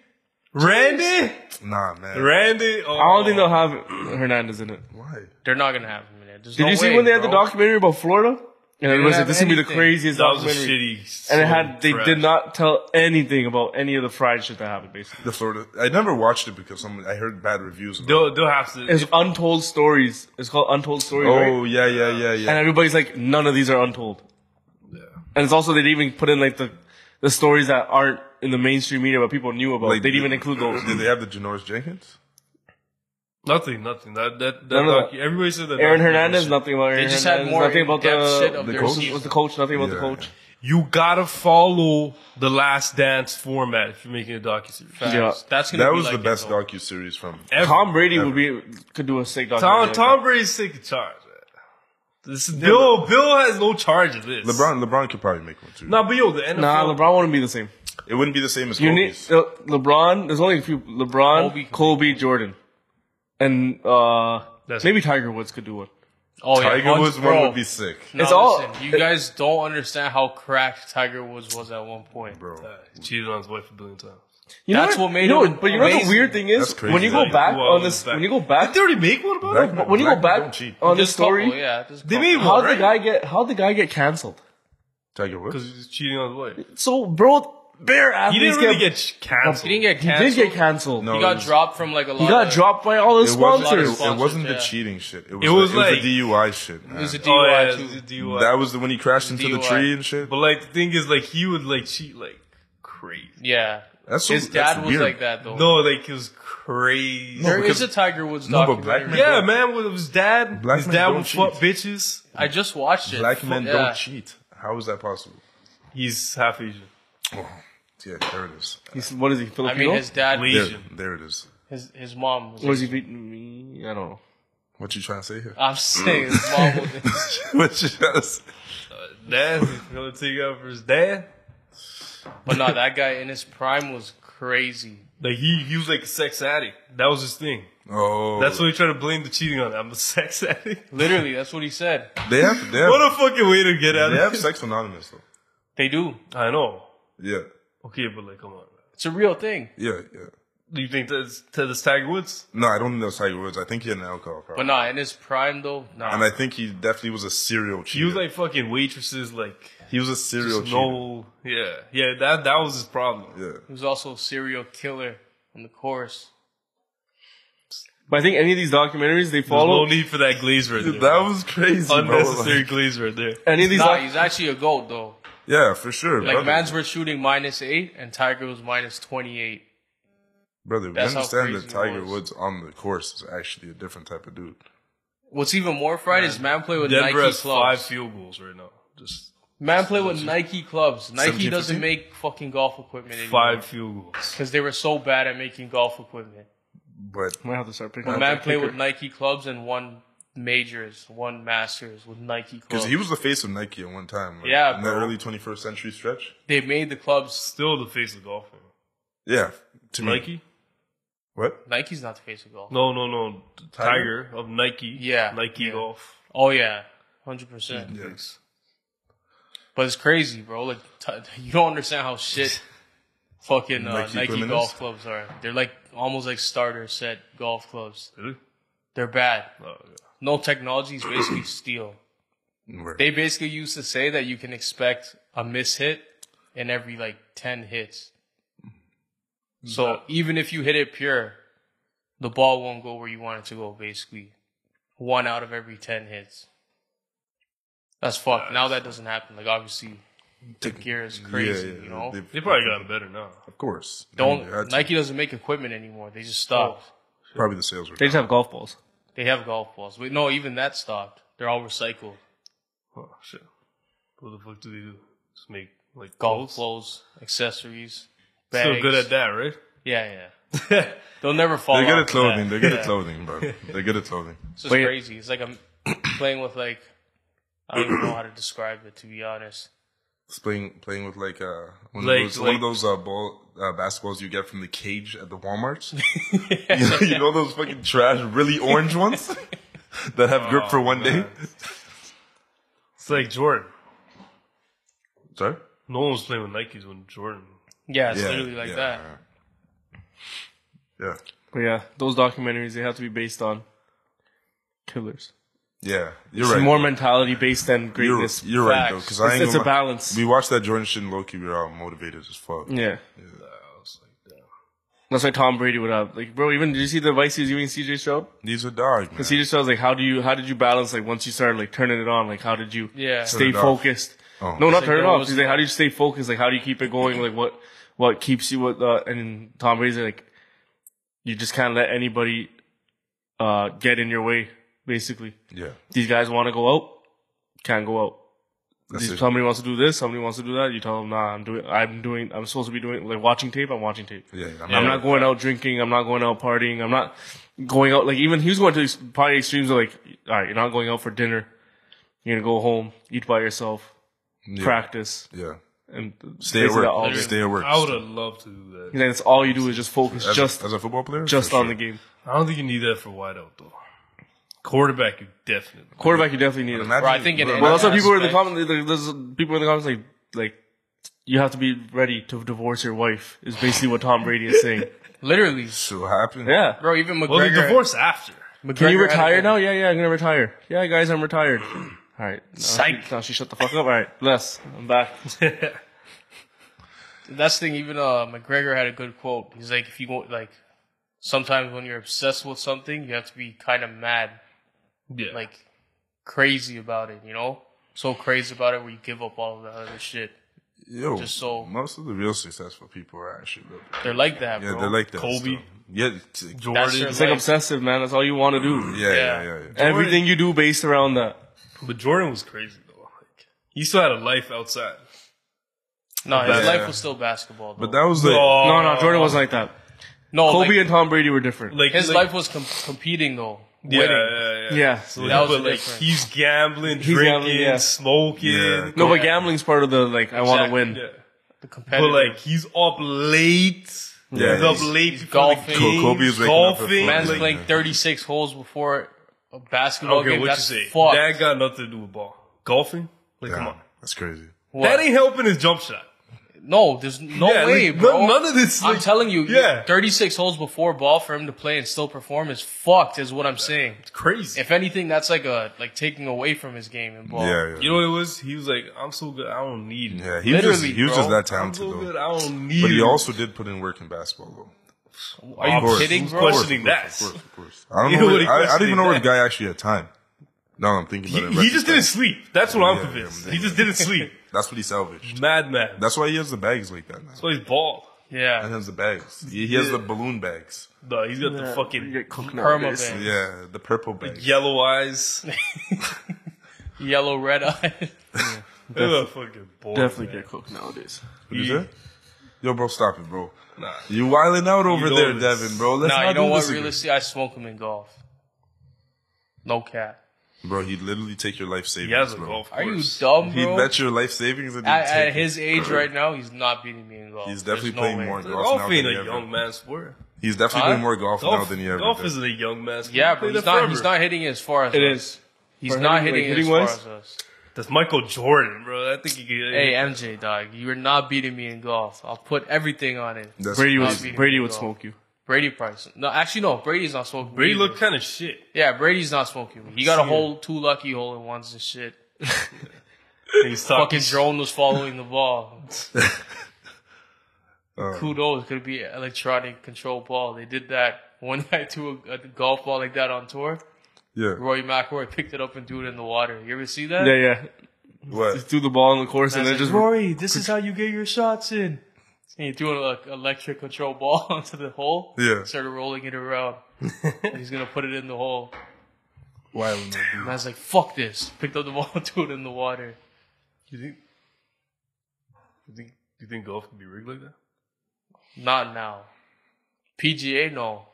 [SPEAKER 2] Randy?
[SPEAKER 1] nah, man.
[SPEAKER 2] Randy? Oh.
[SPEAKER 4] I don't think they'll have Hernandez in it.
[SPEAKER 1] Why?
[SPEAKER 3] They're not gonna have him in there. There's
[SPEAKER 4] Did
[SPEAKER 3] no
[SPEAKER 4] you see
[SPEAKER 3] way,
[SPEAKER 4] when they had the
[SPEAKER 3] bro.
[SPEAKER 4] documentary about Florida? And
[SPEAKER 3] didn't
[SPEAKER 4] everybody said
[SPEAKER 3] have
[SPEAKER 4] this would be the
[SPEAKER 3] anything.
[SPEAKER 4] crazy
[SPEAKER 2] That was a
[SPEAKER 4] documentary.
[SPEAKER 2] shitty.
[SPEAKER 4] and it had they
[SPEAKER 2] trash.
[SPEAKER 4] did not tell anything about any of the fried shit that happened. Basically,
[SPEAKER 1] The Florida. I never watched it because someone. I heard bad reviews. About it.
[SPEAKER 2] They'll, they'll have to.
[SPEAKER 4] it's untold stories. It's called untold stories, right?
[SPEAKER 1] Oh yeah, yeah, yeah, yeah.
[SPEAKER 4] And everybody's like, none of these are untold. And it's also they didn't even put in like the the stories that aren't in the mainstream media, but people knew about.
[SPEAKER 1] Like,
[SPEAKER 4] they didn't
[SPEAKER 1] did-
[SPEAKER 4] even include those.
[SPEAKER 1] Did they have the Janoris Jenkins?
[SPEAKER 2] Nothing, nothing. That that, that
[SPEAKER 4] No, no, no.
[SPEAKER 2] docu- everybody said that.
[SPEAKER 4] Aaron
[SPEAKER 2] documentary
[SPEAKER 4] Hernandez,
[SPEAKER 2] shit.
[SPEAKER 4] nothing about Aaron
[SPEAKER 3] They just had
[SPEAKER 4] Hernandez.
[SPEAKER 3] more
[SPEAKER 4] nothing about
[SPEAKER 3] in-depth shit of
[SPEAKER 4] the,
[SPEAKER 3] their
[SPEAKER 1] coach?
[SPEAKER 4] was the
[SPEAKER 3] season.
[SPEAKER 4] coach. Nothing about the
[SPEAKER 1] Yeah.
[SPEAKER 4] coach.
[SPEAKER 2] You gotta follow the Last Dance format if you're making a docuseries.
[SPEAKER 4] Yeah.
[SPEAKER 3] That's gonna
[SPEAKER 1] That
[SPEAKER 3] be
[SPEAKER 1] was
[SPEAKER 3] like
[SPEAKER 1] the
[SPEAKER 3] it,
[SPEAKER 1] best
[SPEAKER 3] though.
[SPEAKER 1] docu series from.
[SPEAKER 2] Ever.
[SPEAKER 4] Tom Brady would be could do a sick documentary.
[SPEAKER 2] Tom,
[SPEAKER 4] like
[SPEAKER 2] Tom Brady's taking charge. man. This is, Bill Bill has no charge of this.
[SPEAKER 1] LeBron. LeBron could probably make one too.
[SPEAKER 2] Nah, but yo, the NFL.
[SPEAKER 4] that. Nah, LeBron wouldn't be the same.
[SPEAKER 1] It wouldn't be the same as
[SPEAKER 4] You need
[SPEAKER 1] Kobe's.
[SPEAKER 4] uh, LeBron. There's only a few: LeBron,
[SPEAKER 3] Kobe.
[SPEAKER 4] Kobe, Jordan, and uh,
[SPEAKER 2] That's-
[SPEAKER 4] maybe Tiger Woods could do one.
[SPEAKER 3] Oh, yeah,
[SPEAKER 1] Tiger
[SPEAKER 3] Hunt-
[SPEAKER 1] Woods
[SPEAKER 3] bro.
[SPEAKER 1] one would be sick,
[SPEAKER 3] No,
[SPEAKER 4] It's all-
[SPEAKER 3] listen, you guys don't understand how cracked Tiger Woods was at one point.
[SPEAKER 1] bro.
[SPEAKER 2] Cheated on his wife a billion times.
[SPEAKER 4] You
[SPEAKER 3] That's what made
[SPEAKER 4] you know,
[SPEAKER 3] him
[SPEAKER 4] But you know what the
[SPEAKER 3] amazing.
[SPEAKER 4] weird thing is
[SPEAKER 1] That's crazy
[SPEAKER 4] when you go
[SPEAKER 1] that-
[SPEAKER 4] back
[SPEAKER 2] Well,
[SPEAKER 4] on Oh, this.
[SPEAKER 2] back-
[SPEAKER 4] When you go
[SPEAKER 2] Did
[SPEAKER 4] back,
[SPEAKER 2] they already make one about
[SPEAKER 1] Black
[SPEAKER 2] it?
[SPEAKER 1] men-
[SPEAKER 4] when you go
[SPEAKER 1] black men don't
[SPEAKER 4] back
[SPEAKER 1] cheat.
[SPEAKER 4] on the
[SPEAKER 3] Just couple,
[SPEAKER 4] story,
[SPEAKER 3] yeah. Just
[SPEAKER 2] They
[SPEAKER 3] couple.
[SPEAKER 2] made
[SPEAKER 4] how
[SPEAKER 2] one,
[SPEAKER 4] the
[SPEAKER 2] right?
[SPEAKER 4] guy get how the guy get canceled?
[SPEAKER 1] Tiger Woods.
[SPEAKER 2] Because he's cheating on his wife.
[SPEAKER 4] So, bro, bare athletes
[SPEAKER 2] He didn't really
[SPEAKER 4] get,
[SPEAKER 2] get ch- canceled.
[SPEAKER 3] He didn't get
[SPEAKER 4] he
[SPEAKER 3] canceled.
[SPEAKER 4] did get canceled.
[SPEAKER 1] No,
[SPEAKER 3] He
[SPEAKER 1] it
[SPEAKER 3] got
[SPEAKER 1] was-
[SPEAKER 3] dropped from like a lot.
[SPEAKER 4] He got
[SPEAKER 3] of,
[SPEAKER 4] dropped by all his
[SPEAKER 1] It wasn't,
[SPEAKER 3] Sponsors.
[SPEAKER 1] it,
[SPEAKER 4] sponsors.
[SPEAKER 1] it wasn't the
[SPEAKER 3] Yeah.
[SPEAKER 1] cheating shit. It was,
[SPEAKER 2] It was
[SPEAKER 1] the,
[SPEAKER 2] like-
[SPEAKER 1] it was the DUI shit. Man.
[SPEAKER 3] It was a
[SPEAKER 2] Oh, yeah,
[SPEAKER 3] DUI
[SPEAKER 2] it was a
[SPEAKER 3] too.
[SPEAKER 2] DUI.
[SPEAKER 1] that was the, when he crashed into the
[SPEAKER 3] DUI.
[SPEAKER 1] tree and shit.
[SPEAKER 2] but like the thing is, like he would like cheat like crazy.
[SPEAKER 3] Yeah.
[SPEAKER 1] That's so,
[SPEAKER 3] His
[SPEAKER 1] that's
[SPEAKER 3] dad was
[SPEAKER 1] weird.
[SPEAKER 3] like that though.
[SPEAKER 2] No, like it was crazy.
[SPEAKER 3] there
[SPEAKER 1] because-
[SPEAKER 3] is a Tiger Woods
[SPEAKER 1] No, but
[SPEAKER 3] documentary.
[SPEAKER 1] black men-
[SPEAKER 2] yeah, man, with his dad,
[SPEAKER 1] Black
[SPEAKER 2] his
[SPEAKER 1] men
[SPEAKER 2] dad
[SPEAKER 1] don't
[SPEAKER 2] would fuck
[SPEAKER 1] cheat.
[SPEAKER 2] bitches.
[SPEAKER 3] I just watched it.
[SPEAKER 1] Black
[SPEAKER 3] Fu-
[SPEAKER 1] men
[SPEAKER 3] yeah.
[SPEAKER 1] don't cheat. How is that possible?
[SPEAKER 2] He's half Asian.
[SPEAKER 1] Oh, yeah, there it is.
[SPEAKER 4] He's, what is he?
[SPEAKER 3] I
[SPEAKER 4] Filipino?
[SPEAKER 3] mean, his dad,
[SPEAKER 2] Lee.
[SPEAKER 1] There,
[SPEAKER 2] Asian.
[SPEAKER 1] there it is.
[SPEAKER 3] his his mom. Was
[SPEAKER 4] what is he? Vietnamese? I don't know.
[SPEAKER 1] What you trying to say here?
[SPEAKER 2] Mm.
[SPEAKER 3] I'm saying his mom was.
[SPEAKER 1] what you trying to say?
[SPEAKER 2] Dad's gonna take out for his dad.
[SPEAKER 3] But no, that guy in his prime was crazy.
[SPEAKER 2] Like he, he was like a sex addict. That was his thing.
[SPEAKER 1] Oh,
[SPEAKER 2] That's why he tried to blame the cheating on. I'm a sex addict.
[SPEAKER 3] Literally, that's what he said.
[SPEAKER 1] they have. They have,
[SPEAKER 2] What a fucking way to get out
[SPEAKER 1] they
[SPEAKER 2] of
[SPEAKER 1] have
[SPEAKER 2] it.
[SPEAKER 1] sex anonymous though.
[SPEAKER 3] They do.
[SPEAKER 2] I know.
[SPEAKER 1] Yeah,
[SPEAKER 2] Okay, but like, come on.
[SPEAKER 3] It's a real thing.
[SPEAKER 1] yeah, yeah.
[SPEAKER 2] Do you think that's to this Tiger Woods?
[SPEAKER 1] No, I don't think that was Tiger Woods. I think he had an alcohol problem.
[SPEAKER 3] But nah, in his prime though, nah.
[SPEAKER 1] and I think he definitely was a serial cheater.
[SPEAKER 2] He was like fucking waitresses, like
[SPEAKER 1] he was a serial
[SPEAKER 2] just
[SPEAKER 1] cheater.
[SPEAKER 2] no, yeah, yeah. That that was his problem.
[SPEAKER 1] Yeah.
[SPEAKER 3] he was also a serial killer on the course.
[SPEAKER 4] But I think any of these documentaries they
[SPEAKER 2] There's
[SPEAKER 4] follow.
[SPEAKER 2] no need for that glaze right there.
[SPEAKER 1] That was crazy. bro.
[SPEAKER 2] unnecessary
[SPEAKER 1] Like,
[SPEAKER 2] glaze right there.
[SPEAKER 4] any of these
[SPEAKER 3] Nah,
[SPEAKER 4] doc-
[SPEAKER 3] he's actually a goat though.
[SPEAKER 1] yeah, for sure.
[SPEAKER 3] Like
[SPEAKER 1] brother.
[SPEAKER 3] Mansworth shooting minus eight and Tiger was minus twenty eight.
[SPEAKER 1] brother, we
[SPEAKER 3] that's how
[SPEAKER 1] understand that
[SPEAKER 3] crazy he
[SPEAKER 1] Tiger
[SPEAKER 3] was.
[SPEAKER 1] Woods on the course is actually a different type of dude.
[SPEAKER 3] What's even more fried is man play with
[SPEAKER 2] Denver
[SPEAKER 3] Nike
[SPEAKER 2] has five
[SPEAKER 3] clubs.
[SPEAKER 2] field goals right now. Just
[SPEAKER 3] Man play with Nike clubs. Nike
[SPEAKER 1] 17,
[SPEAKER 3] doesn't
[SPEAKER 1] 15?
[SPEAKER 3] make fucking golf equipment anymore
[SPEAKER 2] five field goals.
[SPEAKER 3] because they were so bad at making golf equipment.
[SPEAKER 1] But
[SPEAKER 4] might have to start picking.
[SPEAKER 3] But
[SPEAKER 4] up
[SPEAKER 3] man
[SPEAKER 4] that
[SPEAKER 3] played
[SPEAKER 4] kicker.
[SPEAKER 3] with Nike clubs and won majors, won masters with Nike clubs.
[SPEAKER 1] because he was the face of Nike at one time. like,
[SPEAKER 3] Yeah,
[SPEAKER 1] in the
[SPEAKER 3] bro.
[SPEAKER 1] early 21st century stretch.
[SPEAKER 3] they made the clubs.
[SPEAKER 2] Still the face of golfing.
[SPEAKER 1] Yeah, to
[SPEAKER 3] Hmm.
[SPEAKER 1] me.
[SPEAKER 2] Nike?
[SPEAKER 1] What?
[SPEAKER 3] Nike's not the face of golf.
[SPEAKER 2] No, no, no. Tiger,
[SPEAKER 1] Tiger?
[SPEAKER 2] of Nike.
[SPEAKER 3] Yeah,
[SPEAKER 2] Nike
[SPEAKER 3] yeah.
[SPEAKER 2] golf.
[SPEAKER 3] Oh yeah, hundred percent.
[SPEAKER 1] Yes.
[SPEAKER 3] But it's crazy, bro. Like t- you don't understand how shit fucking uh,
[SPEAKER 1] Nike
[SPEAKER 3] Nike,
[SPEAKER 1] equipment
[SPEAKER 3] golf
[SPEAKER 1] is?
[SPEAKER 3] clubs are. They're like almost like starter set golf clubs.
[SPEAKER 2] Really?
[SPEAKER 3] They're bad.
[SPEAKER 2] Oh,
[SPEAKER 3] No technology is basically steel.
[SPEAKER 1] Where?
[SPEAKER 3] They basically used to say that you can expect a miss hit in every like 10 hits. So even if you hit it pure, the ball won't go where you want it to go, basically. One out of every 10 hits. That's fucked. Now that doesn't happen. Like, obviously, the gear is crazy, you know?
[SPEAKER 1] they've-
[SPEAKER 2] They probably got it better now.
[SPEAKER 1] Of course. I mean,
[SPEAKER 3] Don't,
[SPEAKER 1] they had to.
[SPEAKER 3] Nike doesn't make equipment anymore. They just stopped.
[SPEAKER 1] Probably the sales were.
[SPEAKER 4] They just have golf balls.
[SPEAKER 3] They have golf balls. But no, even that stopped. They're all recycled.
[SPEAKER 2] Oh shit. What the fuck do they do? Just make like
[SPEAKER 3] Golf
[SPEAKER 2] clothes?
[SPEAKER 3] clothes, accessories, bags.
[SPEAKER 2] Still good at that, right?
[SPEAKER 3] Yeah, yeah. They'll never fall.
[SPEAKER 1] They're good
[SPEAKER 3] off
[SPEAKER 1] at
[SPEAKER 3] of
[SPEAKER 1] clothing.
[SPEAKER 3] that.
[SPEAKER 1] They're good at clothing, bro. They're good at clothing.
[SPEAKER 3] It's just
[SPEAKER 4] But yeah.
[SPEAKER 3] crazy. It's like I'm playing with like I don't even know how to describe it to be honest.
[SPEAKER 1] It's playing playing with like uh one
[SPEAKER 2] Like-
[SPEAKER 1] of those one
[SPEAKER 2] like-
[SPEAKER 1] of those uh, ball uh, basketballs you get from the cage at the WalMarts. you, know, you know those fucking trash, really orange ones that have
[SPEAKER 4] Oh,
[SPEAKER 1] grip for one day.
[SPEAKER 2] It's like Jordan.
[SPEAKER 1] Sorry.
[SPEAKER 2] No one was playing with Nikes when Jordan.
[SPEAKER 3] Yeah, it's literally like
[SPEAKER 1] yeah,
[SPEAKER 3] that.
[SPEAKER 1] Yeah,
[SPEAKER 4] But yeah, those documentaries they have to be based on killers.
[SPEAKER 1] yeah. You're
[SPEAKER 4] It's
[SPEAKER 1] right.
[SPEAKER 4] more mentality based than
[SPEAKER 1] you're
[SPEAKER 4] greatness.
[SPEAKER 1] you're right though,
[SPEAKER 3] Facts.
[SPEAKER 1] because I ain't
[SPEAKER 4] it's, it's a
[SPEAKER 1] gonna lie.
[SPEAKER 4] balance.
[SPEAKER 1] We watched that Jordan shit in Loki. We were all motivated as fuck.
[SPEAKER 4] yeah.
[SPEAKER 2] I was like, damn.
[SPEAKER 4] That's why Tom Brady would have. Like, bro, even did you see the advice he was giving CJ Stroud?
[SPEAKER 1] These are dogs, man.
[SPEAKER 4] Because CJ Stroud's like, how do you, how did you balance? Like, once you started like turning it on, like, how did you
[SPEAKER 3] Yeah.
[SPEAKER 4] stay
[SPEAKER 1] Turn it off.
[SPEAKER 4] focused?
[SPEAKER 1] Oh.
[SPEAKER 4] No, not
[SPEAKER 3] like
[SPEAKER 4] turn it
[SPEAKER 3] there
[SPEAKER 4] off.
[SPEAKER 3] was-
[SPEAKER 4] He's like, how do you stay focused? Like, how do you keep it going? Like, what, what keeps you? What? Uh, and Tom Brady's like, you just can't let anybody uh, get in your way. Basically,
[SPEAKER 1] yeah,
[SPEAKER 4] these guys want to go out, can't go out.
[SPEAKER 1] that's
[SPEAKER 4] These-
[SPEAKER 1] it.
[SPEAKER 4] somebody wants to do this, somebody wants to do that. You tell them, nah, I'm doing, I'm doing, I'm supposed to be doing, like watching tape. I'm watching tape.
[SPEAKER 1] Yeah, I'm,
[SPEAKER 4] I'm not going out drinking. I'm not going out partying. I'm not going out. Like even he was going to ex- party extremes of like, all right, you're not going out for dinner. You're gonna go home, eat by yourself,
[SPEAKER 1] yeah,
[SPEAKER 4] practice,
[SPEAKER 1] Yeah,
[SPEAKER 4] and
[SPEAKER 1] stay at
[SPEAKER 4] basically
[SPEAKER 1] work.
[SPEAKER 4] all-
[SPEAKER 1] Stay at work.
[SPEAKER 2] I would have loved to do
[SPEAKER 4] He's
[SPEAKER 2] that.
[SPEAKER 4] like, that's all you do is just focus,
[SPEAKER 1] As a-
[SPEAKER 4] just
[SPEAKER 1] as a football player,
[SPEAKER 4] just
[SPEAKER 1] For
[SPEAKER 4] on
[SPEAKER 1] sure.
[SPEAKER 4] the game.
[SPEAKER 2] I don't think you need that for wideout though. Quarterback, you definitely.
[SPEAKER 4] Quarterback, you definitely need. it.
[SPEAKER 1] Imagine-
[SPEAKER 3] Bro, I think in
[SPEAKER 1] bro,
[SPEAKER 3] any
[SPEAKER 4] Well, that's why people were in the
[SPEAKER 3] aspect-
[SPEAKER 4] comments. There's people in the comments like like you have to be ready to divorce your wife. Is basically what Tom Brady is saying.
[SPEAKER 3] Literally,
[SPEAKER 1] So what happened?
[SPEAKER 4] Yeah.
[SPEAKER 3] bro. Even McGregor.
[SPEAKER 2] Well, the divorce after.
[SPEAKER 3] McGregor
[SPEAKER 4] Can you
[SPEAKER 3] had a
[SPEAKER 4] retire
[SPEAKER 3] good-
[SPEAKER 4] now? Yeah, yeah, I'm gonna retire. Yeah, guys, I'm retired. All right. No,
[SPEAKER 3] Psych.
[SPEAKER 4] She, no, she shut the fuck up. All right, bless. I'm back.
[SPEAKER 3] That's the thing. Even uh, McGregor had a good quote. He's like, if you want, like, sometimes when you're obsessed with something, you have to be kind of mad,
[SPEAKER 2] Yeah.
[SPEAKER 3] like, crazy about it. You know, so crazy about it where you give up all of that other shit.
[SPEAKER 1] Yo,
[SPEAKER 3] Just so-
[SPEAKER 1] most of the real successful people are actually good.
[SPEAKER 3] They're like that,
[SPEAKER 1] Yeah,
[SPEAKER 3] bro.
[SPEAKER 1] they're like that.
[SPEAKER 2] Kobe.
[SPEAKER 1] still. Yeah, t-
[SPEAKER 3] That's their
[SPEAKER 2] Jordan.
[SPEAKER 4] It's like
[SPEAKER 3] life.
[SPEAKER 4] obsessive, man. That's all you want to do.
[SPEAKER 1] yeah, yeah,
[SPEAKER 3] Yeah.
[SPEAKER 1] yeah, yeah.
[SPEAKER 4] Everything you do based around that.
[SPEAKER 2] But Jordan was crazy though. Like he still had a life outside.
[SPEAKER 3] No, his
[SPEAKER 1] Yeah.
[SPEAKER 3] life was still basketball. Though.
[SPEAKER 1] But that was like,
[SPEAKER 4] No, no, Jordan wasn't like that.
[SPEAKER 3] no,
[SPEAKER 4] Kobe
[SPEAKER 3] Oh, like,
[SPEAKER 4] and Tom Brady were different.
[SPEAKER 2] like
[SPEAKER 3] his
[SPEAKER 2] like-
[SPEAKER 3] life was com- competing though.
[SPEAKER 2] Yeah,
[SPEAKER 3] winning.
[SPEAKER 2] yeah, yeah.
[SPEAKER 4] yeah.
[SPEAKER 2] So
[SPEAKER 3] That was
[SPEAKER 2] but
[SPEAKER 3] the
[SPEAKER 2] like
[SPEAKER 3] difference.
[SPEAKER 2] he's gambling,
[SPEAKER 4] He's
[SPEAKER 2] drinking,
[SPEAKER 4] gambling, yeah.
[SPEAKER 2] smoking.
[SPEAKER 1] Yeah.
[SPEAKER 4] No, but gambling's part of the like I want to
[SPEAKER 3] Exactly.
[SPEAKER 4] win.
[SPEAKER 2] Yeah.
[SPEAKER 3] The
[SPEAKER 2] But
[SPEAKER 3] competitive.
[SPEAKER 2] like he's up late.
[SPEAKER 1] Yeah,
[SPEAKER 2] he's up
[SPEAKER 1] he's-
[SPEAKER 2] late.
[SPEAKER 3] he's
[SPEAKER 2] before the
[SPEAKER 3] golfing.
[SPEAKER 1] Ko- Kobe is
[SPEAKER 2] games,
[SPEAKER 1] waking up at
[SPEAKER 2] golfing.
[SPEAKER 1] four.
[SPEAKER 3] man's
[SPEAKER 1] like-
[SPEAKER 3] playing 36 holes before a basketball
[SPEAKER 2] okay,
[SPEAKER 3] game.
[SPEAKER 2] what you
[SPEAKER 3] That's
[SPEAKER 2] say?
[SPEAKER 3] fucked.
[SPEAKER 2] That got nothing to do with ball. Golfing? Like
[SPEAKER 1] damn,
[SPEAKER 2] come on.
[SPEAKER 1] that's crazy.
[SPEAKER 3] What?
[SPEAKER 2] That ain't helping his jump shot.
[SPEAKER 3] no, there's no
[SPEAKER 2] Yeah,
[SPEAKER 3] way,
[SPEAKER 2] like,
[SPEAKER 3] bro.
[SPEAKER 2] none- None of this.
[SPEAKER 3] I'm
[SPEAKER 2] like-
[SPEAKER 3] telling you,
[SPEAKER 2] Yeah.
[SPEAKER 3] 36 holes before ball for him to play and still perform is fucked, is what I'm saying.
[SPEAKER 2] crazy.
[SPEAKER 3] If anything, that's like a like taking away from his game and ball.
[SPEAKER 1] yeah, yeah.
[SPEAKER 2] you know what it was? He was like, I'm so good, I don't need it.
[SPEAKER 1] yeah, he was just,
[SPEAKER 3] Literally,
[SPEAKER 1] he was just
[SPEAKER 3] bro.
[SPEAKER 1] that
[SPEAKER 2] I'm
[SPEAKER 1] talented
[SPEAKER 2] so
[SPEAKER 1] though.
[SPEAKER 2] good, I don't need
[SPEAKER 1] But he
[SPEAKER 2] it.
[SPEAKER 1] also did put in work in basketball though.
[SPEAKER 3] Are you
[SPEAKER 1] Of course,
[SPEAKER 3] kidding,
[SPEAKER 1] of
[SPEAKER 3] bro?
[SPEAKER 1] course,
[SPEAKER 2] Questioning
[SPEAKER 1] of course, Of
[SPEAKER 2] that.
[SPEAKER 1] course, of course. I don't
[SPEAKER 2] You
[SPEAKER 1] know.
[SPEAKER 2] know
[SPEAKER 1] Where,
[SPEAKER 2] what he
[SPEAKER 1] I, I don't even know where the
[SPEAKER 2] questioned
[SPEAKER 1] guy actually had time. No, I'm thinking
[SPEAKER 2] He,
[SPEAKER 1] about it.
[SPEAKER 2] he just didn't
[SPEAKER 1] retrospect.
[SPEAKER 2] sleep. That's what I'm
[SPEAKER 1] Yeah,
[SPEAKER 2] convinced.
[SPEAKER 1] yeah,
[SPEAKER 2] he
[SPEAKER 1] yeah.
[SPEAKER 2] just didn't sleep.
[SPEAKER 1] That's what he salvaged.
[SPEAKER 2] Madman. That's
[SPEAKER 1] That's why he has the bags like that now.
[SPEAKER 2] why he's bald.
[SPEAKER 1] He
[SPEAKER 3] Yeah.
[SPEAKER 1] has the bags. He, he has the balloon bags.
[SPEAKER 2] No, he's got the fucking
[SPEAKER 3] Perma
[SPEAKER 4] Perma
[SPEAKER 3] band.
[SPEAKER 1] Yeah, the purple bags.
[SPEAKER 2] yellow eyes.
[SPEAKER 3] Yellow, red eye.
[SPEAKER 2] They look fucking bored.
[SPEAKER 4] Definitely
[SPEAKER 2] man.
[SPEAKER 4] get cooked nowadays.
[SPEAKER 1] What is it? Yo, bro, stop it, bro.
[SPEAKER 2] Nah.
[SPEAKER 1] You wilding out over
[SPEAKER 2] know
[SPEAKER 1] there,
[SPEAKER 2] this.
[SPEAKER 1] Devin, bro. Let's
[SPEAKER 3] nah,
[SPEAKER 1] not
[SPEAKER 3] you know
[SPEAKER 1] do
[SPEAKER 3] what?
[SPEAKER 1] this again.
[SPEAKER 3] Realistically, I smoke him in golf. No cap.
[SPEAKER 1] Bro, he'd literally take your life
[SPEAKER 2] He
[SPEAKER 1] savings,
[SPEAKER 2] has a
[SPEAKER 1] bro.
[SPEAKER 2] golf
[SPEAKER 3] Are you
[SPEAKER 2] course.
[SPEAKER 3] dumb,
[SPEAKER 1] He'd
[SPEAKER 3] bro?
[SPEAKER 1] bet your life savings and he'd
[SPEAKER 3] at,
[SPEAKER 1] take
[SPEAKER 3] at
[SPEAKER 1] it.
[SPEAKER 3] his age right now, he's not beating me in golf.
[SPEAKER 1] He's
[SPEAKER 3] There's
[SPEAKER 1] definitely
[SPEAKER 3] no
[SPEAKER 1] playing
[SPEAKER 3] way.
[SPEAKER 1] more golf, now
[SPEAKER 2] Golf
[SPEAKER 1] than
[SPEAKER 2] ain't
[SPEAKER 1] he
[SPEAKER 2] a
[SPEAKER 1] ever.
[SPEAKER 2] young man's sport.
[SPEAKER 1] He's definitely
[SPEAKER 3] Huh?
[SPEAKER 1] doing more golf, now
[SPEAKER 2] Golf,
[SPEAKER 1] than he ever.
[SPEAKER 2] golf
[SPEAKER 1] did.
[SPEAKER 2] isn't a young man's sport.
[SPEAKER 3] Yeah,
[SPEAKER 2] He
[SPEAKER 3] but
[SPEAKER 2] played
[SPEAKER 3] he's
[SPEAKER 2] that
[SPEAKER 3] not.
[SPEAKER 2] forever.
[SPEAKER 3] He's not hitting it as far as
[SPEAKER 4] It
[SPEAKER 3] us.
[SPEAKER 4] is.
[SPEAKER 3] He's
[SPEAKER 4] For
[SPEAKER 3] not
[SPEAKER 4] hitting,
[SPEAKER 3] hitting
[SPEAKER 4] like,
[SPEAKER 3] it as far
[SPEAKER 4] hitting-wise?
[SPEAKER 3] as us.
[SPEAKER 2] That's Michael Jordan, bro. I think he could.
[SPEAKER 3] Hey, MJ, dog, you are not beating me in golf. I'll put everything on it.
[SPEAKER 1] That's crazy.
[SPEAKER 4] Brady
[SPEAKER 3] Not
[SPEAKER 4] was
[SPEAKER 3] beating
[SPEAKER 4] Brady
[SPEAKER 3] me,
[SPEAKER 4] would
[SPEAKER 3] though.
[SPEAKER 4] smoke you.
[SPEAKER 3] Brady Price. No, actually, no. Brady's not smoking.
[SPEAKER 2] Brady
[SPEAKER 3] weed
[SPEAKER 2] looked
[SPEAKER 3] either.
[SPEAKER 2] kind of shit.
[SPEAKER 3] Yeah, Brady's not smoking. weed. He got a whole two lucky hole in ones and shit.
[SPEAKER 2] He's talking
[SPEAKER 3] Fucking drone was following the ball.
[SPEAKER 1] Um,
[SPEAKER 3] Kudos could be electronic control ball. They did that one guy threw a, a golf ball like that on tour.
[SPEAKER 1] Yeah.
[SPEAKER 3] Roy McIlroy picked it up and threw it in the water. You ever see that?
[SPEAKER 4] Yeah, yeah. He
[SPEAKER 1] What?
[SPEAKER 4] threw the ball in the course and
[SPEAKER 3] I
[SPEAKER 4] then
[SPEAKER 3] was
[SPEAKER 4] just
[SPEAKER 3] like, Rory, this is how you get your shots in. And he threw an like, electric control ball onto the hole.
[SPEAKER 1] Yeah.
[SPEAKER 3] Started rolling it around. And he's gonna put it in the hole.
[SPEAKER 1] Wild.
[SPEAKER 3] And I was like, "Fuck this!" Picked up the ball, and threw it in the water.
[SPEAKER 2] You think? You think? You think golf can be rigged like that?
[SPEAKER 3] Not now. PGA, no.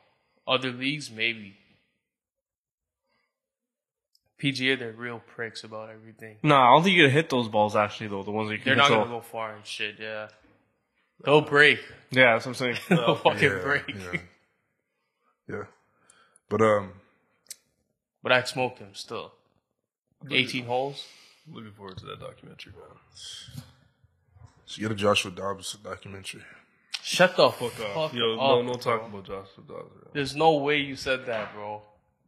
[SPEAKER 3] Other leagues, maybe. PGA, they're real pricks about everything.
[SPEAKER 4] Nah, I don't think you could hit those balls actually though. The ones that you
[SPEAKER 3] They're
[SPEAKER 4] can
[SPEAKER 3] not
[SPEAKER 4] hit.
[SPEAKER 3] gonna go far and shit.
[SPEAKER 2] Uh,
[SPEAKER 3] Yeah, they'll break.
[SPEAKER 4] yeah, that's what I'm saying.
[SPEAKER 3] They'll fucking
[SPEAKER 1] yeah,
[SPEAKER 3] break.
[SPEAKER 1] Yeah. yeah. But um
[SPEAKER 3] But I smoked him still. Eighteen holes.
[SPEAKER 2] Looking forward to that documentary, man.
[SPEAKER 1] so you got a Joshua Dobbs documentary.
[SPEAKER 3] Shut the fuck, up.
[SPEAKER 2] Yo, no, no talk about Joshua Dobbs. bro.
[SPEAKER 3] There's no way you said that, bro.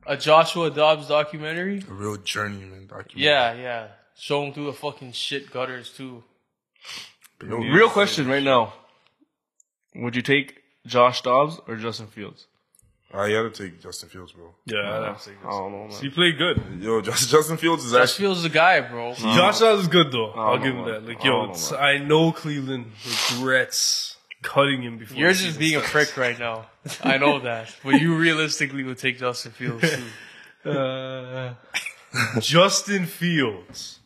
[SPEAKER 3] A Joshua Dobbs documentary?
[SPEAKER 1] A real journeyman documentary.
[SPEAKER 3] Yeah, yeah. Show him through the fucking shit gutters too.
[SPEAKER 1] But no-
[SPEAKER 4] Real question right now: Would you take Josh Dobbs or Justin Fields?
[SPEAKER 1] I gotta take Justin Fields, bro.
[SPEAKER 2] Yeah, I'd have to
[SPEAKER 4] I
[SPEAKER 2] say this.
[SPEAKER 4] don't know, man.
[SPEAKER 2] He played good.
[SPEAKER 1] Yo, Just, Justin Fields is
[SPEAKER 3] Josh
[SPEAKER 1] actually
[SPEAKER 3] Fields is a guy, bro.
[SPEAKER 2] Josh Allen is good though. I'll
[SPEAKER 4] no,
[SPEAKER 2] give him
[SPEAKER 4] man.
[SPEAKER 2] that. Like,
[SPEAKER 4] I don't
[SPEAKER 2] yo,
[SPEAKER 4] know,
[SPEAKER 2] it's, I know Cleveland regrets cutting him before.
[SPEAKER 3] You're
[SPEAKER 2] the
[SPEAKER 3] just
[SPEAKER 2] season
[SPEAKER 3] being a
[SPEAKER 2] starts.
[SPEAKER 3] prick right now. I know that. But you realistically would take Justin Fields too.
[SPEAKER 2] Uh, Justin Fields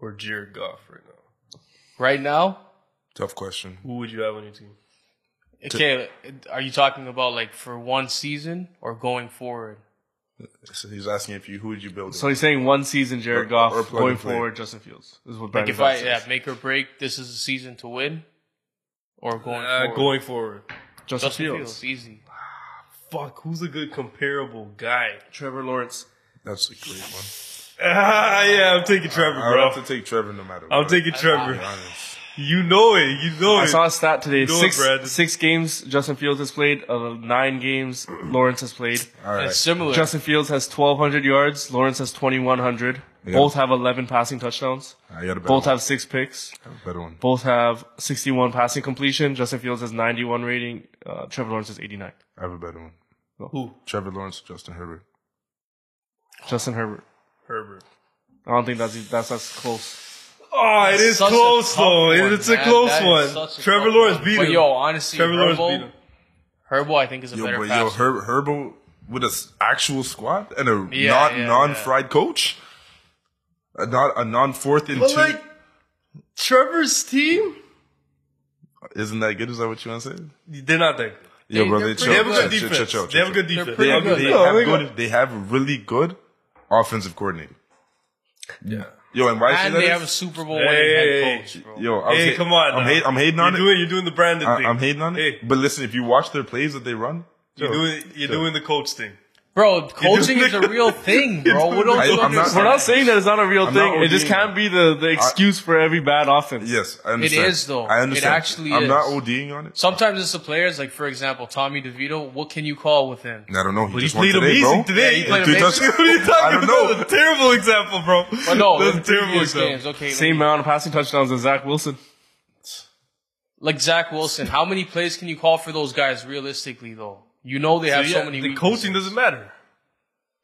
[SPEAKER 2] or Jared Goff right now.
[SPEAKER 3] Right now?
[SPEAKER 1] tough question.
[SPEAKER 2] Who would you have on your team?
[SPEAKER 3] Okay, are you talking about like for one season or going forward?
[SPEAKER 1] So he's asking if you who would you build?
[SPEAKER 4] So he's saying one season Jared
[SPEAKER 1] Or-
[SPEAKER 4] Goff
[SPEAKER 1] or plug
[SPEAKER 4] going
[SPEAKER 1] and play.
[SPEAKER 4] forward Justin Fields is what
[SPEAKER 3] Like
[SPEAKER 4] Brandon
[SPEAKER 3] if I
[SPEAKER 4] Fox
[SPEAKER 3] yeah,
[SPEAKER 4] says.
[SPEAKER 3] make or break, this is a season to win? Or going
[SPEAKER 2] Uh,
[SPEAKER 3] forward?
[SPEAKER 2] going forward.
[SPEAKER 4] Justin,
[SPEAKER 3] Justin
[SPEAKER 4] Fields.
[SPEAKER 3] Fields, easy.
[SPEAKER 2] Fuck, who's a good comparable guy?
[SPEAKER 4] Trevor Lawrence.
[SPEAKER 1] That's a great one.
[SPEAKER 2] Ah, yeah, I'm taking Trevor,
[SPEAKER 1] I would
[SPEAKER 2] bro.
[SPEAKER 1] have to take Trevor no matter.
[SPEAKER 2] I'm
[SPEAKER 1] what.
[SPEAKER 2] taking Trevor.
[SPEAKER 1] Be honest.
[SPEAKER 2] You know it. You know
[SPEAKER 4] I
[SPEAKER 2] it.
[SPEAKER 4] saw a stat today.
[SPEAKER 2] Do it,
[SPEAKER 4] Six,
[SPEAKER 2] Brad.
[SPEAKER 4] six games Justin Fields has played. Uh, nine games Lawrence has played.
[SPEAKER 1] All right.
[SPEAKER 3] It's similar.
[SPEAKER 4] Justin Fields has 1,200 yards. Lawrence has 2,100.
[SPEAKER 1] Yeah.
[SPEAKER 4] Both have 11 passing touchdowns.
[SPEAKER 1] I got a better
[SPEAKER 4] Both
[SPEAKER 1] one.
[SPEAKER 4] have six picks.
[SPEAKER 1] better one.
[SPEAKER 4] Both have 61 passing completion. Justin Fields has 91 rating. Uh, Trevor Lawrence has 89.
[SPEAKER 1] I have a better one.
[SPEAKER 2] Who?
[SPEAKER 1] Trevor Lawrence, Justin Herbert.
[SPEAKER 4] Justin Herbert.
[SPEAKER 2] Herbert.
[SPEAKER 4] I don't think that's that's as close.
[SPEAKER 2] Oh, it is
[SPEAKER 3] Such a
[SPEAKER 2] close
[SPEAKER 3] tough
[SPEAKER 2] though.
[SPEAKER 3] one,
[SPEAKER 2] it's a
[SPEAKER 3] man.
[SPEAKER 2] close
[SPEAKER 3] That is
[SPEAKER 2] one.
[SPEAKER 3] such a
[SPEAKER 2] Trevor
[SPEAKER 3] tough
[SPEAKER 2] Lawrence
[SPEAKER 3] one.
[SPEAKER 2] beat
[SPEAKER 3] But
[SPEAKER 2] him.
[SPEAKER 3] yo, honestly,
[SPEAKER 2] Trevor Lawrence
[SPEAKER 3] Herbo-
[SPEAKER 2] beat him.
[SPEAKER 3] Herbo, I think is a
[SPEAKER 1] Yo,
[SPEAKER 3] better
[SPEAKER 1] but yo,
[SPEAKER 3] pass.
[SPEAKER 1] Her- Herbo with an actual squad and a
[SPEAKER 3] Yeah,
[SPEAKER 1] not
[SPEAKER 3] yeah,
[SPEAKER 1] non-fried coach, a non a non-fourth and
[SPEAKER 2] But
[SPEAKER 1] two.
[SPEAKER 2] like Trevor's team,
[SPEAKER 1] Isn't that good? Is that what you want to say?
[SPEAKER 2] they're not that good.
[SPEAKER 1] Yo, bro, they
[SPEAKER 3] they're
[SPEAKER 1] chill.
[SPEAKER 2] They have a
[SPEAKER 1] chill,
[SPEAKER 2] good
[SPEAKER 1] chill,
[SPEAKER 2] defense.
[SPEAKER 1] chill, chill,
[SPEAKER 2] They have a
[SPEAKER 1] chill.
[SPEAKER 2] good defense.
[SPEAKER 3] pretty
[SPEAKER 1] They have,
[SPEAKER 3] good.
[SPEAKER 1] they
[SPEAKER 3] No,
[SPEAKER 1] have
[SPEAKER 2] they
[SPEAKER 1] good. They have really good offensive coordinator.
[SPEAKER 2] Yeah.
[SPEAKER 1] Yo, and why is
[SPEAKER 3] and
[SPEAKER 1] that
[SPEAKER 3] they
[SPEAKER 1] is-
[SPEAKER 3] have a Super Bowl winning
[SPEAKER 2] Hey.
[SPEAKER 3] head coach, bro.
[SPEAKER 1] Yo, I was
[SPEAKER 2] Hey,
[SPEAKER 1] hate-
[SPEAKER 2] come on.
[SPEAKER 1] I'm,
[SPEAKER 2] now.
[SPEAKER 1] hate, I'm hating on
[SPEAKER 2] you're
[SPEAKER 1] it.
[SPEAKER 2] Doing, you're doing the Brandon
[SPEAKER 1] I,
[SPEAKER 2] thing.
[SPEAKER 1] am hating on it.
[SPEAKER 2] Hey,
[SPEAKER 1] But listen, if you watch their plays that they run,
[SPEAKER 2] you're
[SPEAKER 1] yo,
[SPEAKER 2] doing you're doing the coach thing.
[SPEAKER 3] Bro, coaching is a real thing, bro. What don't
[SPEAKER 1] I-
[SPEAKER 3] you
[SPEAKER 1] I'm not-
[SPEAKER 4] We're
[SPEAKER 3] understand?
[SPEAKER 4] not saying that it's not a real
[SPEAKER 1] I'm
[SPEAKER 4] thing.
[SPEAKER 1] not
[SPEAKER 4] It just
[SPEAKER 1] ODing.
[SPEAKER 4] can't be the, the excuse for every bad offense.
[SPEAKER 1] yes, I understand.
[SPEAKER 3] is, though.
[SPEAKER 1] I
[SPEAKER 3] It
[SPEAKER 1] understand.
[SPEAKER 3] actually
[SPEAKER 1] I'm not
[SPEAKER 3] is.
[SPEAKER 1] ODing on it.
[SPEAKER 3] Sometimes it's the players, like for example, Tommy DeVito. What can you call with him?
[SPEAKER 1] I don't know. He
[SPEAKER 2] But he
[SPEAKER 1] just won
[SPEAKER 2] played
[SPEAKER 1] today, bro.
[SPEAKER 2] amazing today.
[SPEAKER 3] Yeah, he played
[SPEAKER 1] Dude,
[SPEAKER 3] amazing.
[SPEAKER 1] that's-
[SPEAKER 2] what are you talking
[SPEAKER 1] I don't
[SPEAKER 2] about?
[SPEAKER 1] know.
[SPEAKER 2] That's a terrible example, bro.
[SPEAKER 3] But no,
[SPEAKER 2] that's a
[SPEAKER 3] the
[SPEAKER 2] terrible
[SPEAKER 3] previous
[SPEAKER 2] example.
[SPEAKER 3] games. Okay,
[SPEAKER 4] Same amount of passing touchdowns as Zach Wilson.
[SPEAKER 3] like Zach Wilson. How many plays can you call for those guys realistically, though? You know they
[SPEAKER 2] So,
[SPEAKER 3] have so,
[SPEAKER 2] yeah,
[SPEAKER 3] many.
[SPEAKER 2] the
[SPEAKER 3] weaknesses.
[SPEAKER 2] coaching doesn't matter.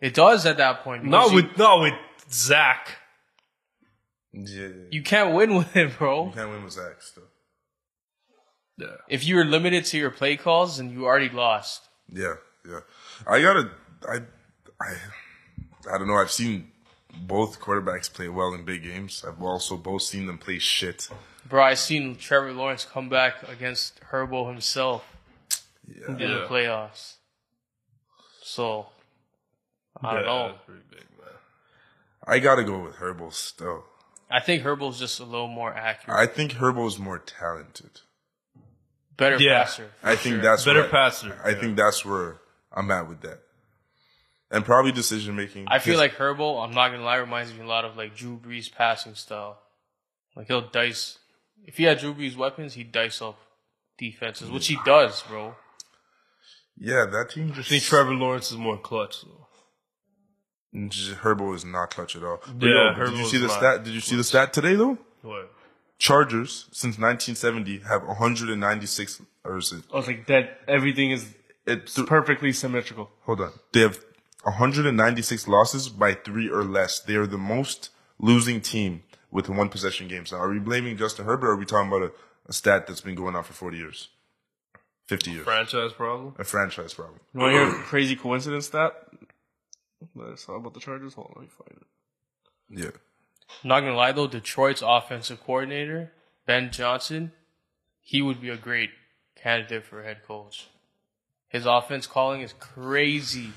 [SPEAKER 3] It does at that point. because
[SPEAKER 2] Not
[SPEAKER 3] you,
[SPEAKER 2] with not with Zach.
[SPEAKER 1] Yeah, yeah, yeah.
[SPEAKER 3] you can't win with it, bro.
[SPEAKER 1] You can't win with Zach still.
[SPEAKER 2] Yeah.
[SPEAKER 3] If you're limited to your play calls, then you already lost.
[SPEAKER 1] Yeah, yeah. I gotta. I, I, I don't know. I've seen both quarterbacks play well in big games. I've also both seen them play shit.
[SPEAKER 3] Bro, I seen Trevor Lawrence come back against Herbo himself
[SPEAKER 1] Yeah.
[SPEAKER 3] in the playoffs. So I don't know.
[SPEAKER 2] that's pretty big, man.
[SPEAKER 1] I gotta go with Herbo still.
[SPEAKER 3] I think Herbo's just a little more accurate,
[SPEAKER 1] I think Herbo's more talented.
[SPEAKER 3] better
[SPEAKER 2] Yeah.
[SPEAKER 3] passer.
[SPEAKER 1] I think that's
[SPEAKER 2] Better
[SPEAKER 1] where-
[SPEAKER 2] passer.
[SPEAKER 1] I think that's where I'm at with that, and probably decision making.
[SPEAKER 3] I feel like Herbo, I'm not gonna lie, reminds me a lot of like Drew Brees passing style. Like he'll dice. If he had Drew Brees weapons, he'd dice up defenses, which he does, bro.
[SPEAKER 1] yeah, that team
[SPEAKER 2] I
[SPEAKER 1] just
[SPEAKER 2] think Trevor Lawrence is more clutch though.
[SPEAKER 1] J- Herbo is not clutch at all. But
[SPEAKER 2] Yeah,
[SPEAKER 1] yo, but did you
[SPEAKER 2] Herbo's
[SPEAKER 1] see the
[SPEAKER 2] not
[SPEAKER 1] stat? Did you see the stat today though?
[SPEAKER 2] What?
[SPEAKER 1] Chargers since 1970 have 196. Or is it,
[SPEAKER 4] I was like, that everything is
[SPEAKER 1] it th-
[SPEAKER 4] perfectly symmetrical.
[SPEAKER 1] hold on. They have 196 losses by three or less. They are the most losing team with one possession games. Now, are we blaming Justin Herbert? Or are we talking about a, a stat that's been going on for 40 years, 50 years,
[SPEAKER 2] Franchise problem.
[SPEAKER 1] a franchise problem?
[SPEAKER 4] You want to hear a crazy coincidence stat? Let's talk about the Chargers. Hold on, let me find it.
[SPEAKER 1] Yeah.
[SPEAKER 3] I'm not gonna lie though, Detroit's offensive coordinator, Ben Johnson, he would be a great candidate for head coach. His offense calling is crazy.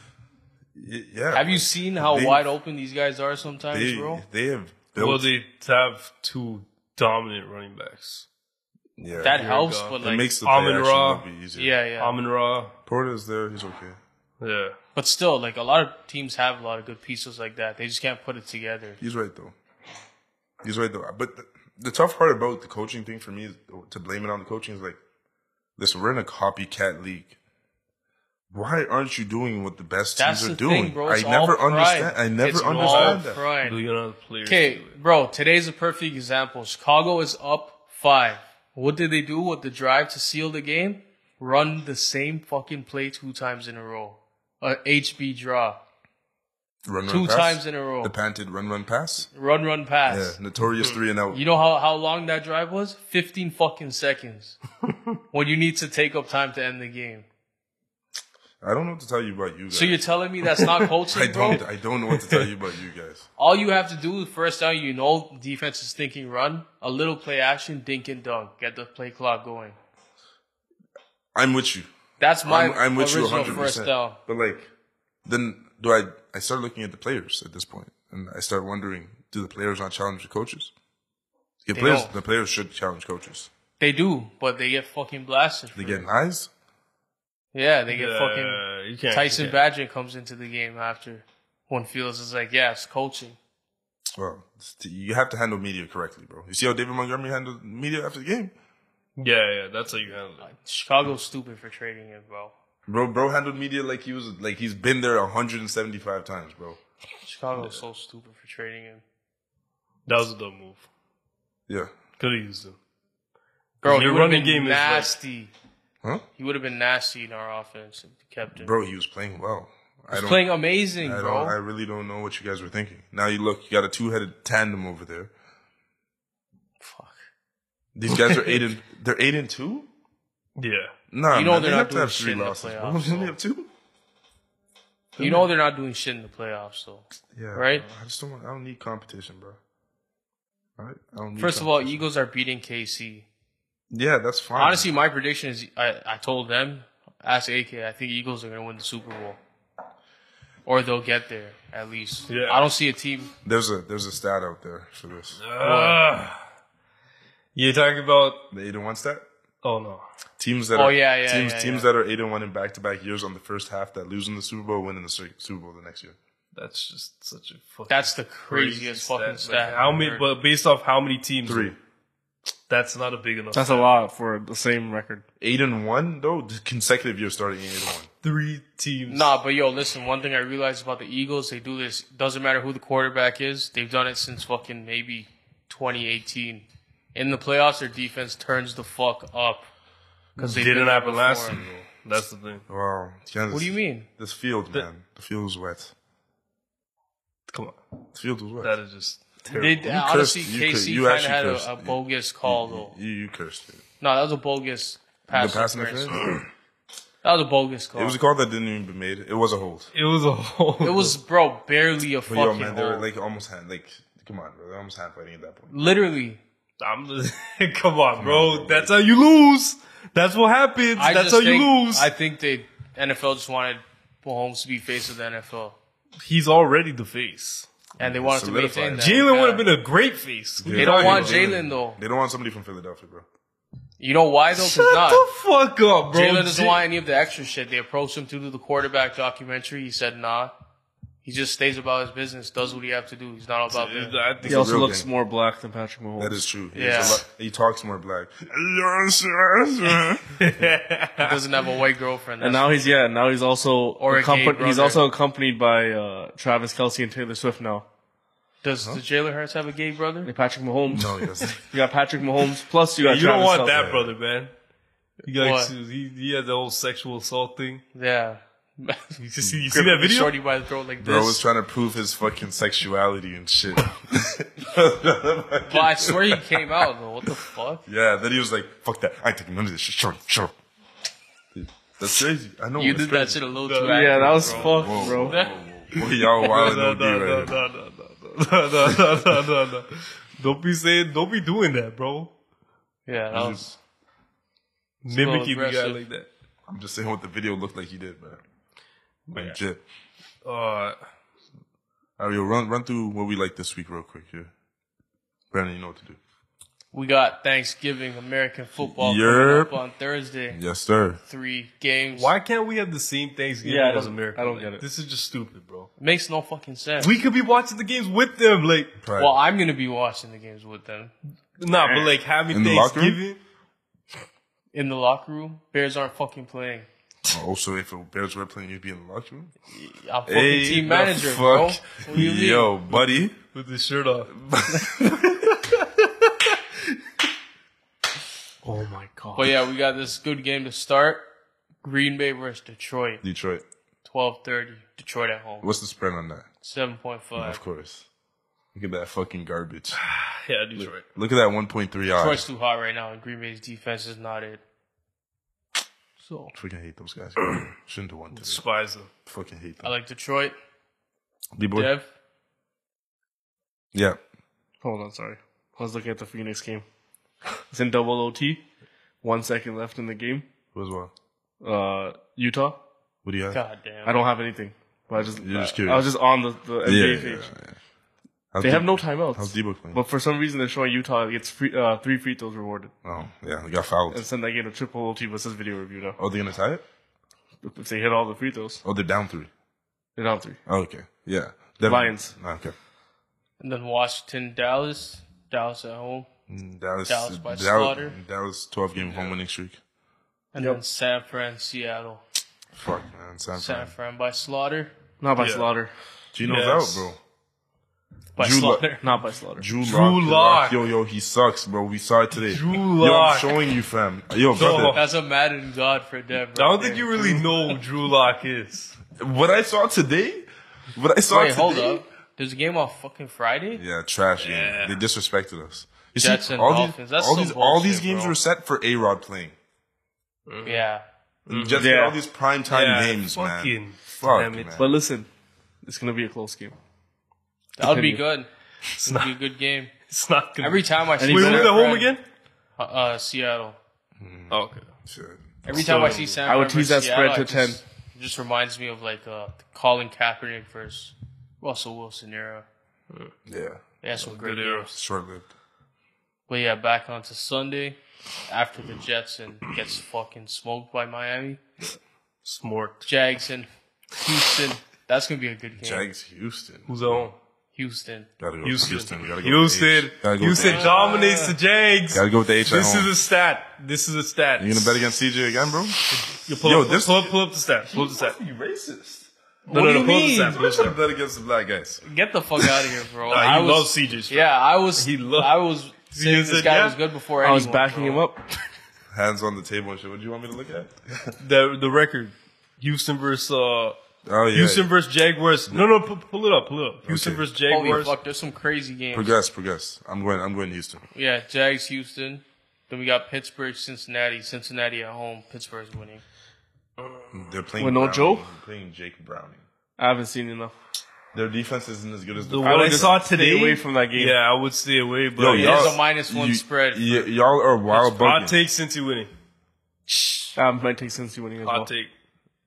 [SPEAKER 1] Y- Yeah.
[SPEAKER 3] Have you seen how
[SPEAKER 1] They-
[SPEAKER 3] wide open these guys are sometimes,
[SPEAKER 1] They,
[SPEAKER 3] bro?
[SPEAKER 1] they have built.
[SPEAKER 2] Well, they have two dominant running backs.
[SPEAKER 1] yeah.
[SPEAKER 3] That
[SPEAKER 1] it
[SPEAKER 3] helps,
[SPEAKER 2] God.
[SPEAKER 3] but
[SPEAKER 2] It
[SPEAKER 3] like,
[SPEAKER 1] makes Um, the play
[SPEAKER 2] Amon
[SPEAKER 1] action
[SPEAKER 2] Ra.
[SPEAKER 1] a little bit easier.
[SPEAKER 3] yeah, yeah.
[SPEAKER 2] Amon Ra.
[SPEAKER 1] Porter's there. He's okay.
[SPEAKER 2] Yeah.
[SPEAKER 3] But still, like a lot of teams have a lot of good pieces like that. They just can't put it together.
[SPEAKER 1] He's right though. He's right though. But the, the tough part about the coaching thing for me is to blame it on the coaching is like, listen, we're in a copycat league. Why aren't you doing what the best
[SPEAKER 3] That's
[SPEAKER 1] teams are
[SPEAKER 3] the
[SPEAKER 1] doing?
[SPEAKER 3] thing, bro.
[SPEAKER 1] I
[SPEAKER 3] It's
[SPEAKER 1] never
[SPEAKER 3] all pride.
[SPEAKER 1] understand. I never
[SPEAKER 3] It's all
[SPEAKER 1] understand that.
[SPEAKER 3] pride.
[SPEAKER 2] Do you know the players?
[SPEAKER 3] Okay,
[SPEAKER 2] do it?
[SPEAKER 3] bro, today's a perfect example. Chicago is up five. What did they do with the drive to seal the game? Run the same fucking play two times in a row. A HB draw.
[SPEAKER 1] Run, run,
[SPEAKER 3] Two
[SPEAKER 1] pass.
[SPEAKER 3] times in a row.
[SPEAKER 1] The panted run, run, pass.
[SPEAKER 3] Run, run,
[SPEAKER 1] Yeah,
[SPEAKER 3] pass.
[SPEAKER 1] notorious three and out.
[SPEAKER 3] You know how, how long that drive was? 15 fucking seconds. when you need to take up time to end the game.
[SPEAKER 1] I don't know what to tell you about you guys.
[SPEAKER 3] So you're telling me that's not
[SPEAKER 1] I
[SPEAKER 3] coaching, bro?
[SPEAKER 1] don't. I don't know what to tell you about you guys.
[SPEAKER 3] All you have to do is first down, you know defense is thinking run, a little play action, dink and dunk, get the play clock going.
[SPEAKER 1] I'm with you.
[SPEAKER 3] That's my
[SPEAKER 1] I'm, I'm with you
[SPEAKER 3] original
[SPEAKER 1] 100.
[SPEAKER 3] first
[SPEAKER 1] percent
[SPEAKER 3] down.
[SPEAKER 1] But like, then do I? I start looking at the players at this point, and I start wondering: Do the players not challenge the coaches? The
[SPEAKER 3] They
[SPEAKER 1] players,
[SPEAKER 3] don't.
[SPEAKER 1] the players should challenge coaches.
[SPEAKER 3] They do, but they get fucking blasted. for
[SPEAKER 1] They
[SPEAKER 3] it.
[SPEAKER 1] get eyes.
[SPEAKER 3] yeah, they get
[SPEAKER 2] Yeah,
[SPEAKER 3] fucking.
[SPEAKER 2] you can't,
[SPEAKER 3] Tyson
[SPEAKER 2] you can't.
[SPEAKER 3] Badger comes into the game after when Fields is like, "Yeah, it's coaching."
[SPEAKER 1] Well, it's- you have to handle media correctly, bro. You see how David Montgomery handled media after the game?
[SPEAKER 2] Yeah, yeah, that's how you handle it.
[SPEAKER 3] Chicago's stupid for trading him, bro.
[SPEAKER 1] Bro, bro handled media like he was like he's been there 175 times, bro.
[SPEAKER 3] Chicago's so stupid for trading him.
[SPEAKER 2] That was a dumb move.
[SPEAKER 1] Yeah.
[SPEAKER 2] Could have used him.
[SPEAKER 3] Bro,
[SPEAKER 2] Your
[SPEAKER 3] he would have
[SPEAKER 2] running
[SPEAKER 3] been
[SPEAKER 2] game is, like-
[SPEAKER 3] nasty.
[SPEAKER 1] Huh?
[SPEAKER 3] He would have been nasty in our offense if we kept him.
[SPEAKER 1] Bro, he was playing well. I
[SPEAKER 3] He's
[SPEAKER 1] don't
[SPEAKER 3] playing amazing,
[SPEAKER 1] I
[SPEAKER 3] bro.
[SPEAKER 1] don't I really don't know what you guys were thinking. Now you look, you got a two-headed tandem over there.
[SPEAKER 3] Fuck.
[SPEAKER 1] These guys are 8 and they're 8 and 2?
[SPEAKER 2] Yeah.
[SPEAKER 1] Nah,
[SPEAKER 3] You know
[SPEAKER 1] man,
[SPEAKER 3] they're
[SPEAKER 1] they
[SPEAKER 3] not
[SPEAKER 1] have to
[SPEAKER 3] doing
[SPEAKER 1] have
[SPEAKER 3] shit
[SPEAKER 1] three
[SPEAKER 3] in the
[SPEAKER 1] losses. bro.
[SPEAKER 3] playoffs,
[SPEAKER 1] They only
[SPEAKER 3] so.
[SPEAKER 1] have two?
[SPEAKER 3] You know they're not doing shit in the playoffs, though.
[SPEAKER 1] Yeah.
[SPEAKER 3] Right?
[SPEAKER 1] bro. I just don't want, I don't need competition, bro. All right? I don't need
[SPEAKER 3] First of all,
[SPEAKER 1] competition.
[SPEAKER 3] Eagles are beating KC.
[SPEAKER 1] Yeah, that's fine.
[SPEAKER 3] Honestly, my prediction is I, I told them, ask AK, I think Eagles are going to win the Super Bowl. Or they'll get there, at least.
[SPEAKER 2] Yeah.
[SPEAKER 3] I don't see a team.
[SPEAKER 1] there's a there's a stat out there for this.
[SPEAKER 2] Ah. you're talking about.
[SPEAKER 1] The 8 and 1 stat?
[SPEAKER 2] Oh, no.
[SPEAKER 1] teams that
[SPEAKER 3] Oh,
[SPEAKER 1] are
[SPEAKER 3] yeah, yeah,
[SPEAKER 1] teams
[SPEAKER 3] yeah,
[SPEAKER 1] teams
[SPEAKER 3] yeah.
[SPEAKER 1] that are eight and one in back to back years on the first half that lose in the Super Bowl win in the Su- Super Bowl the next year.
[SPEAKER 2] That's just such a fucking.
[SPEAKER 3] That's the
[SPEAKER 2] crazy
[SPEAKER 3] craziest fucking
[SPEAKER 2] Like,
[SPEAKER 3] stat.
[SPEAKER 2] how
[SPEAKER 3] I've
[SPEAKER 2] many?
[SPEAKER 3] heard.
[SPEAKER 2] But based off how many teams?
[SPEAKER 1] Three
[SPEAKER 2] That's not a big enough.
[SPEAKER 4] That's a lot for the same record.
[SPEAKER 1] eight and one though the consecutive years starting eight and one.
[SPEAKER 2] three teams.
[SPEAKER 3] Nah, but yo, listen. One thing I realized about the Eagles, they do this. Doesn't matter who the quarterback is. They've done it since fucking maybe 2018. In the playoffs, their defense turns the fuck up. Because
[SPEAKER 2] It didn't happen last Super Bowl. That's the thing.
[SPEAKER 1] Wow, Kansas,
[SPEAKER 3] What do you mean?
[SPEAKER 1] This field, man, the field was wet.
[SPEAKER 2] Come on,
[SPEAKER 1] The field was wet.
[SPEAKER 2] that is just terrible.
[SPEAKER 3] They,
[SPEAKER 1] cursed-
[SPEAKER 3] honestly,
[SPEAKER 1] you
[SPEAKER 3] KC
[SPEAKER 1] cursed- you
[SPEAKER 3] kind of
[SPEAKER 1] actually
[SPEAKER 3] had
[SPEAKER 1] cursed.
[SPEAKER 3] a, a bogus call though.
[SPEAKER 1] you, you cursed it.
[SPEAKER 3] No, that was a bogus pass.
[SPEAKER 1] the pass
[SPEAKER 3] interference.
[SPEAKER 1] interference.
[SPEAKER 3] That was a bogus call.
[SPEAKER 1] it was a call that didn't even be made. It was a hold.
[SPEAKER 2] it was a whole.
[SPEAKER 3] It was, bro, barely a
[SPEAKER 1] But
[SPEAKER 3] fucking
[SPEAKER 1] yo, man, they were
[SPEAKER 3] hole.
[SPEAKER 1] like almost hand like. Come on, bro. They're almost hand fighting at that point.
[SPEAKER 3] Literally,
[SPEAKER 2] I'm just, come on, bro. That's how you lose. That's what happens.
[SPEAKER 3] I
[SPEAKER 2] That's
[SPEAKER 3] just
[SPEAKER 2] how
[SPEAKER 3] think,
[SPEAKER 2] you lose.
[SPEAKER 3] I think they NFL just wanted Mahomes to be face of the NFL,
[SPEAKER 2] He's already the face.
[SPEAKER 3] and they wanted to
[SPEAKER 1] Solidified.
[SPEAKER 3] maintain that.
[SPEAKER 2] Jalen
[SPEAKER 3] Yeah.
[SPEAKER 2] would have been a great face. What are
[SPEAKER 1] They
[SPEAKER 2] you
[SPEAKER 3] They don't
[SPEAKER 2] talking
[SPEAKER 3] want
[SPEAKER 2] about?
[SPEAKER 3] Jalen though.
[SPEAKER 1] They don't want somebody from Philadelphia, bro.
[SPEAKER 3] You know why though?
[SPEAKER 2] Shut
[SPEAKER 3] Because not.
[SPEAKER 2] the fuck up, bro.
[SPEAKER 3] Jalen doesn't
[SPEAKER 2] Ja-
[SPEAKER 3] want any of the extra shit. They approached him to do the quarterback documentary. He said nah. He just stays about his business, does what he have to do. He's not about that.
[SPEAKER 2] I think
[SPEAKER 4] He also
[SPEAKER 1] real
[SPEAKER 4] looks
[SPEAKER 1] game.
[SPEAKER 4] more black than Patrick Mahomes.
[SPEAKER 1] That is true. He,
[SPEAKER 3] Yeah.
[SPEAKER 1] yeah. he talks more black. Yes,
[SPEAKER 3] He doesn't have a white girlfriend.
[SPEAKER 4] and
[SPEAKER 3] That's-
[SPEAKER 4] now he's yeah. Now he's also
[SPEAKER 3] Or a gay
[SPEAKER 4] accompa- he's
[SPEAKER 3] brother.
[SPEAKER 4] also accompanied by uh, Travis Kelsey and Taylor Swift now.
[SPEAKER 3] does the Jalen Hurts have a gay brother?
[SPEAKER 4] Like Patrick Mahomes.
[SPEAKER 1] No, he doesn't.
[SPEAKER 4] You got Patrick Mahomes plus you got
[SPEAKER 2] you
[SPEAKER 4] Travis
[SPEAKER 2] don't want
[SPEAKER 4] Kelce.
[SPEAKER 2] that, brother, man. You got
[SPEAKER 3] What?
[SPEAKER 2] he, he had the whole sexual assault thing.
[SPEAKER 3] Yeah. you
[SPEAKER 2] You see, you see that video?
[SPEAKER 3] Shorty by the throat like this.
[SPEAKER 1] Bro was trying to prove his fucking sexuality and shit.
[SPEAKER 3] But I swear he came out though. What the fuck?
[SPEAKER 1] yeah, then he was like, fuck that. I ain't taking none of this shit. Shut up, shut up. Dude, That's crazy. I know.
[SPEAKER 3] You
[SPEAKER 1] it's
[SPEAKER 3] did that
[SPEAKER 1] crazy.
[SPEAKER 3] shit a little
[SPEAKER 2] No,
[SPEAKER 3] too
[SPEAKER 4] Yeah, that was
[SPEAKER 1] Whoa,
[SPEAKER 4] fucked, bro.
[SPEAKER 1] whoa, whoa, whoa. Y'all wild
[SPEAKER 2] no,
[SPEAKER 1] and OD
[SPEAKER 2] no,
[SPEAKER 1] right
[SPEAKER 2] no,
[SPEAKER 1] here.
[SPEAKER 2] no, no, no, no, no, no, no, no. Don't be saying, don't be doing that, bro.
[SPEAKER 3] Yeah, that was.
[SPEAKER 2] Mimicking the guy
[SPEAKER 3] aggressive.
[SPEAKER 2] like that.
[SPEAKER 1] I'm just saying what the video looked like he did, man. Legit.
[SPEAKER 2] Uh,
[SPEAKER 1] All right, yo, run, run through what we like this week real quick here. Brandon, you know what to do.
[SPEAKER 3] We got Thanksgiving American football
[SPEAKER 1] Yerp.
[SPEAKER 3] coming up on Thursday.
[SPEAKER 1] Yes, sir.
[SPEAKER 3] Three games.
[SPEAKER 2] why can't we have the same Thanksgiving
[SPEAKER 4] Yeah, I
[SPEAKER 2] as
[SPEAKER 4] don't-
[SPEAKER 2] America?
[SPEAKER 4] I don't
[SPEAKER 2] Like,
[SPEAKER 4] get it.
[SPEAKER 2] This is just stupid, bro.
[SPEAKER 3] Makes no fucking sense.
[SPEAKER 2] We could be watching the games with them, like
[SPEAKER 1] Pride.
[SPEAKER 3] well, I'm gonna be watching the games with them
[SPEAKER 2] nah, but like having
[SPEAKER 1] In the locker room?
[SPEAKER 2] Thanksgiving.
[SPEAKER 3] in the locker room. Bears aren't fucking playing.
[SPEAKER 1] also, Oh, if the Bears were playing, you'd be in the locker room.
[SPEAKER 3] I'm fucking
[SPEAKER 1] Hey,
[SPEAKER 3] team
[SPEAKER 1] the
[SPEAKER 3] manager,
[SPEAKER 1] fuck?
[SPEAKER 3] bro. What do you mean?
[SPEAKER 1] Yo, buddy.
[SPEAKER 2] with his shirt off.
[SPEAKER 4] Oh my god.
[SPEAKER 3] But yeah, we got this good game to start. Green Bay versus Detroit,
[SPEAKER 1] Detroit.
[SPEAKER 3] twelve thirty. Detroit at home,
[SPEAKER 1] What's the spread on that?
[SPEAKER 3] seven point five.
[SPEAKER 1] Of course. Look at that fucking garbage.
[SPEAKER 2] Yeah, Detroit.
[SPEAKER 1] Look at that 1.3
[SPEAKER 3] Detroit's
[SPEAKER 1] odds.
[SPEAKER 3] too hot right now, and Green Bay's defense is not it. So
[SPEAKER 1] Freaking hate those guys. Shouldn't have won today.
[SPEAKER 2] Despise them.
[SPEAKER 1] Fucking hate
[SPEAKER 3] I
[SPEAKER 1] them.
[SPEAKER 3] like Detroit.
[SPEAKER 1] D boy.
[SPEAKER 3] Dev,
[SPEAKER 1] Yeah.
[SPEAKER 4] Hold on, sorry. I was looking at the Phoenix game. It's in double OT. One second left in the game.
[SPEAKER 1] Who as well?
[SPEAKER 4] Uh, Utah.
[SPEAKER 1] What do you have?
[SPEAKER 3] goddamn.
[SPEAKER 4] I don't have anything. But I just,
[SPEAKER 1] You're just
[SPEAKER 4] I-
[SPEAKER 1] curious.
[SPEAKER 4] I, was just on the, the
[SPEAKER 1] Yeah, yeah,
[SPEAKER 4] NBA
[SPEAKER 1] yeah,
[SPEAKER 4] page.
[SPEAKER 1] yeah. How's
[SPEAKER 4] They
[SPEAKER 1] D-
[SPEAKER 4] have no
[SPEAKER 1] Uh, How's
[SPEAKER 4] timeouts.
[SPEAKER 1] D-Book playing?
[SPEAKER 4] But for some reason, they're showing Utah gets free, uh, three free throws rewarded.
[SPEAKER 1] Oh, yeah. They got fouled.
[SPEAKER 4] And send that game to triple OT, but it says video review now.
[SPEAKER 1] Oh, they're going to tie it?
[SPEAKER 4] If they hit all the free throws,
[SPEAKER 1] Oh, they're down three.
[SPEAKER 4] they're down three.
[SPEAKER 1] Oh, okay. Yeah. Definitely.
[SPEAKER 4] Lions.
[SPEAKER 1] Okay.
[SPEAKER 3] And then Washington, Dallas, Dallas at home,
[SPEAKER 1] Mm, Dallas,
[SPEAKER 3] Dallas by
[SPEAKER 1] Dallas,
[SPEAKER 3] slaughter.
[SPEAKER 1] Dallas 12 game home winning streak.
[SPEAKER 3] and
[SPEAKER 4] Yep.
[SPEAKER 3] then San Fran, Seattle.
[SPEAKER 1] Fuck, man. San
[SPEAKER 3] San
[SPEAKER 1] Fran.
[SPEAKER 3] Fran by slaughter.
[SPEAKER 4] Not by
[SPEAKER 2] Yeah.
[SPEAKER 4] slaughter.
[SPEAKER 1] Gino's
[SPEAKER 2] Yes.
[SPEAKER 1] out, bro.
[SPEAKER 3] By
[SPEAKER 1] Drew Lock.
[SPEAKER 3] slaughter.
[SPEAKER 4] Not by slaughter.
[SPEAKER 1] Drew,
[SPEAKER 2] Drew
[SPEAKER 1] Lock,
[SPEAKER 2] Lock.
[SPEAKER 1] Yo, yo, he sucks, bro. We saw it today.
[SPEAKER 2] Drew
[SPEAKER 1] Yo,
[SPEAKER 2] Lock.
[SPEAKER 1] I'm showing you, fam. Yo, brother.
[SPEAKER 3] That's a Madden God for Dev. Right
[SPEAKER 2] I don't think you really know who Drew Lock is.
[SPEAKER 1] What I saw today? What I saw
[SPEAKER 3] Wait,
[SPEAKER 1] today?
[SPEAKER 3] hold up. There's a game on fucking Friday.
[SPEAKER 1] Yeah, trash
[SPEAKER 2] Yeah.
[SPEAKER 1] game. They disrespected us. You
[SPEAKER 3] Jets
[SPEAKER 1] see,
[SPEAKER 3] and
[SPEAKER 1] all these,
[SPEAKER 3] Dolphins. That's
[SPEAKER 1] all
[SPEAKER 3] some
[SPEAKER 1] these, all these
[SPEAKER 3] bullshit,
[SPEAKER 1] games
[SPEAKER 3] bro.
[SPEAKER 1] were set for A Rod playing.
[SPEAKER 3] Yeah.
[SPEAKER 1] And Jets
[SPEAKER 4] Yeah.
[SPEAKER 1] got all these prime time games,
[SPEAKER 2] fucking
[SPEAKER 1] man. Fuck,
[SPEAKER 2] damn it.
[SPEAKER 1] man.
[SPEAKER 4] But listen, it's gonna be a close game.
[SPEAKER 3] that would be
[SPEAKER 4] Continue.
[SPEAKER 3] good.
[SPEAKER 2] It's
[SPEAKER 3] It'd
[SPEAKER 2] not,
[SPEAKER 3] be a good game.
[SPEAKER 2] it's not gonna.
[SPEAKER 3] Every time I see
[SPEAKER 2] Wait, who's
[SPEAKER 3] San
[SPEAKER 2] at home
[SPEAKER 3] Fran-
[SPEAKER 2] again?
[SPEAKER 3] Uh, uh, Seattle.
[SPEAKER 2] Okay.
[SPEAKER 1] Shit.
[SPEAKER 3] Every time I see San
[SPEAKER 4] I would
[SPEAKER 3] Fran
[SPEAKER 4] tease that
[SPEAKER 3] versus
[SPEAKER 4] spread
[SPEAKER 3] Seattle,
[SPEAKER 4] to
[SPEAKER 3] it just- it Just reminds me of like uh, Colin Kaepernick versus Russell Wilson era.
[SPEAKER 1] Yeah,
[SPEAKER 3] They had some great
[SPEAKER 2] Good era.
[SPEAKER 3] games.
[SPEAKER 1] short lived.
[SPEAKER 3] But yeah, back onto Sunday after the Jets and gets fucking smoked by Miami.
[SPEAKER 2] Smart.
[SPEAKER 3] Jags and Houston. That's gonna be a good game.
[SPEAKER 1] Jags, Houston.
[SPEAKER 2] Who's at home?
[SPEAKER 3] Houston.
[SPEAKER 1] Gotta go
[SPEAKER 2] Houston.
[SPEAKER 1] Houston. We gotta go with the
[SPEAKER 2] Houston.
[SPEAKER 1] H. Gotta go with
[SPEAKER 2] Houston
[SPEAKER 1] the H.
[SPEAKER 2] dominates the Jags.
[SPEAKER 1] Gotta go with the H. at
[SPEAKER 2] This is
[SPEAKER 1] home.
[SPEAKER 2] a stat. This is a stat.
[SPEAKER 1] You gonna bet against CJ again, bro?
[SPEAKER 2] You pull,
[SPEAKER 1] Yo,
[SPEAKER 2] up,
[SPEAKER 1] this-
[SPEAKER 2] pull, up, pull up the stat. Pull up the stat.
[SPEAKER 1] You racist.
[SPEAKER 2] No, no, no, pull up the stat. Pull up the stat.
[SPEAKER 1] bet against the black guys.
[SPEAKER 3] Get the fuck out of here, bro.
[SPEAKER 2] Nah, he
[SPEAKER 3] I was,
[SPEAKER 2] loves CJ. Stroud.
[SPEAKER 3] Yeah, I was.
[SPEAKER 2] He loved-
[SPEAKER 3] I was saying this
[SPEAKER 2] said,
[SPEAKER 3] guy
[SPEAKER 2] yeah.
[SPEAKER 3] was good before.
[SPEAKER 4] I
[SPEAKER 3] Anyone,
[SPEAKER 4] was backing
[SPEAKER 3] bro.
[SPEAKER 4] him up.
[SPEAKER 1] Hands on the table and shit. What do you want me to look at?
[SPEAKER 2] The, the record. Houston versus, uh,
[SPEAKER 1] Oh yeah.
[SPEAKER 2] Houston versus Jaguars. No, no, pu- pull it up, pull it up. Houston
[SPEAKER 1] Okay.
[SPEAKER 2] versus
[SPEAKER 3] Holy
[SPEAKER 2] Jaguars.
[SPEAKER 3] fuck! There's some crazy games.
[SPEAKER 1] Progress, progress. I'm going. I'm going Houston.
[SPEAKER 3] Yeah, Jags, Houston. Then we got Pittsburgh, Cincinnati. Cincinnati at home. Pittsburgh's winning.
[SPEAKER 1] They're playing.
[SPEAKER 4] With no
[SPEAKER 1] Browning.
[SPEAKER 4] Joe?
[SPEAKER 1] They're playing Jake Browning.
[SPEAKER 4] I haven't seen enough.
[SPEAKER 1] Their defense isn't as good as
[SPEAKER 2] The
[SPEAKER 1] the.
[SPEAKER 2] one I
[SPEAKER 4] just
[SPEAKER 2] saw
[SPEAKER 4] stay
[SPEAKER 2] today.
[SPEAKER 4] away from that game.
[SPEAKER 2] Yeah, I would stay away, but
[SPEAKER 1] Yo,
[SPEAKER 2] yeah,
[SPEAKER 1] y'all-
[SPEAKER 3] It's a minus one
[SPEAKER 1] you-
[SPEAKER 3] spread.
[SPEAKER 1] y- y'all are wild
[SPEAKER 2] I'll
[SPEAKER 1] bugging.
[SPEAKER 2] take Cincy winning.
[SPEAKER 4] Um, might take Cincy winning as
[SPEAKER 2] I'll
[SPEAKER 4] well.
[SPEAKER 2] take.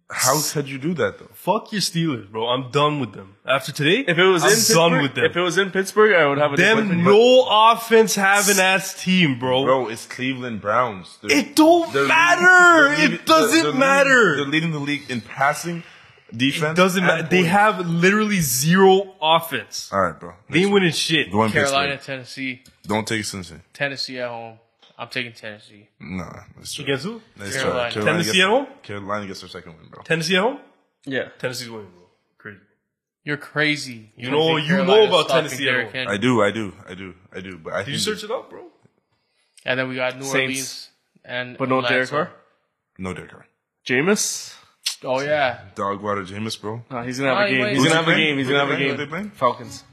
[SPEAKER 1] How could you do that though?
[SPEAKER 2] Fuck your Steelers, bro. I'm done with them. After today,
[SPEAKER 4] If it was
[SPEAKER 2] I'm
[SPEAKER 4] in
[SPEAKER 2] done
[SPEAKER 4] Pittsburgh,
[SPEAKER 2] with them.
[SPEAKER 4] if it was in Pittsburgh, I would have a
[SPEAKER 2] them
[SPEAKER 4] disappointment.
[SPEAKER 2] no offense having ass team,
[SPEAKER 3] Oh.
[SPEAKER 2] bro.
[SPEAKER 1] Bro, it's Cleveland Browns. They're-
[SPEAKER 2] It don't
[SPEAKER 1] they're leading-
[SPEAKER 2] matter.
[SPEAKER 1] they're leading-
[SPEAKER 2] it doesn't
[SPEAKER 1] they're- they're leading-
[SPEAKER 2] matter.
[SPEAKER 1] They're leading the league in passing, defense.
[SPEAKER 2] it doesn't
[SPEAKER 1] and
[SPEAKER 2] matter. They
[SPEAKER 1] points.
[SPEAKER 2] have literally zero offense.
[SPEAKER 1] All right, bro.
[SPEAKER 2] they
[SPEAKER 1] Next
[SPEAKER 2] ain't winning shit.
[SPEAKER 1] Go in
[SPEAKER 3] Carolina,
[SPEAKER 1] Carolina.
[SPEAKER 3] Tennessee.
[SPEAKER 1] Don't take Cincy.
[SPEAKER 3] Tennessee at home. I'm taking Tennessee.
[SPEAKER 1] Nah, let's try.
[SPEAKER 2] Against who?
[SPEAKER 1] Let's
[SPEAKER 3] Carolina.
[SPEAKER 1] try.
[SPEAKER 2] Tennessee
[SPEAKER 1] gets,
[SPEAKER 2] at home?
[SPEAKER 1] Carolina gets their second win, bro.
[SPEAKER 2] Tennessee at home?
[SPEAKER 4] Yeah.
[SPEAKER 2] Tennessee's winning, bro. Crazy.
[SPEAKER 3] You're crazy.
[SPEAKER 2] You
[SPEAKER 3] Don't
[SPEAKER 2] know-
[SPEAKER 3] think
[SPEAKER 2] you know
[SPEAKER 3] Carolina's
[SPEAKER 2] about
[SPEAKER 3] stopping
[SPEAKER 2] Tennessee at
[SPEAKER 3] Derrick
[SPEAKER 2] home.
[SPEAKER 3] Henry.
[SPEAKER 1] I do, I do, I do, I do. But I
[SPEAKER 2] Did you search it up, bro?
[SPEAKER 3] And then we got New
[SPEAKER 4] Saints.
[SPEAKER 3] Orleans and
[SPEAKER 4] But no Derek
[SPEAKER 3] Atlanta.
[SPEAKER 4] Carr.
[SPEAKER 1] No Derek Carr.
[SPEAKER 4] Jameis?
[SPEAKER 3] Oh yeah,
[SPEAKER 1] Dogwater Jameis, bro.
[SPEAKER 4] No, he's gonna have
[SPEAKER 3] Oh,
[SPEAKER 4] a game.
[SPEAKER 3] wait.
[SPEAKER 4] He's
[SPEAKER 1] Who's
[SPEAKER 4] gonna have
[SPEAKER 1] he
[SPEAKER 4] a
[SPEAKER 1] playing?
[SPEAKER 4] game. He's
[SPEAKER 1] Who's
[SPEAKER 4] gonna
[SPEAKER 1] he playing? Who's
[SPEAKER 4] have a game.
[SPEAKER 1] he playing?
[SPEAKER 4] Falcons.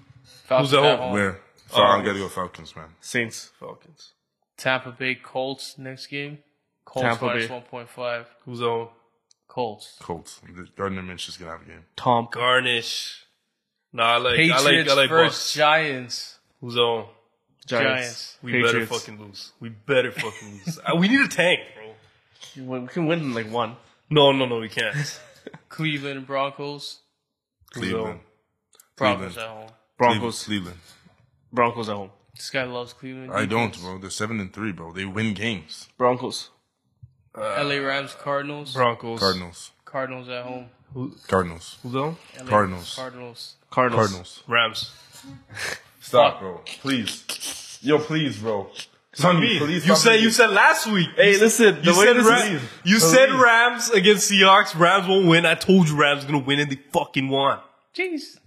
[SPEAKER 3] Falcons
[SPEAKER 2] at
[SPEAKER 3] at
[SPEAKER 2] home?
[SPEAKER 3] home.
[SPEAKER 1] Where? Fal-
[SPEAKER 3] Oh.
[SPEAKER 1] I'm gonna go Falcons, man.
[SPEAKER 4] Saints.
[SPEAKER 2] Falcons.
[SPEAKER 3] Tampa Bay Colts next game. Colts
[SPEAKER 4] Tampa
[SPEAKER 3] minus
[SPEAKER 4] Bay.
[SPEAKER 3] one point five.
[SPEAKER 2] Who's at home?
[SPEAKER 3] Colts.
[SPEAKER 1] Colts. Gardner Minshew's gonna have a game.
[SPEAKER 4] Tom.
[SPEAKER 2] Garnish. Nah, I like,
[SPEAKER 3] Patriots
[SPEAKER 2] I like, I like
[SPEAKER 3] versus
[SPEAKER 2] Bucks.
[SPEAKER 3] Giants.
[SPEAKER 2] Who's on?
[SPEAKER 4] Giants.
[SPEAKER 3] Giants.
[SPEAKER 2] We better
[SPEAKER 4] Patriots.
[SPEAKER 2] fucking lose. We better fucking lose. Uh, we need a tank, bro.
[SPEAKER 4] We we can win in like one.
[SPEAKER 2] No, no, no, we can't.
[SPEAKER 3] Cleveland Broncos.
[SPEAKER 1] Cleveland.
[SPEAKER 3] Broncos at home.
[SPEAKER 4] Broncos.
[SPEAKER 1] Cleveland.
[SPEAKER 4] Broncos at home.
[SPEAKER 3] This guy loves Cleveland.
[SPEAKER 1] I don't,
[SPEAKER 3] defense.
[SPEAKER 1] bro. They're seven and three, bro. They win games.
[SPEAKER 4] Broncos.
[SPEAKER 3] LA Rams Cardinals.
[SPEAKER 2] Broncos.
[SPEAKER 1] Cardinals.
[SPEAKER 3] Cardinals at home.
[SPEAKER 1] Cardinals.
[SPEAKER 2] Who's on?
[SPEAKER 3] LA
[SPEAKER 1] Cardinals.
[SPEAKER 3] Cardinals.
[SPEAKER 4] Cardinals.
[SPEAKER 1] Cardinals.
[SPEAKER 2] Rams.
[SPEAKER 1] Stop, bro. Please. Yo, please, bro. Sonny, please.
[SPEAKER 2] You
[SPEAKER 1] stop
[SPEAKER 2] said
[SPEAKER 1] making-
[SPEAKER 2] you said last week.
[SPEAKER 4] Hey, listen. The
[SPEAKER 2] You
[SPEAKER 4] way
[SPEAKER 2] said,
[SPEAKER 4] this
[SPEAKER 2] Ra-
[SPEAKER 4] is,
[SPEAKER 2] you said
[SPEAKER 1] Please.
[SPEAKER 2] Rams against Seahawks. Rams won't win. I told you Rams gonna win, and they fucking won.
[SPEAKER 3] Jeez.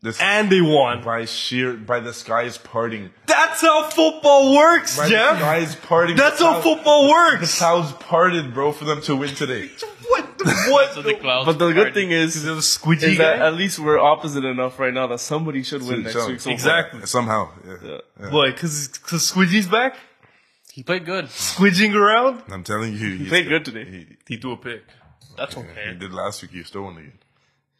[SPEAKER 1] this
[SPEAKER 2] And they won.
[SPEAKER 1] by sheer by the skies parting.
[SPEAKER 2] That's how football works,
[SPEAKER 1] By the
[SPEAKER 2] Jeff.
[SPEAKER 1] skies parting.
[SPEAKER 2] That's
[SPEAKER 1] the
[SPEAKER 2] how
[SPEAKER 1] clouds-
[SPEAKER 2] football
[SPEAKER 1] The
[SPEAKER 2] works.
[SPEAKER 1] clouds parted, bro, for them to win today.
[SPEAKER 2] What? the- What?
[SPEAKER 3] So the clouds.
[SPEAKER 4] but the
[SPEAKER 3] party.
[SPEAKER 4] good thing is,
[SPEAKER 2] The squidgy
[SPEAKER 4] is that
[SPEAKER 2] guy?
[SPEAKER 4] at least we're opposite enough right now that somebody should win next
[SPEAKER 1] Sean,
[SPEAKER 4] week. So far.
[SPEAKER 2] Exactly.
[SPEAKER 1] Somehow. Yeah. Yeah.
[SPEAKER 2] Why? Because Squidgy's back,
[SPEAKER 3] he played good.
[SPEAKER 2] squidging around.
[SPEAKER 1] I'm telling you, he
[SPEAKER 4] played good today.
[SPEAKER 1] He,
[SPEAKER 2] He threw a pick.
[SPEAKER 3] That's
[SPEAKER 1] he
[SPEAKER 3] okay.
[SPEAKER 1] did last week. He still won again.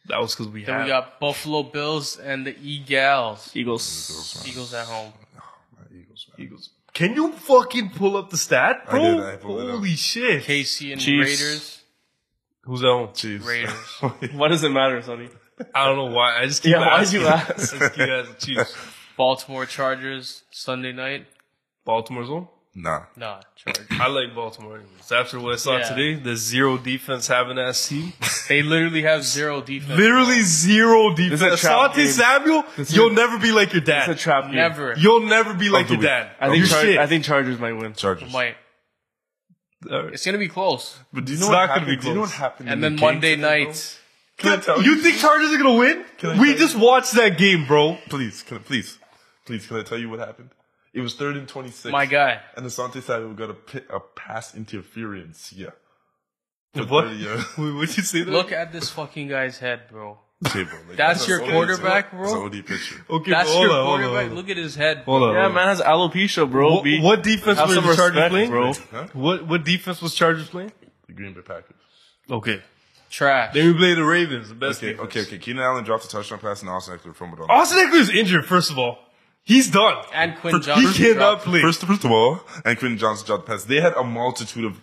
[SPEAKER 2] That was because we
[SPEAKER 3] Then
[SPEAKER 2] had.
[SPEAKER 3] we got Buffalo Bills and the Eagles.
[SPEAKER 4] Eagles.
[SPEAKER 3] Eagles at home.
[SPEAKER 1] My Eagles. Man.
[SPEAKER 2] Eagles. Can you fucking pull up the stat, bro?
[SPEAKER 1] did, I pulled it up.
[SPEAKER 2] Holy shit!
[SPEAKER 3] KC and
[SPEAKER 4] Chiefs.
[SPEAKER 3] Raiders.
[SPEAKER 2] Who's on?
[SPEAKER 1] Chiefs.
[SPEAKER 3] Raiders.
[SPEAKER 4] Why does it matter, Sonny?
[SPEAKER 2] I don't know why. I just keep
[SPEAKER 4] Yeah, why'd
[SPEAKER 2] asking.
[SPEAKER 4] you ask?
[SPEAKER 2] I just keep asking Chiefs.
[SPEAKER 3] Baltimore Chargers Sunday night.
[SPEAKER 2] Baltimore's on.
[SPEAKER 1] Nah.
[SPEAKER 3] Nah, charge.
[SPEAKER 2] I like Baltimore. Anyways. After what I saw
[SPEAKER 3] Yeah.
[SPEAKER 2] today, the zero defense having ass team.
[SPEAKER 3] they literally have zero defense.
[SPEAKER 2] Literally zero defense.
[SPEAKER 4] This is a trap
[SPEAKER 2] Asante
[SPEAKER 4] game.
[SPEAKER 2] Samuel,
[SPEAKER 4] This
[SPEAKER 2] you'll
[SPEAKER 4] is-
[SPEAKER 2] never be like your dad.
[SPEAKER 4] It's a trap game.
[SPEAKER 3] Never.
[SPEAKER 2] You'll never be like
[SPEAKER 1] the
[SPEAKER 2] your
[SPEAKER 1] week.
[SPEAKER 2] dad.
[SPEAKER 4] I think,
[SPEAKER 2] You're
[SPEAKER 4] Char-
[SPEAKER 2] shit.
[SPEAKER 4] I think Chargers might win.
[SPEAKER 1] Chargers.
[SPEAKER 3] Might.
[SPEAKER 2] All right.
[SPEAKER 3] It's gonna be close.
[SPEAKER 1] But do you
[SPEAKER 2] It's
[SPEAKER 1] know what
[SPEAKER 2] not gonna
[SPEAKER 1] happened?
[SPEAKER 2] be
[SPEAKER 1] Do you know
[SPEAKER 2] close.
[SPEAKER 1] what happened? in
[SPEAKER 3] And
[SPEAKER 1] the
[SPEAKER 3] then
[SPEAKER 1] game
[SPEAKER 3] Monday
[SPEAKER 1] today, bro?
[SPEAKER 3] night,
[SPEAKER 1] Can I tell you?
[SPEAKER 2] You think Chargers are gonna win?
[SPEAKER 1] I
[SPEAKER 2] We
[SPEAKER 1] tell
[SPEAKER 2] just watched that game, bro.
[SPEAKER 1] Please, can I, please, please, can I tell you what happened? It was third and twenty-six.
[SPEAKER 3] my guy.
[SPEAKER 1] And Asante Samuel got a, pi- a uh, pass interference. Yeah. For
[SPEAKER 2] What?
[SPEAKER 1] thirty, uh,
[SPEAKER 2] Wait, what'd you say? There?
[SPEAKER 3] Look at this fucking guy's head, bro.
[SPEAKER 1] table. Like,
[SPEAKER 3] That's your
[SPEAKER 1] an OD
[SPEAKER 3] quarterback,
[SPEAKER 1] picture.
[SPEAKER 3] bro?
[SPEAKER 1] That's an OD picture.
[SPEAKER 2] okay,
[SPEAKER 3] That's
[SPEAKER 2] but hold
[SPEAKER 3] your
[SPEAKER 2] on, hold on,
[SPEAKER 3] quarterback.
[SPEAKER 2] hold on.
[SPEAKER 3] Look at his head.
[SPEAKER 2] Hold on,
[SPEAKER 4] Yeah,
[SPEAKER 2] hold on.
[SPEAKER 4] man has alopecia, bro.
[SPEAKER 2] What,
[SPEAKER 4] Be-
[SPEAKER 2] what defense
[SPEAKER 4] have
[SPEAKER 2] were
[SPEAKER 4] some
[SPEAKER 2] the Chargers
[SPEAKER 4] respect,
[SPEAKER 2] playing,
[SPEAKER 4] bro.
[SPEAKER 1] Huh?
[SPEAKER 2] What what defense was Chargers playing?
[SPEAKER 1] The Green Bay Packers.
[SPEAKER 2] Okay,
[SPEAKER 3] Trash.
[SPEAKER 2] then we play the Ravens, the best.
[SPEAKER 1] Okay,
[SPEAKER 2] defense.
[SPEAKER 1] okay, okay. Keenan Allen dropped a touchdown pass, and Austin Eckler fumbled on.
[SPEAKER 2] Austin Eckler's injured. First of all, he's done.
[SPEAKER 3] and Quinn
[SPEAKER 2] He
[SPEAKER 3] Johnson.
[SPEAKER 2] cannot
[SPEAKER 3] dropped-
[SPEAKER 2] play.
[SPEAKER 1] First, first of all, and Quinn Johnson dropped the pass. They had a multitude of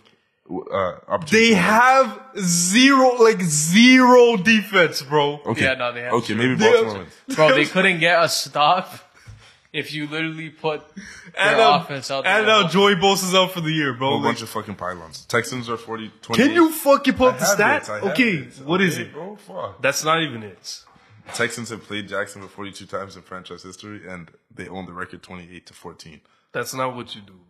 [SPEAKER 1] uh, opportunities.
[SPEAKER 2] They have zero, like zero defense, bro.
[SPEAKER 1] Okay.
[SPEAKER 3] Yeah, no, they have
[SPEAKER 1] Okay,
[SPEAKER 3] zero.
[SPEAKER 1] maybe
[SPEAKER 2] They
[SPEAKER 1] Baltimore
[SPEAKER 2] have-
[SPEAKER 1] wins.
[SPEAKER 3] Bro, they couldn't get a stop if you literally put their
[SPEAKER 2] And now,
[SPEAKER 3] offense out there.
[SPEAKER 2] and now Joey Bosa's out for the year, bro.
[SPEAKER 1] A
[SPEAKER 2] Like,
[SPEAKER 1] bunch of fucking pylons. Texans are 40, 20.
[SPEAKER 2] can you fucking
[SPEAKER 1] I
[SPEAKER 2] pull up
[SPEAKER 1] have
[SPEAKER 2] the stat?
[SPEAKER 1] it, I have
[SPEAKER 2] okay,
[SPEAKER 1] it.
[SPEAKER 2] what is
[SPEAKER 1] Okay,
[SPEAKER 2] it?
[SPEAKER 1] Bro, fuck.
[SPEAKER 2] That's not even it.
[SPEAKER 1] Texans have played Jacksonville 42 times in franchise history, and they own the record 28 to 14.
[SPEAKER 2] That's not what you do, bro.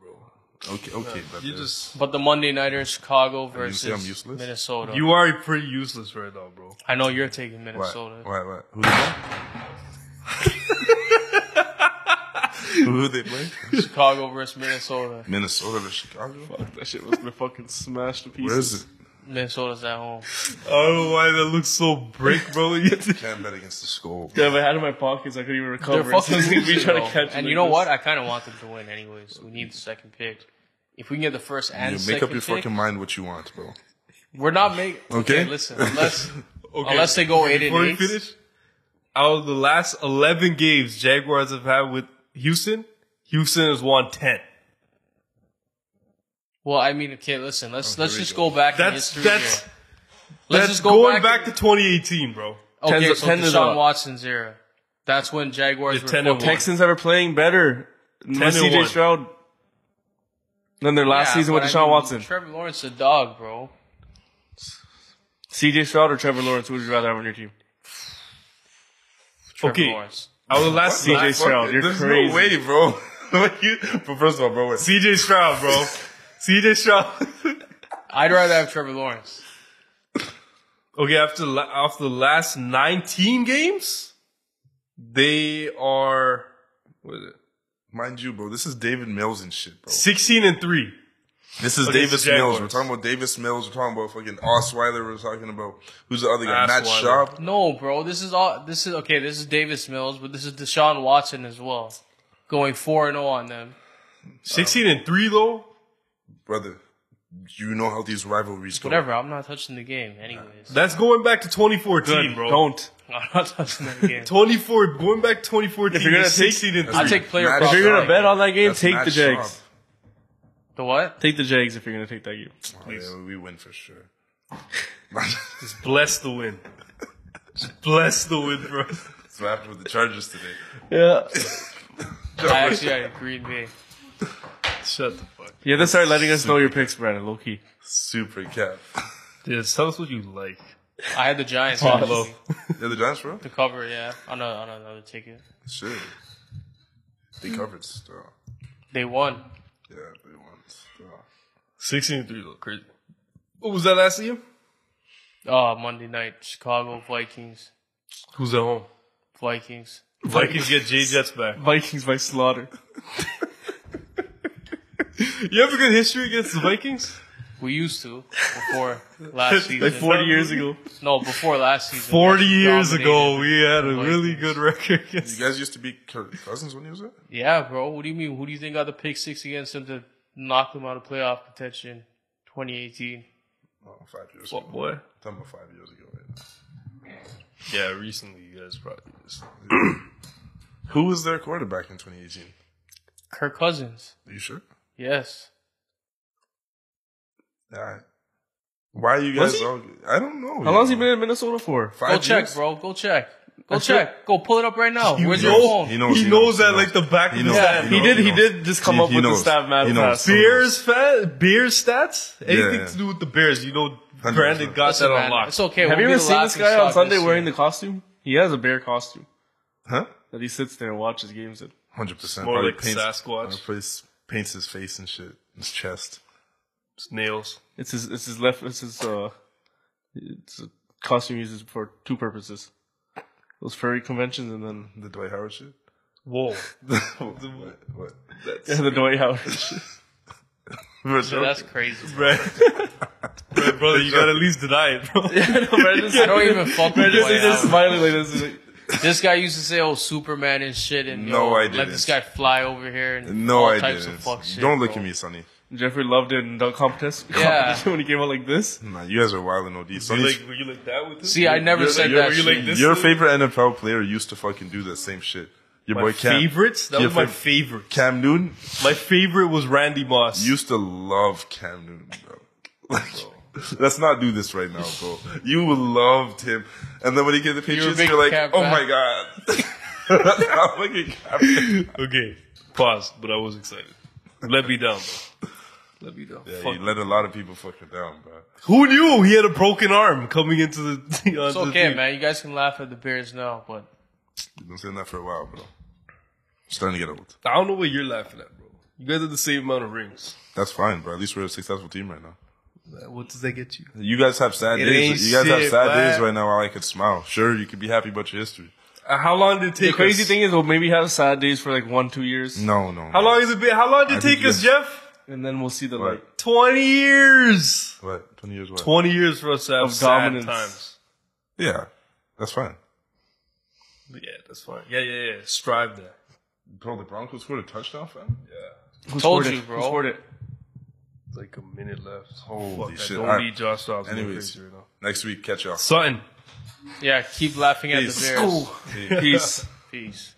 [SPEAKER 1] Okay, okay. but
[SPEAKER 2] You
[SPEAKER 1] uh,
[SPEAKER 2] just
[SPEAKER 3] But the Monday Nighter in Chicago
[SPEAKER 1] see I'm
[SPEAKER 3] versus
[SPEAKER 1] useless?
[SPEAKER 3] Minnesota.
[SPEAKER 2] you are pretty useless right now, bro.
[SPEAKER 3] I know you're taking
[SPEAKER 1] What?
[SPEAKER 3] Minnesota.
[SPEAKER 1] What? What? Who they play? Who they play?
[SPEAKER 3] Chicago versus Minnesota.
[SPEAKER 1] Minnesota to Chicago.
[SPEAKER 4] that shit was gonna fucking smash to pieces.
[SPEAKER 1] Where is it?
[SPEAKER 3] Minnesota's at home.
[SPEAKER 2] I don't know Oh, why that looks so brick, bro. You have to-
[SPEAKER 1] Can't bet against the skull.
[SPEAKER 4] Yeah, if I had it in my pockets, I couldn't even recover.
[SPEAKER 3] They're fucking
[SPEAKER 4] It's gonna be
[SPEAKER 3] losing,
[SPEAKER 4] trying
[SPEAKER 3] bro.
[SPEAKER 4] to catch
[SPEAKER 3] And
[SPEAKER 4] it
[SPEAKER 3] you
[SPEAKER 4] like
[SPEAKER 3] know
[SPEAKER 4] this.
[SPEAKER 3] what? I kind of want them to win anyways. We need the second pick. If we can get the first and
[SPEAKER 1] You make
[SPEAKER 3] second
[SPEAKER 1] up your
[SPEAKER 3] pick,
[SPEAKER 1] fucking mind what you want, bro.
[SPEAKER 3] we're not making.
[SPEAKER 1] Okay.
[SPEAKER 3] listen. Unless
[SPEAKER 2] okay.
[SPEAKER 3] unless they go eight and
[SPEAKER 2] Before we
[SPEAKER 3] eight,
[SPEAKER 2] finish, out of the last eleven games Jaguars have had with Houston, Houston has won ten.
[SPEAKER 3] Well, I mean, okay. Listen, let's let's
[SPEAKER 1] here we
[SPEAKER 3] just go, back in
[SPEAKER 2] That's
[SPEAKER 3] history.
[SPEAKER 2] that's
[SPEAKER 3] here. Let's
[SPEAKER 2] that's
[SPEAKER 3] just go
[SPEAKER 2] going
[SPEAKER 3] back
[SPEAKER 2] back, to 2018, bro.
[SPEAKER 3] Okay,
[SPEAKER 4] Tens-
[SPEAKER 3] so
[SPEAKER 4] ten is
[SPEAKER 3] Deshaun
[SPEAKER 4] up.
[SPEAKER 3] Watson's era. That's when Jaguars
[SPEAKER 2] Yeah,
[SPEAKER 3] were
[SPEAKER 2] 10
[SPEAKER 3] full-
[SPEAKER 2] and one.
[SPEAKER 4] Texans that are playing better. No
[SPEAKER 2] and
[SPEAKER 4] CJ
[SPEAKER 2] one.
[SPEAKER 4] Stroud. Than their last
[SPEAKER 3] Yeah,
[SPEAKER 4] season
[SPEAKER 3] but I
[SPEAKER 4] with Deshaun
[SPEAKER 3] mean,
[SPEAKER 4] Watson.
[SPEAKER 3] Trevor Lawrence a dog, bro.
[SPEAKER 4] CJ Stroud or Trevor Lawrence, who would you rather have on your team?
[SPEAKER 3] Trevor
[SPEAKER 2] Okay.
[SPEAKER 3] Lawrence.
[SPEAKER 2] Out of the last
[SPEAKER 4] What the
[SPEAKER 2] season,
[SPEAKER 4] CJ Stroud, you're
[SPEAKER 1] There's
[SPEAKER 4] crazy.
[SPEAKER 1] no way, bro. Like you- but first of all, bro, wait.
[SPEAKER 2] CJ Stroud, bro. CJ Stroud.
[SPEAKER 3] I'd rather have Trevor Lawrence.
[SPEAKER 2] Okay, after la- after the last 19 games, they are what is it?
[SPEAKER 1] mind you, bro, this is David Mills and shit, bro.
[SPEAKER 2] 16 and 3.
[SPEAKER 1] This
[SPEAKER 4] Oh,
[SPEAKER 1] is
[SPEAKER 2] Okay,
[SPEAKER 1] Davis
[SPEAKER 2] it's Jaguars.
[SPEAKER 1] Mills. We're talking about Davis Mills. We're talking about fucking Osweiler. We're talking about who's the other guy? Matt
[SPEAKER 2] Osweiler.
[SPEAKER 1] Schaub.
[SPEAKER 3] No, bro. This is all. This is okay. This is Davis Mills, but this is Deshaun Watson as well, going four and zero on them.
[SPEAKER 2] 16 and 3 though?
[SPEAKER 1] Brother, you know how these rivalries go.
[SPEAKER 3] Whatever. I'm not touching the game, anyways.
[SPEAKER 2] That's going back to 2014, bro.
[SPEAKER 4] Don't.
[SPEAKER 3] I'm not touching the game.
[SPEAKER 2] 24 going back to 2014.
[SPEAKER 4] If you're
[SPEAKER 2] they're
[SPEAKER 4] gonna take-
[SPEAKER 2] 16 and 3.
[SPEAKER 3] I take player.
[SPEAKER 1] Matt
[SPEAKER 3] props.
[SPEAKER 4] If you're gonna
[SPEAKER 1] Stroud.
[SPEAKER 4] bet on that game,
[SPEAKER 1] That's
[SPEAKER 4] take
[SPEAKER 1] Matt
[SPEAKER 4] the Jags.
[SPEAKER 1] Schaub.
[SPEAKER 3] the what?
[SPEAKER 4] Take the Jags if you're gonna take that game.
[SPEAKER 1] Oh, yeah, we win for sure.
[SPEAKER 2] Bless the win. Just bless the win, bro.
[SPEAKER 1] That's what happened with the Chargers today.
[SPEAKER 4] Yeah.
[SPEAKER 3] I actually had Green Bay.
[SPEAKER 2] Shut the fuck.
[SPEAKER 4] You have to start letting us know your picks, Brandon, low key.
[SPEAKER 1] Super cap.
[SPEAKER 2] Dude, tell us what you like.
[SPEAKER 3] I had the Giants
[SPEAKER 2] Hello.
[SPEAKER 3] actually,
[SPEAKER 1] Yeah, the Giants, bro.
[SPEAKER 3] to cover. Yeah, on a, on another ticket.
[SPEAKER 1] Shit. They covered still.
[SPEAKER 3] They won.
[SPEAKER 1] Yeah, they won still.
[SPEAKER 2] 16 and 3 though, crazy. What was that last year?
[SPEAKER 3] Oh, Monday night, Chicago Vikings.
[SPEAKER 2] Who's at home?
[SPEAKER 3] Vikings.
[SPEAKER 2] Vikings get J Jets back.
[SPEAKER 4] Vikings by slaughter.
[SPEAKER 2] You have a good history against the Vikings?
[SPEAKER 3] We used to before last season.
[SPEAKER 4] Like 40 years ago.
[SPEAKER 3] No, before last season.
[SPEAKER 2] 40
[SPEAKER 3] We
[SPEAKER 2] years ago,
[SPEAKER 3] dominated.
[SPEAKER 2] we had a
[SPEAKER 3] Vikings.
[SPEAKER 2] really good record against
[SPEAKER 1] You guys used to be Kirk cousins when you was there.
[SPEAKER 3] Yeah, bro. What do you mean? Who do you think got the pick six against them to knock them out of playoff contention? 2018.
[SPEAKER 1] Oh, five years
[SPEAKER 2] Oh,
[SPEAKER 1] ago.
[SPEAKER 2] boy.
[SPEAKER 1] Talking about five years ago. Right now.
[SPEAKER 2] Yeah, recently you guys probably just.
[SPEAKER 1] Who was their quarterback in 2018?
[SPEAKER 3] Kirk Cousins.
[SPEAKER 1] Are you sure?
[SPEAKER 3] Yes.
[SPEAKER 1] Yeah. Why are you
[SPEAKER 4] Was
[SPEAKER 1] guys
[SPEAKER 4] he?
[SPEAKER 1] all? I don't know.
[SPEAKER 4] How long's he been in Minnesota for?
[SPEAKER 1] Five
[SPEAKER 3] Go check,
[SPEAKER 1] years?
[SPEAKER 3] bro. Go check. Go check. Go pull it up right now. Where's your
[SPEAKER 1] knows.
[SPEAKER 3] phone?
[SPEAKER 1] He knows.
[SPEAKER 2] he
[SPEAKER 1] he
[SPEAKER 2] knows
[SPEAKER 1] knows,
[SPEAKER 2] that
[SPEAKER 1] he
[SPEAKER 2] like the back
[SPEAKER 1] He
[SPEAKER 2] of his
[SPEAKER 1] knows,
[SPEAKER 2] head.
[SPEAKER 1] he
[SPEAKER 4] he
[SPEAKER 1] knows,
[SPEAKER 4] did. He
[SPEAKER 1] knows.
[SPEAKER 4] did just come
[SPEAKER 1] He-
[SPEAKER 4] up
[SPEAKER 1] he
[SPEAKER 4] with
[SPEAKER 1] knows.
[SPEAKER 4] the stab
[SPEAKER 1] He
[SPEAKER 4] man
[SPEAKER 1] knows.
[SPEAKER 4] pass.
[SPEAKER 2] Bears fat Bears stats? Anything
[SPEAKER 1] yeah.
[SPEAKER 2] to do with the Bears. You know
[SPEAKER 1] 100%.
[SPEAKER 2] Brandon got
[SPEAKER 3] Listen,
[SPEAKER 2] that
[SPEAKER 3] man,
[SPEAKER 2] on lock.
[SPEAKER 3] It's okay.
[SPEAKER 4] Have
[SPEAKER 3] We'll
[SPEAKER 4] you
[SPEAKER 3] be
[SPEAKER 4] ever
[SPEAKER 3] the
[SPEAKER 4] seen
[SPEAKER 3] last
[SPEAKER 4] this guy on
[SPEAKER 3] to stop
[SPEAKER 4] Sunday
[SPEAKER 3] this
[SPEAKER 4] wearing
[SPEAKER 3] year.
[SPEAKER 4] the costume? He has a bear costume
[SPEAKER 1] Huh?
[SPEAKER 4] that he sits there and watches games in.
[SPEAKER 1] Hundred percent.
[SPEAKER 2] More
[SPEAKER 1] Probably
[SPEAKER 2] like Sasquatch.
[SPEAKER 1] Paints, paints his face and shit. His chest.
[SPEAKER 2] Snails.
[SPEAKER 4] It's his. It's his left. It's his. Uh, it's a costume he uses for two purposes: those furry conventions and then
[SPEAKER 1] The Dwight Howard shit.
[SPEAKER 2] Whoa.
[SPEAKER 1] what? what?
[SPEAKER 4] yeah, the Dwight Howard.
[SPEAKER 3] Dude, that's crazy.
[SPEAKER 2] Brad. Brad, brother, you gotta at least deny it, bro.
[SPEAKER 3] I don't even fuck with
[SPEAKER 4] Just,
[SPEAKER 3] Dwight
[SPEAKER 4] just
[SPEAKER 3] Howard.
[SPEAKER 4] smiling like this. like-
[SPEAKER 3] This guy used to say, "Oh, Superman and shit," and
[SPEAKER 1] No,
[SPEAKER 3] yo,
[SPEAKER 1] I
[SPEAKER 3] Let
[SPEAKER 1] didn't.
[SPEAKER 3] this guy fly over here and
[SPEAKER 1] No,
[SPEAKER 3] all
[SPEAKER 1] I
[SPEAKER 3] types
[SPEAKER 1] didn't.
[SPEAKER 3] of fuck shit.
[SPEAKER 1] Don't look
[SPEAKER 3] bro.
[SPEAKER 1] at me, Sonny.
[SPEAKER 4] Jeffrey loved it in dunk contest.
[SPEAKER 3] Yeah.
[SPEAKER 4] competition when he came out like this.
[SPEAKER 1] Nah, you guys are wild and OD.
[SPEAKER 2] You
[SPEAKER 1] Sonny's,
[SPEAKER 2] like, were you like that with him?
[SPEAKER 3] See, I never
[SPEAKER 2] You're
[SPEAKER 3] said
[SPEAKER 2] like,
[SPEAKER 3] that
[SPEAKER 2] Were you
[SPEAKER 3] shit.
[SPEAKER 2] like this?
[SPEAKER 1] your favorite NFL player used to fucking do that same shit. Your
[SPEAKER 2] my
[SPEAKER 1] boy Cam.
[SPEAKER 2] favorites? That
[SPEAKER 1] Your
[SPEAKER 2] was my
[SPEAKER 1] fav-
[SPEAKER 2] favorite.
[SPEAKER 1] Cam Newton
[SPEAKER 2] My favorite was Randy Moss.
[SPEAKER 1] used to love Cam Newton, bro. Like, let's not do this right now, bro. You loved him, and then when he gave the
[SPEAKER 3] a
[SPEAKER 1] Patriots,
[SPEAKER 3] big
[SPEAKER 1] you're like,
[SPEAKER 3] Cam
[SPEAKER 1] oh
[SPEAKER 3] fan.
[SPEAKER 1] my god. I'm like a Cam fan.
[SPEAKER 2] okay, pause. But I was excited. Let me down, bro. Let me down.
[SPEAKER 1] Yeah,
[SPEAKER 2] Fuck.
[SPEAKER 1] you let a lot of people fuck her down, bro.
[SPEAKER 2] Who knew he had a broken arm coming into the? It's
[SPEAKER 3] It's okay, man. You guys can laugh at the Bears now, but
[SPEAKER 1] You've been saying that for a while, bro. Starting to get old.
[SPEAKER 2] I don't know what you're laughing at, bro. You guys have the same amount of rings.
[SPEAKER 1] That's fine, bro. At least we're a successful team right now.
[SPEAKER 2] What does that get you?
[SPEAKER 1] You guys have sad
[SPEAKER 2] It ain't
[SPEAKER 1] days. You guys
[SPEAKER 2] shit,
[SPEAKER 1] have sad
[SPEAKER 2] man.
[SPEAKER 1] days right now. While I could smile. Sure, you could be happy about your history.
[SPEAKER 2] Uh, how long did it take?
[SPEAKER 4] The crazy
[SPEAKER 2] us?
[SPEAKER 4] thing is, we'll maybe have sad days for like one, two years,
[SPEAKER 1] No, no.
[SPEAKER 2] How long has it been? How long did it
[SPEAKER 1] think
[SPEAKER 2] take
[SPEAKER 1] you
[SPEAKER 2] us,
[SPEAKER 1] guys-
[SPEAKER 2] Jeff?
[SPEAKER 4] and then we'll see the
[SPEAKER 1] What?
[SPEAKER 4] light.
[SPEAKER 2] Twenty years.
[SPEAKER 1] What? Twenty years? What?
[SPEAKER 2] Twenty years for us to have
[SPEAKER 4] Of
[SPEAKER 2] sad
[SPEAKER 4] dominance.
[SPEAKER 2] times.
[SPEAKER 1] Yeah, that's fine.
[SPEAKER 2] Yeah, that's fine. Yeah, yeah, yeah. Strive that.
[SPEAKER 1] Bro, the Broncos scored a touchdown, fam.
[SPEAKER 4] Who
[SPEAKER 3] Told
[SPEAKER 4] scored
[SPEAKER 3] you,
[SPEAKER 4] it?
[SPEAKER 3] bro.
[SPEAKER 4] Who scored it?
[SPEAKER 2] It's like a minute left.
[SPEAKER 1] Holy
[SPEAKER 2] Fuck, I
[SPEAKER 1] shit.
[SPEAKER 2] don't
[SPEAKER 1] All right.
[SPEAKER 2] need Josh Dobbs. going
[SPEAKER 1] Anyways.
[SPEAKER 2] crazy right now.
[SPEAKER 1] Next week, catch y'all.
[SPEAKER 2] Sutton.
[SPEAKER 3] yeah, keep laughing at the Bears.
[SPEAKER 1] Peace.
[SPEAKER 4] Peace.
[SPEAKER 3] Peace.